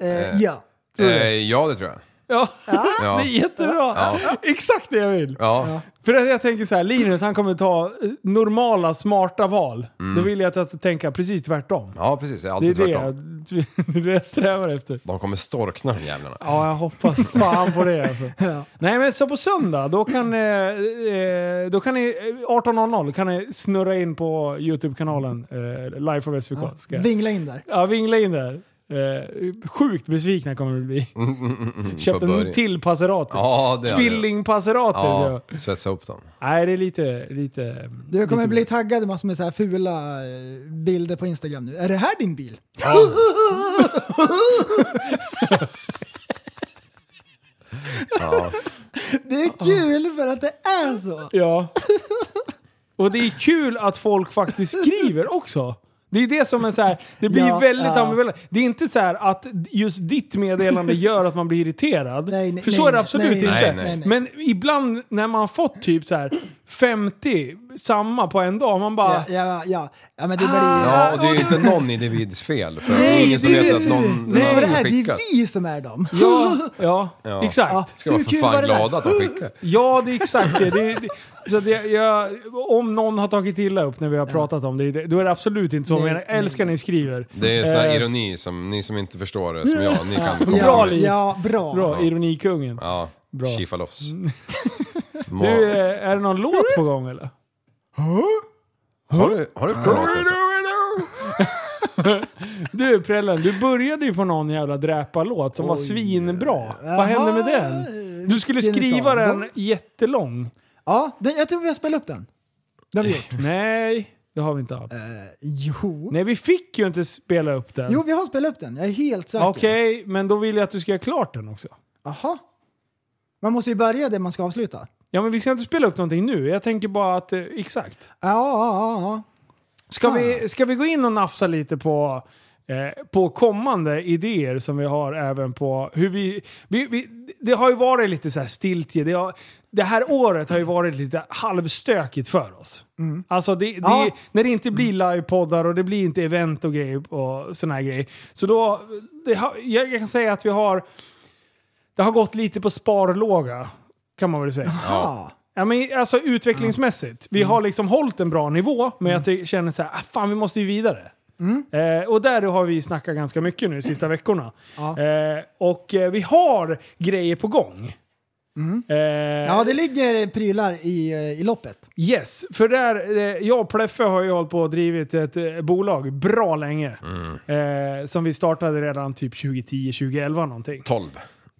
Eh, ja. Eh, ja, det tror jag. Ja, Ja. det är jättebra. Exakt det jag vill. Ja. För att jag tänker så här, Linus han kommer ta eh, normala smarta val. Då vill jag att jag ska tänka precis tvärtom. ja, precis. Det är Det är alltid det tvärtom. jag, det är det jag strävar efter. De kommer storkna de jävlarna. Ja, jag hoppas fan på det alltså. Nej men så på söndag, då kan, eh, eh, då kan ni, eh, 18.00 kan ni snurra in på YouTube-kanalen eh, Live from SVK. Ska jag- Vingla in där. ja, vingla in där. Eh, sjukt besvikna kommer ni bli. Mm, Köpt på en början. till Passerati. Ja, det hade jag. Tvilling-Passerati. Ja, så- svetsa ihop dem. Nej, det är lite... lite Du kommer lite bli taggad massor med så här fula eh, bilder på Instagram nu. Är det här din bil? det är kul för att det är så. Ja. Och det är kul att folk faktiskt skriver också. Det är det som är så här, det blir Ja, väldigt ja. ambivalent. Det är inte så här att just ditt meddelande gör att man blir irriterad. Nej, nej, för så är det nej, absolut nej, inte. nej, nej. Men ibland när man har fått typ så här 50 samma på en dag, man bara... Ja, ja, ja. ja men det blir... Ah. Ja, och det är ju inte någon individs fel. För det är Nej, ingen som det är vet vi. att någon Vet du vad det har är? Det skickat. är vi som är dem. Ja, ja, exakt. Ja. Ska vara Hur för kul var fan det där? glada att de skickar. Ja, det är exakt det. det, det så det jag, om någon har tagit illa upp när vi har pratat om det, det- då är det absolut inte så. Nej, men jag älskar när ni skriver. Det är sån här Eh, ironi som ni som inte förstår det, som jag, ni kan komma Bra Ja, ihåg. liv. ja, bra. Bra, ironikungen. Ja, Bra. kifa loss. Mm. Ma- Du, eh, är det någon låt på gång eller? har du, har du pratat alltså? Du Prellen, du började ju på någon jävla dräparlåt som var svinbra. Vad hände med den? Du skulle Vilken skriva utav den dem? jättelång. Ja, det, jag tror vi har spelat upp den. Det har vi gjort. Nej, det har vi inte Äh. alls. Jo. Nej, vi fick ju inte spela upp den. Jo, vi har spelat upp den. Jag är helt säker. Okej, men då vill jag att du ska göra klart den också. Aha. Man måste ju börja det man ska avsluta. Ja, men vi ska inte spela upp någonting nu. Jag tänker bara att, eh, exakt. Ja, ja, ja. Ska, vi, ska vi gå in och nafsa lite på, eh, på kommande idéer som vi har även på hur vi... vi, vi det har ju varit lite så här stiltje. Det, har, det här året har ju varit lite halvstökigt för oss. Alltså det, det, Ja. när det inte blir livepoddar och det blir inte event och grejer och såna här grejer. Så då, det, har- jag jag kan säga att vi har... Det har gått lite på sparlåga, kan man väl säga. Ja. Ja, men alltså utvecklingsmässigt. Mm. Vi har liksom hållit en bra nivå, men jag ty- känner så här, ah, fan vi måste ju vidare. Mm. Eh, och där har vi snackat ganska mycket nu de sista veckorna. Ja. Eh, och eh, vi har grejer på gång. Eh, Mm. Ja, det ligger prylar i, eh, i loppet. Yes, för där, eh, jag och Pleffe har ju hållit på och drivit ett eh, bolag bra länge. Mm. Eh, som vi startade redan typ 2010, 2011 någonting. 12.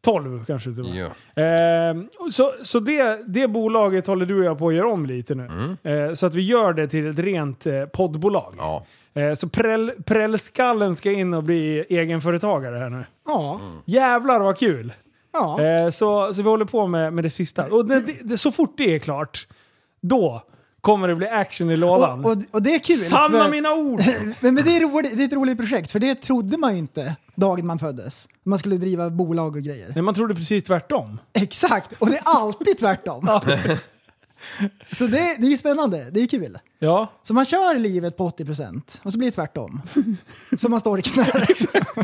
12 kanske det var. Ja. Ehm, så så det, det bolaget håller du och jag på att göra om lite nu. Eh, så att vi gör det till ett rent eh, poddbolag. Ja. Eh, så präll, prällskallen ska in och bli egenföretagare här nu. Ja. Jävlar vad kul! Ja. Eh, så, så vi håller på med, med det sista. Och när det, det, så fort det är klart, då kommer det bli action i lådan. Och, och, och det är kul. Sanna för- mina ord! Men, men det, är roligt, det är ett roligt projekt, för det trodde man ju inte dagen man föddes. Man skulle driva bolag och grejer. Nej, man trodde precis tvärtom. Exakt! Och det är alltid tvärtom. Så det, det är ju spännande, det är kul. Ja. Så man kör livet på 80% och så blir det tvärtom. så man storknar. liksom.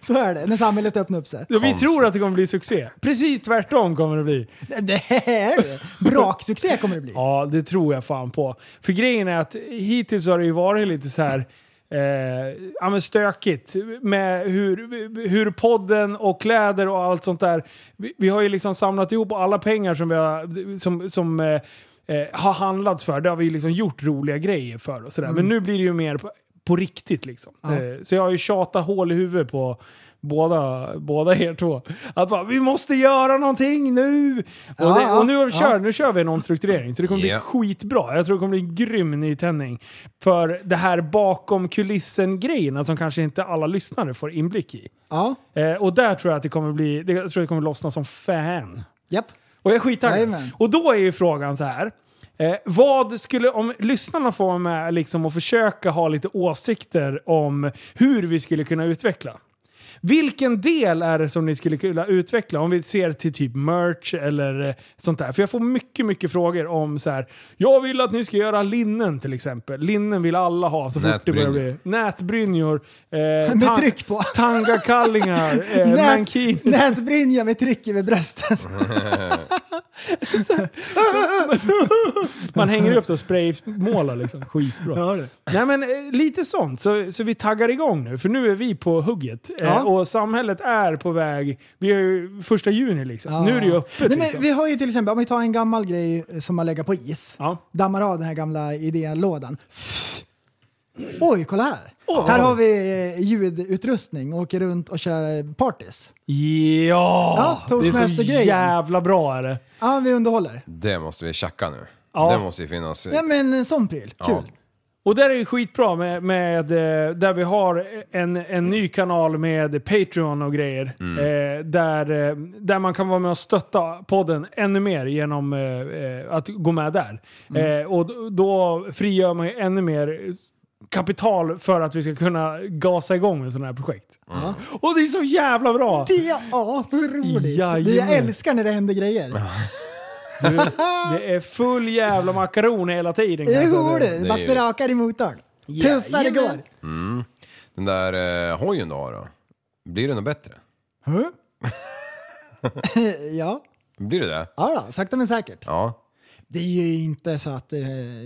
så är det, när samhället öppnar upp sig. Ja, vi tror att det kommer bli succé. Precis tvärtom kommer det bli. Det är braksuccé kommer det bli. Ja, det tror jag fan på. För grejen är att hittills har det ju varit lite så här eh, ja, men stökigt med hur, hur podden och kläder och allt sånt där. Vi, vi har ju liksom samlat ihop alla pengar som vi har, som, som eh, eh, har handlats för. Det har vi liksom gjort roliga grejer för och sådär. Men Mm. nu blir det ju mer på, på riktigt liksom. Eh, så jag har ju tjatat hål i huvudet på Båda, båda er två. Att bara, vi måste göra någonting nu! Och, Ja, det, och nu har vi ja. kört, nu kör vi en omstrukturering så det kommer Ja. bli skitbra. Jag tror det kommer bli en grym nytändning. För det här bakom kulissen-grejerna som kanske inte alla lyssnare får inblick i. Ja, Eh, och där tror jag att det kommer bli, det, jag tror det kommer lossna som fan. japp. Och jag är skittaggad. Jajamän. Och då är ju frågan så här. Eh, vad skulle, om lyssnarna får vara med liksom och försöka ha lite åsikter om hur vi skulle kunna utveckla. Vilken del är det som ni skulle kunna utveckla? Om vi ser till typ merch eller eh, sånt där. För jag får mycket, mycket frågor om så här. Jag vill att ni ska göra linnen till exempel. Linnen vill alla ha så fort det börjar bli. Nätbrynjor. Nätbrynjor. Eh, Med tan- tryck på. Tangakallingar. Eh, Nät, mankinis. nätbrynja med tryck över bröstet. Man hänger upp det och spraymålar liksom. Skitbra. Ja, du. Nej men eh, lite sånt. Så, så vi taggar igång nu. För nu är vi på hugget. Eh, Ja. Och samhället är på väg. Vi är ju första juni liksom. Nu är det ju öppet Nej, liksom. men Vi har ju till exempel, om vi tar en gammal grej som har legat på is. Ja. Dammar av den här gamla idélådan. Oj, kolla här! Åh. Här har vi eh, ljudutrustning och åker runt och kör eh, parties. Ja! Ja, det är så toastmaster-grejen. jävla bra är det. Ja, vi underhåller. Det måste vi tjacka nu. Ja. Det måste ju finnas. Ja, men en sån pryl. Kul. Och där är det skitbra med, med eh, där vi har en, en ny kanal med Patreon och grejer. Eh, där, eh, där man kan vara med och stötta podden ännu mer genom eh, eh, att gå med där. Eh, och d- då frigör man ju ännu mer kapital för att vi ska kunna gasa igång med sådana här projekt. Och det är så jävla bra! Det är asroligt! Jajamän. Jag älskar när det händer grejer. Du, det är full jävla makaron hela tiden. kan Det jag är säga dig. roligt! Man ju- sprakar i motorn. Tuffare Jajamän. går! Den där eh, hojen du har då? Blir det något bättre? Ja, Blir det det? ja då, sakta men säkert. Ja. Det är ju inte så att eh,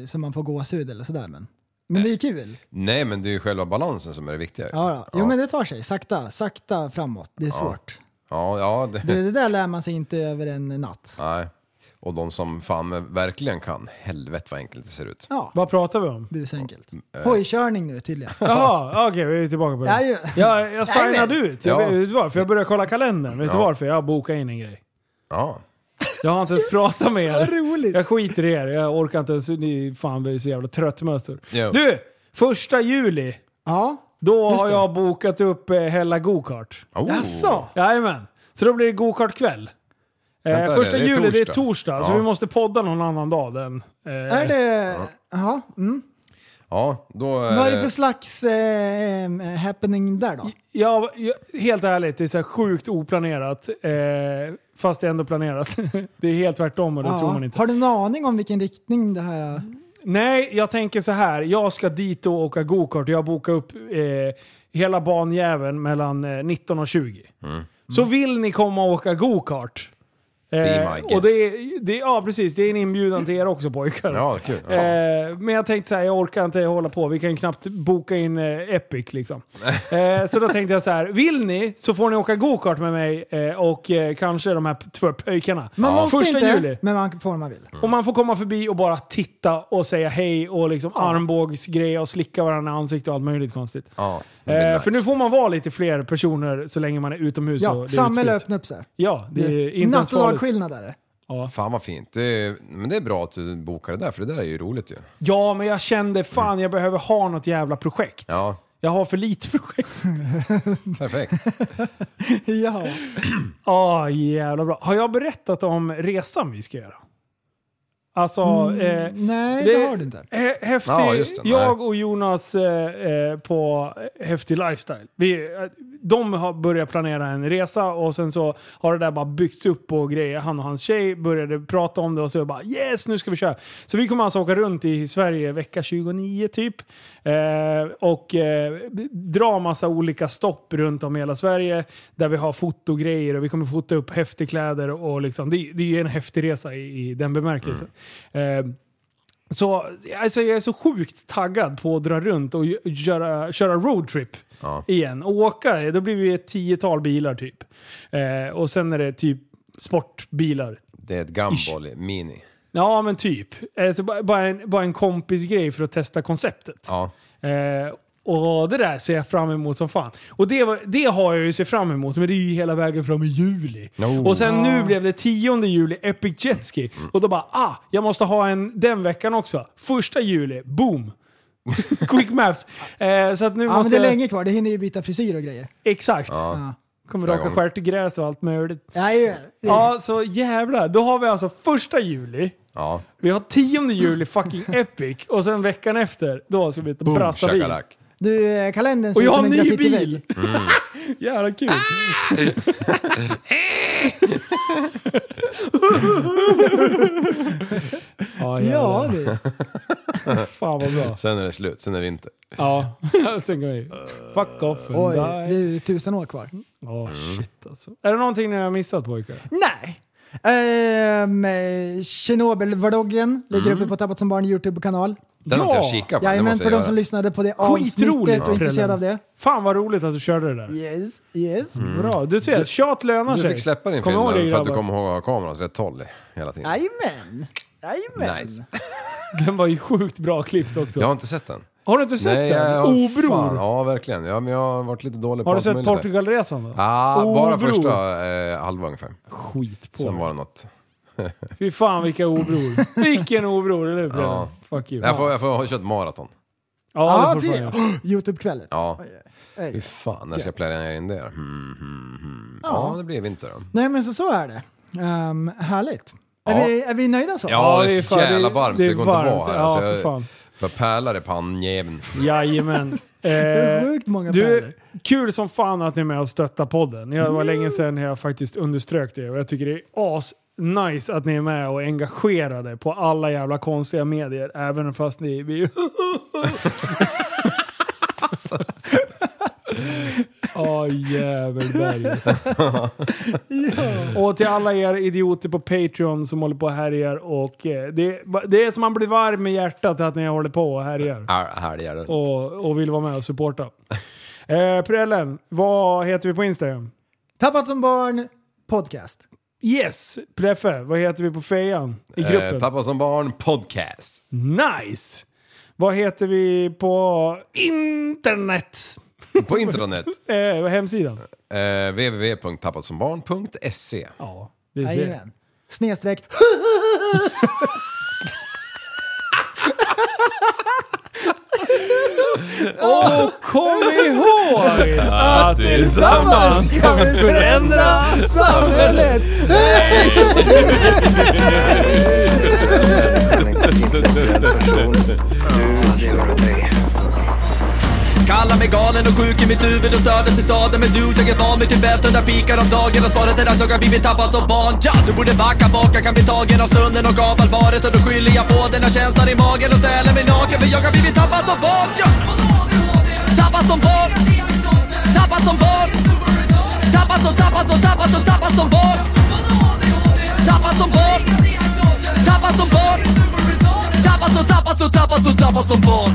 så man får gåshud eller sådär men. Men det är kul. Nej, men det är ju själva balansen som är det viktiga. Ja, då. Jo men det tar sig. Sakta, sakta framåt. Det är svårt. Ja, ja det... Det, det där lär man sig inte över en natt. Nej. Och de som fan verkligen kan, helvete vad enkelt det ser ut. Ja, Vad pratar vi om? busenkelt. Mm, eh. Hojkörning nu tydligen. Jaha, okej vi är tillbaka på det. Ja, ju. jag, jag signade Nej, ut, jag, Ja. vet du varför? Jag började kolla kalendern. Vet du Ja. varför? Jag bokade in en grej. Ja. Jag har inte ens pratat med Vad er. roligt! Jag skiter i er, jag orkar inte ens. Ni fan vi är så jävla tröttmöster. Jo. Du! Första juli, Ja, då Just har det. jag bokat upp eh, Hella Gokart. Oh. jaså? Jajamän. Så då blir det gokartkväll. Vänta, Eh, första det är juli, det är torsdag. torsdag. Så Ja. vi måste podda någon annan dag. Den, eh, Är det... Jaha. Mm. Ja, då... Vad är det för slags eh, eh, happening där då? Ja, jag- helt ärligt, det är så här sjukt oplanerat. Eh, fast det är ändå planerat. det är helt tvärtom och det Ja. tror man inte. Har du en aning om vilken riktning det här... Nej, jag tänker så här. Jag ska dit och åka gokart. Jag bokar upp eh, hela banjäveln mellan eh, 19 och 20. Så vill ni komma och åka gokart? Eh, Be my och det är, det är, ja, precis. Det är en inbjudan till er också pojkar. Ja, kul. Ja. Eh, men jag tänkte så här, jag orkar inte hålla på. Vi kan ju knappt boka in eh, Epic liksom. Eh, så då tänkte jag så här, vill ni så får ni åka gokart med mig eh, och eh, kanske de här p- två pöjkarna. Man måste Första inte, juli. men man får om man Mm. vill. Och man får komma förbi och bara titta och säga hej och liksom armbågsgreja och slicka varandra i ansiktet och allt möjligt konstigt. Ja, det blir Eh, nice. För nu får man vara lite fler personer så länge man är utomhus. och det Ja, är samhället utspritt. öppnar upp Mm. sig. Ja, det är inte ens Natt och farligt. dagskillnad är det. Fan vad fint. Det är, men det är bra att du bokar det där, för det där är ju roligt ju. Ja, men jag kände fan jag behöver ha något jävla projekt. Mm. Ja, Jag har för lite projekt. perfekt. Ja. Ja, jävla bra. Har jag berättat om resan vi ska göra? Alltså, eh, Nej, det har du inte. Hä- Häftig, Ja, just det. jag och Jonas eh, eh, på Häftig Lifestyle. Vi, eh, de har börjat planera en resa och sen så har det där bara byggts upp och grejer. Han och hans tjej började prata om det och så bara yes, nu ska vi köra. Så vi kommer alltså åka runt i Sverige vecka 29 typ. Eh, och eh, dra massa olika stopp runt om i hela Sverige. Där vi har fotogrejer och vi kommer fota upp häftig kläder och liksom, det, det är ju en häftig resa i, i den bemärkelsen. Mm. Eh, så alltså, jag är så sjukt taggad på att dra runt och gö- göra, köra roadtrip igen. Och åka, då blir vi ett tiotal bilar typ. Eh, och sen är det typ sportbilar. Det är ett gumball mini. Ja men typ. Eh, så bara, bara, en, bara en kompisgrej för att testa konceptet. Ja. Eh, och det där ser jag fram emot som fan. Och det, var, det har jag ju sett fram emot, men det är ju hela vägen fram i juli. Oh. Och sen Ah. nu blev det 10 juli, Epic Jetski. Mm. Och då bara, ah, jag måste ha en den veckan också. Första juli, boom! Quick maps. Eh, så att nu Ja, men måste det är jag... länge kvar. Det hinner ju byta frisyr och grejer. Exakt. Ja. Kommer Flera raka gånger. stjärt och gräs och allt möjligt. Nej, Ja, så jävlar. Då har vi alltså första juli. Ja. Vi har 10 juli fucking epic och sen veckan efter, då ska vi ut och Boom, brassa bil. shakalak. du, eh, kalendern Och ser ut jag som har en en ny graffitivägg. bil! Jävla kul! ja, Ja, ja, du. fan vad bra. Sen är det slut, sen är det vinter. Ja, sen går vi. Fuck off and Oj, det die. är tusen år kvar. Åh, Mm. shit alltså. Är det någonting ni har missat pojkar? Nej. Ehm, eh, Tjernobyl-vloggen ligger uppe på Tappat som barn YouTube-kanal. Den har Ja! inte jag kikat Mm. på, den Jajamän, måste för jag de som göra. lyssnade på det Skitroligt, avsnittet och är ja. intresserade av det. Fan vad roligt att du körde det där. Yes, yes. Bra, du ser. Tjat lönar Mm. Du Alltså, sig. fick släppa din Kom film ihåg det, nu för att du grabbar. kommer ihåg att ha kameran åt rätt håll hela tiden. Jajamän. Jajamän. Nice. Den var ju sjukt bra klippt också. Jag har inte sett den. Har du inte sett Nej, jag den? har, Obror! fan, ja, verkligen. Ja, men jag har varit lite dålig på Har du allt sett möjligt här. Portugalresan då? Ja, ah, bara Obror. första eh, halva ungefär. Skit på Sen dig. var det något. Fy fan vilka obror. Vilken obror, eller hur ja. Ja. Fuck you. Jag får, jag får ha kört maraton. Ja, Ja, det får precis. fan jag. Youtube-kvällen. Ja. Ej. Hur fan, när ska jag planera in det? då? Hmm, hmm, hmm. Ja. det blir vinter då. Nej, men så, så är det. Ehm, härligt. Ja. Är, vi, är vi nöjda så? Ja, det är så fan- jävla varmt det är så det går inte att vara här. Ja, alltså, för jag- fan. Bara pärlar i pannjäveln. Jajamän. är Eh, sjukt många du, pärlor. kul som fan att ni är med och stöttar podden. Det var länge sedan jag faktiskt underströk det och jag tycker det är as Nice att ni är med och engagerade på alla jävla konstiga medier, även fast ni... Vi... Åh jävelberg alltså. Och till alla er idioter på Patreon som håller på och härjar och eh, det, det är som man blir varm i hjärtat att ni håller på och härjar Här, här gör det. och, och vill vara med och supporta. Eh, Prellen, vad heter vi på Instagram? Tappat som barn podcast. Yes! Preffe, vad heter vi på fejan? I gruppen? Eh, Tappa som barn podcast. nice! Vad heter vi på internet? På internet. Eh, hemsidan? eh, www.tappatsambarn.se Ja, vi ser. Jajamän. Snedstreck. Och kom ihåg att Tillsammans ska vi förändra samhället! en intellektuell person. Du lever dig. Kallar mig galen och sjuk i mitt huvud och stördes i staden Men du, jag är van vid Tibet och där fikar om dagen Och svaret är att jag har blivit tappad som barn ja, Du borde backa bak, jag kan bli tagen av stunden och av allvaret Och då skyller jag på den här känslan i magen och ställer mig naken För jag har blivit tappad som barn ja. Tappad som barn Tappad som barn Tappad som, tappad som, tappad som, tappad som barn Tappad som barn Tappad som barn Tappad som, tappad som, tappad som, tappad som barn